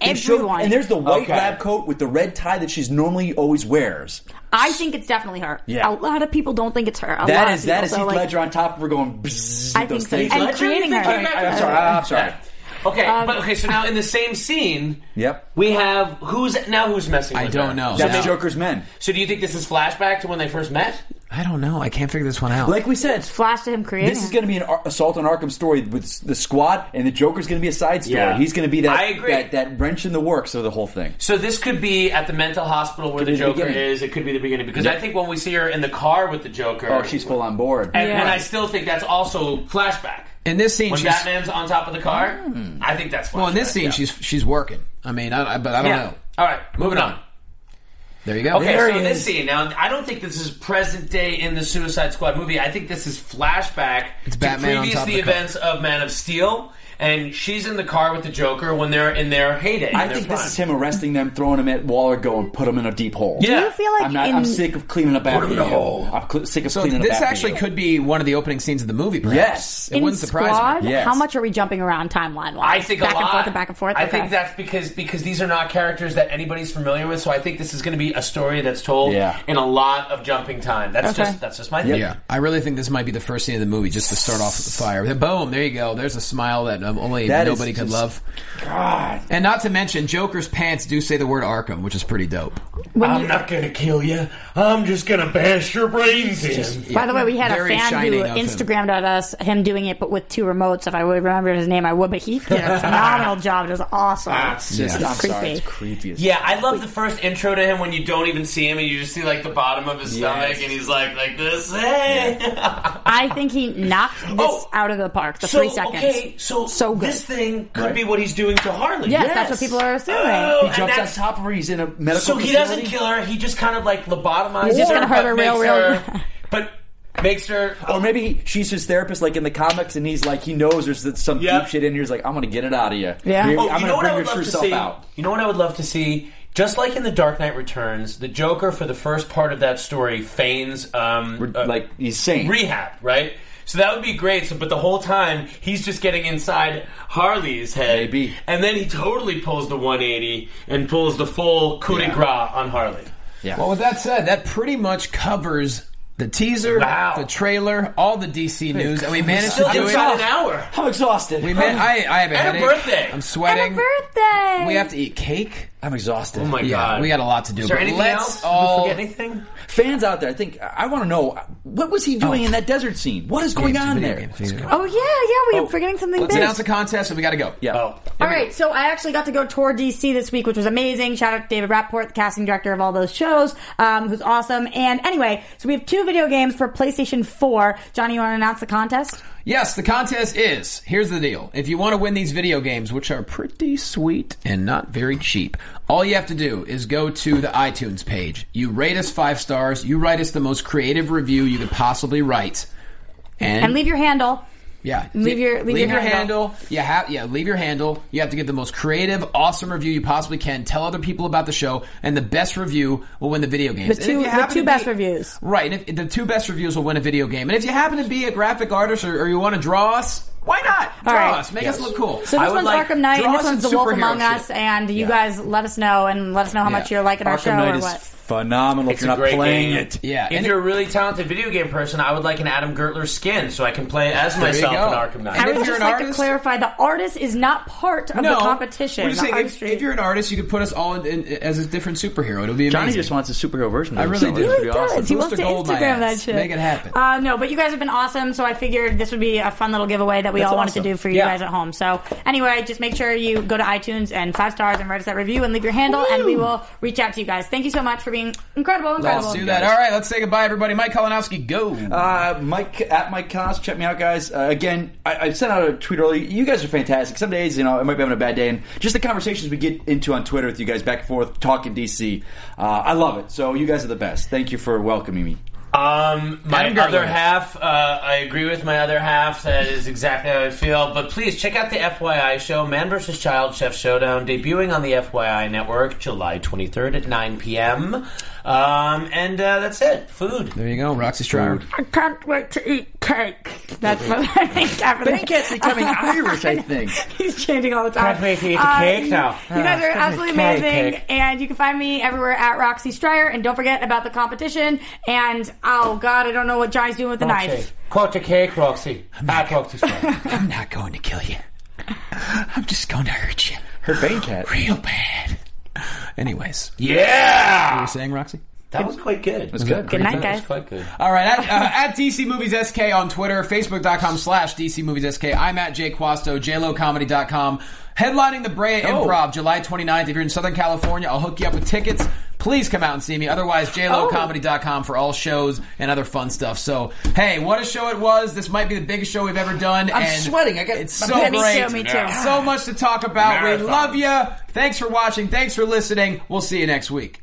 Speaker 5: They showed-
Speaker 4: Everyone.
Speaker 5: and there's the white
Speaker 3: Okay.
Speaker 5: lab coat with the red tie that she's normally always wears.
Speaker 4: I think it's definitely her.
Speaker 5: Yeah.
Speaker 4: A lot of people don't think it's her. A lot
Speaker 5: That
Speaker 4: of
Speaker 5: is that
Speaker 4: people,
Speaker 5: is
Speaker 4: so,
Speaker 5: Heath
Speaker 4: like,
Speaker 5: Ledger on top of her going. bzzz
Speaker 4: I
Speaker 5: with those
Speaker 4: think so.
Speaker 5: things.
Speaker 4: And
Speaker 5: Like,
Speaker 4: creating her.
Speaker 5: I- I'm sorry.
Speaker 3: Um,
Speaker 5: I'm sorry.
Speaker 3: Okay, but okay. So now in the same scene,
Speaker 5: Yep.
Speaker 3: we have who's now who's messing.
Speaker 2: I
Speaker 3: with her?
Speaker 2: don't know.
Speaker 5: That's
Speaker 2: No.
Speaker 5: Joker's men.
Speaker 3: So do you think this is flashback to when they first met?
Speaker 2: I don't know. I can't figure this one out.
Speaker 5: Like we said,
Speaker 4: Flash to him creating.
Speaker 5: this is
Speaker 4: her.
Speaker 5: going to be an Ar- assault on Arkham story with s- the squad, and the Joker's going to be a side story.
Speaker 3: Yeah.
Speaker 5: He's going to be that,
Speaker 3: I agree.
Speaker 5: that that wrench in the works of the whole thing.
Speaker 3: So this could be at the mental hospital where
Speaker 5: Could
Speaker 3: the
Speaker 5: be the
Speaker 3: Joker
Speaker 5: beginning.
Speaker 3: is. It could be the beginning because I think when we see her in the car with the Joker,
Speaker 5: Oh, she's full on board.
Speaker 3: and,
Speaker 4: Yeah.
Speaker 3: and I still think that's also flashback.
Speaker 2: in this scene,
Speaker 3: When
Speaker 2: she's
Speaker 3: Batman's on top of the car, I think that's flashback.
Speaker 2: well. In this scene, she's she's working. I mean, I, I- but I don't
Speaker 3: yeah.
Speaker 2: know.
Speaker 3: All right, moving on.
Speaker 2: There you go.
Speaker 3: Okay,
Speaker 2: There
Speaker 3: so
Speaker 2: he
Speaker 3: this
Speaker 2: is.
Speaker 3: scene now, I don't think this is present day in the Suicide Squad movie. I think this is flashback
Speaker 2: It's
Speaker 3: to
Speaker 2: Batman on
Speaker 3: previous
Speaker 2: top of
Speaker 3: the
Speaker 2: the car.
Speaker 3: events of Man of Steel, and she's in the car with the Joker when they're in their heyday. in
Speaker 5: I
Speaker 3: their
Speaker 5: think this
Speaker 3: prime.
Speaker 5: is him arresting them, throwing them at Waller, going put them in a deep hole.
Speaker 3: Yeah.
Speaker 4: Do you feel like
Speaker 5: I'm not.
Speaker 4: in,
Speaker 5: I'm sick of cleaning up after
Speaker 3: in a
Speaker 5: you.
Speaker 3: hole.
Speaker 5: I'm cl- sick of
Speaker 2: So
Speaker 5: cleaning up
Speaker 2: this
Speaker 5: after
Speaker 2: actually
Speaker 5: you.
Speaker 2: could be one of the opening scenes of the movie. Perhaps.
Speaker 5: Yes.
Speaker 2: it
Speaker 4: in
Speaker 2: wouldn't surprise
Speaker 4: squad,
Speaker 2: me.
Speaker 5: Yes.
Speaker 4: How much are we jumping around timeline wise?
Speaker 3: I think
Speaker 4: back
Speaker 3: a lot.
Speaker 4: and forth and back and forth.
Speaker 3: I
Speaker 4: Okay.
Speaker 3: think that's because because these are not characters that anybody's familiar with. So I think this is going to be a story that's told
Speaker 5: Yeah.
Speaker 3: in a lot of jumping time. That's
Speaker 4: Okay.
Speaker 3: just that's just my theory.
Speaker 2: Yeah, I really think this might be the first scene of the movie, just to start off with the fire. Boom! There you go. There's a smile that um, only
Speaker 5: That is
Speaker 2: nobody could
Speaker 5: just-
Speaker 2: love.
Speaker 5: God.
Speaker 2: And not to mention, Joker's pants do say the word Arkham, which is pretty dope.
Speaker 3: I'm not going to kill you. I'm just going to bash your brains in.
Speaker 4: By the way, we had a
Speaker 2: Very
Speaker 4: fan who
Speaker 2: shining of him.
Speaker 4: Instagrammed at us him doing it, but with two remotes. If I would remember his name, I would. But he did a phenomenal job. It was awesome.
Speaker 3: That's
Speaker 5: Just,
Speaker 2: Yeah.
Speaker 5: I'm sorry. It's
Speaker 4: Creepy.
Speaker 5: creepy. As
Speaker 3: Yeah, I love the first intro to him when you don't even see him and you just see like the bottom of his stomach and he's like like this. Hey.
Speaker 4: I think he knocked this
Speaker 3: Oh.
Speaker 4: out of the park. The
Speaker 3: so
Speaker 4: three seconds.
Speaker 3: okay, so
Speaker 4: So good.
Speaker 3: this thing could
Speaker 5: Right.
Speaker 3: be what he's doing to Harley.
Speaker 4: Yes, that's what people are assuming.
Speaker 3: Oh,
Speaker 5: He
Speaker 3: and
Speaker 5: jumps on
Speaker 3: that's-
Speaker 5: top of her. He's in a medical.
Speaker 3: So he
Speaker 5: facility.
Speaker 3: doesn't kill her. He just kind of like lobotomizes
Speaker 4: He's just
Speaker 3: her,
Speaker 4: gonna hurt
Speaker 3: but
Speaker 4: her real,
Speaker 3: makes
Speaker 4: real-
Speaker 3: her- but makes her. Oh,
Speaker 5: Or maybe he, she's his therapist, like in the comics, and he's like, he knows there's some
Speaker 3: Yeah.
Speaker 5: deep shit in here. He's like, I'm gonna get it out of you.
Speaker 4: Yeah.
Speaker 5: Maybe
Speaker 4: Oh,
Speaker 3: Oh,
Speaker 5: I'm
Speaker 3: you know
Speaker 5: gonna
Speaker 3: what I
Speaker 5: bring
Speaker 3: would
Speaker 5: your
Speaker 3: love
Speaker 5: true
Speaker 3: to
Speaker 5: self
Speaker 3: see.
Speaker 5: out.
Speaker 3: You know what I would love to see. Just like in The Dark Knight Returns, the Joker for the first part of that story feigns um, uh,
Speaker 5: Like he's sane.
Speaker 3: rehab, right? So that would be great. So, but the whole time he's just getting inside Harley's head,
Speaker 5: Maybe.
Speaker 3: and then he totally pulls the 180 and pulls the full coup de grace on Harley.
Speaker 2: Well, with that said, that pretty much covers the teaser,
Speaker 3: Wow.
Speaker 2: the trailer, all the DC news, and we managed to
Speaker 3: Still
Speaker 2: do it.
Speaker 3: inside an hour.
Speaker 5: I'm exhausted.
Speaker 2: We man- I, I have a
Speaker 3: And a
Speaker 2: headache.
Speaker 3: birthday.
Speaker 2: I'm
Speaker 4: And
Speaker 2: sweating.
Speaker 4: a birthday.
Speaker 2: We have to eat cake.
Speaker 5: I'm exhausted.
Speaker 3: Oh my
Speaker 2: Yeah,
Speaker 3: god,
Speaker 2: we got a lot to do.
Speaker 3: Is there
Speaker 2: but
Speaker 3: anything
Speaker 2: let's
Speaker 3: else? Did we
Speaker 2: all
Speaker 3: forget anything?
Speaker 5: Fans out there, I think I want to know what was he doing in that desert scene? What is going
Speaker 2: Games,
Speaker 5: on
Speaker 2: video
Speaker 5: there?
Speaker 2: games, video games.
Speaker 4: Oh yeah, yeah. We're
Speaker 5: Oh,
Speaker 4: forgetting something
Speaker 5: let's
Speaker 4: big.
Speaker 2: announce a contest and we got to go.
Speaker 5: Yeah.
Speaker 4: All right, so I actually got to go tour DC this week, which was amazing. Shout out to David Rapport, the casting director of all those shows, um, who's awesome. And anyway, so we have two video games for PlayStation 4. Johnny, you want to announce the contest?
Speaker 2: Yes, the contest is. Here's the deal. If you want to win these video games, which are pretty sweet and not very cheap, all you have to do is go to the iTunes page. You rate us five stars. You write us the most creative review you could possibly write. And,
Speaker 4: And leave your handle.
Speaker 2: yeah,
Speaker 4: leave your- leave your handle.
Speaker 2: handle. You have yeah, leave your handle. You have to give the most creative, awesome review you possibly can. Tell other people about the show, and the best review will win the video games. And
Speaker 4: The
Speaker 2: if
Speaker 4: two-
Speaker 2: you
Speaker 4: the
Speaker 2: happen
Speaker 4: two
Speaker 2: to
Speaker 4: best
Speaker 2: be-
Speaker 4: reviews.
Speaker 2: Right, and if the two best reviews will win a video game. And if you happen to be a graphic artist or, or you want to draw us, why not? Draw
Speaker 4: All right.
Speaker 2: us, make us look cool.
Speaker 4: So this one's Arkham Knight, and this one's The Wolf Among Us,
Speaker 2: And-
Speaker 4: and you
Speaker 2: Yeah.
Speaker 4: guys let us know, and let us know how much
Speaker 2: Yeah.
Speaker 4: you're liking our show
Speaker 5: Arkham Knight
Speaker 4: or
Speaker 5: is
Speaker 4: what.
Speaker 5: phenomenal. if
Speaker 3: It's
Speaker 5: you're
Speaker 3: a
Speaker 5: not
Speaker 3: great
Speaker 5: playing
Speaker 3: game.
Speaker 5: it,
Speaker 2: yeah,
Speaker 3: If
Speaker 2: and
Speaker 3: you're a really talented video game person, I would like an Adam Gertler skin so I can play as myself in
Speaker 2: go.
Speaker 3: Arkham Knight.
Speaker 2: And
Speaker 4: I
Speaker 2: if
Speaker 4: would
Speaker 2: you're
Speaker 4: just
Speaker 2: an
Speaker 4: like to
Speaker 2: artist-
Speaker 4: clarify, the artist is not part of the competition.
Speaker 2: We're just
Speaker 4: The
Speaker 2: saying,
Speaker 4: art
Speaker 2: if,
Speaker 4: stream-
Speaker 2: if you're an artist, you could put us all in, in, as a different superhero. It'll be amazing.
Speaker 5: Johnny just wants a superhero version. Of
Speaker 2: I
Speaker 5: it.
Speaker 2: really
Speaker 5: So
Speaker 2: do.
Speaker 5: it's
Speaker 2: He
Speaker 5: pretty
Speaker 4: really does.
Speaker 5: awesome.
Speaker 4: He
Speaker 2: Booster
Speaker 4: wants to
Speaker 2: gold my
Speaker 4: Instagram that
Speaker 2: ass.
Speaker 4: shit.
Speaker 2: Make it happen.
Speaker 4: Uh, no, but you guys have been awesome, so I figured this would be a fun little giveaway that we all wanted to do for you
Speaker 2: Yeah.
Speaker 4: guys at home. So anyway, just make sure you go to iTunes and five stars and write us that review and leave your handle, and we will reach out to you guys. Thank you so much for being incredible, incredible.
Speaker 2: Let's do that. All right, let's say goodbye, everybody. Mike Kalinowski, go.
Speaker 5: Uh, Mike at Mike Connors, check me out, guys. Uh, again, I, I sent out a tweet earlier. You guys are fantastic. Some days, you know, I might be having a bad day, and just the conversations we get into on Twitter with you guys back and forth, talking DC. Uh, I love it. So you guys are the best. Thank you for welcoming me.
Speaker 3: Um, my
Speaker 2: Adam Gertler.
Speaker 3: other half, uh, I agree with my other half. That is exactly how I feel. But please check out the FYI show, Man vs. Child Chef Showdown, debuting on the FYI network July 23rd at 9 p.m. Um, and uh, that's it. Food.
Speaker 2: there you go, Roxy Stryer.
Speaker 4: I can't wait to eat. Kirk. That's what I think happened.
Speaker 5: Bankhead's becoming Irish, I think.
Speaker 4: He's changing all the time. Um,
Speaker 3: Can't wait to eat the cake now.
Speaker 4: You guys are
Speaker 3: Ah,
Speaker 4: absolutely
Speaker 3: carrot
Speaker 4: amazing,
Speaker 3: cake.
Speaker 4: and you can find me everywhere at Roxy Stryer. And don't forget about the competition. And oh god, I don't know what Johnny's doing with the knife.
Speaker 3: Cut the cake, Roxy. At Roxy Stryer.
Speaker 2: I'm not going to kill you. I'm just going to hurt you
Speaker 5: Her Bankhead.
Speaker 2: real bad. Anyways, you
Speaker 3: Yeah!
Speaker 2: were saying Roxy?
Speaker 3: That was quite good. It was
Speaker 2: good.
Speaker 4: Good night,
Speaker 3: That
Speaker 4: guys.
Speaker 3: was quite good.
Speaker 2: All right, at, uh, at DC Movies SK on Twitter, Facebook.com slash DC Movies SK. I'm at Jay Quasto, JLoComedy.com. Headlining the Brea
Speaker 5: Oh.
Speaker 2: Improv July 29th. If you're in Southern California, I'll hook you up with tickets. Please come out and see me. Otherwise, JLoComedy.com for all shows and other fun stuff. So, hey, what a show it was. This might be the biggest show we've ever done.
Speaker 5: I'm
Speaker 2: and
Speaker 5: sweating. I got-
Speaker 2: It's
Speaker 5: I'm
Speaker 2: so
Speaker 5: getting-
Speaker 4: Me
Speaker 2: great.
Speaker 4: too. Me too.
Speaker 2: So much to talk about. We
Speaker 3: Marathon.
Speaker 2: love you. Thanks for watching. Thanks for listening. We'll see you next week.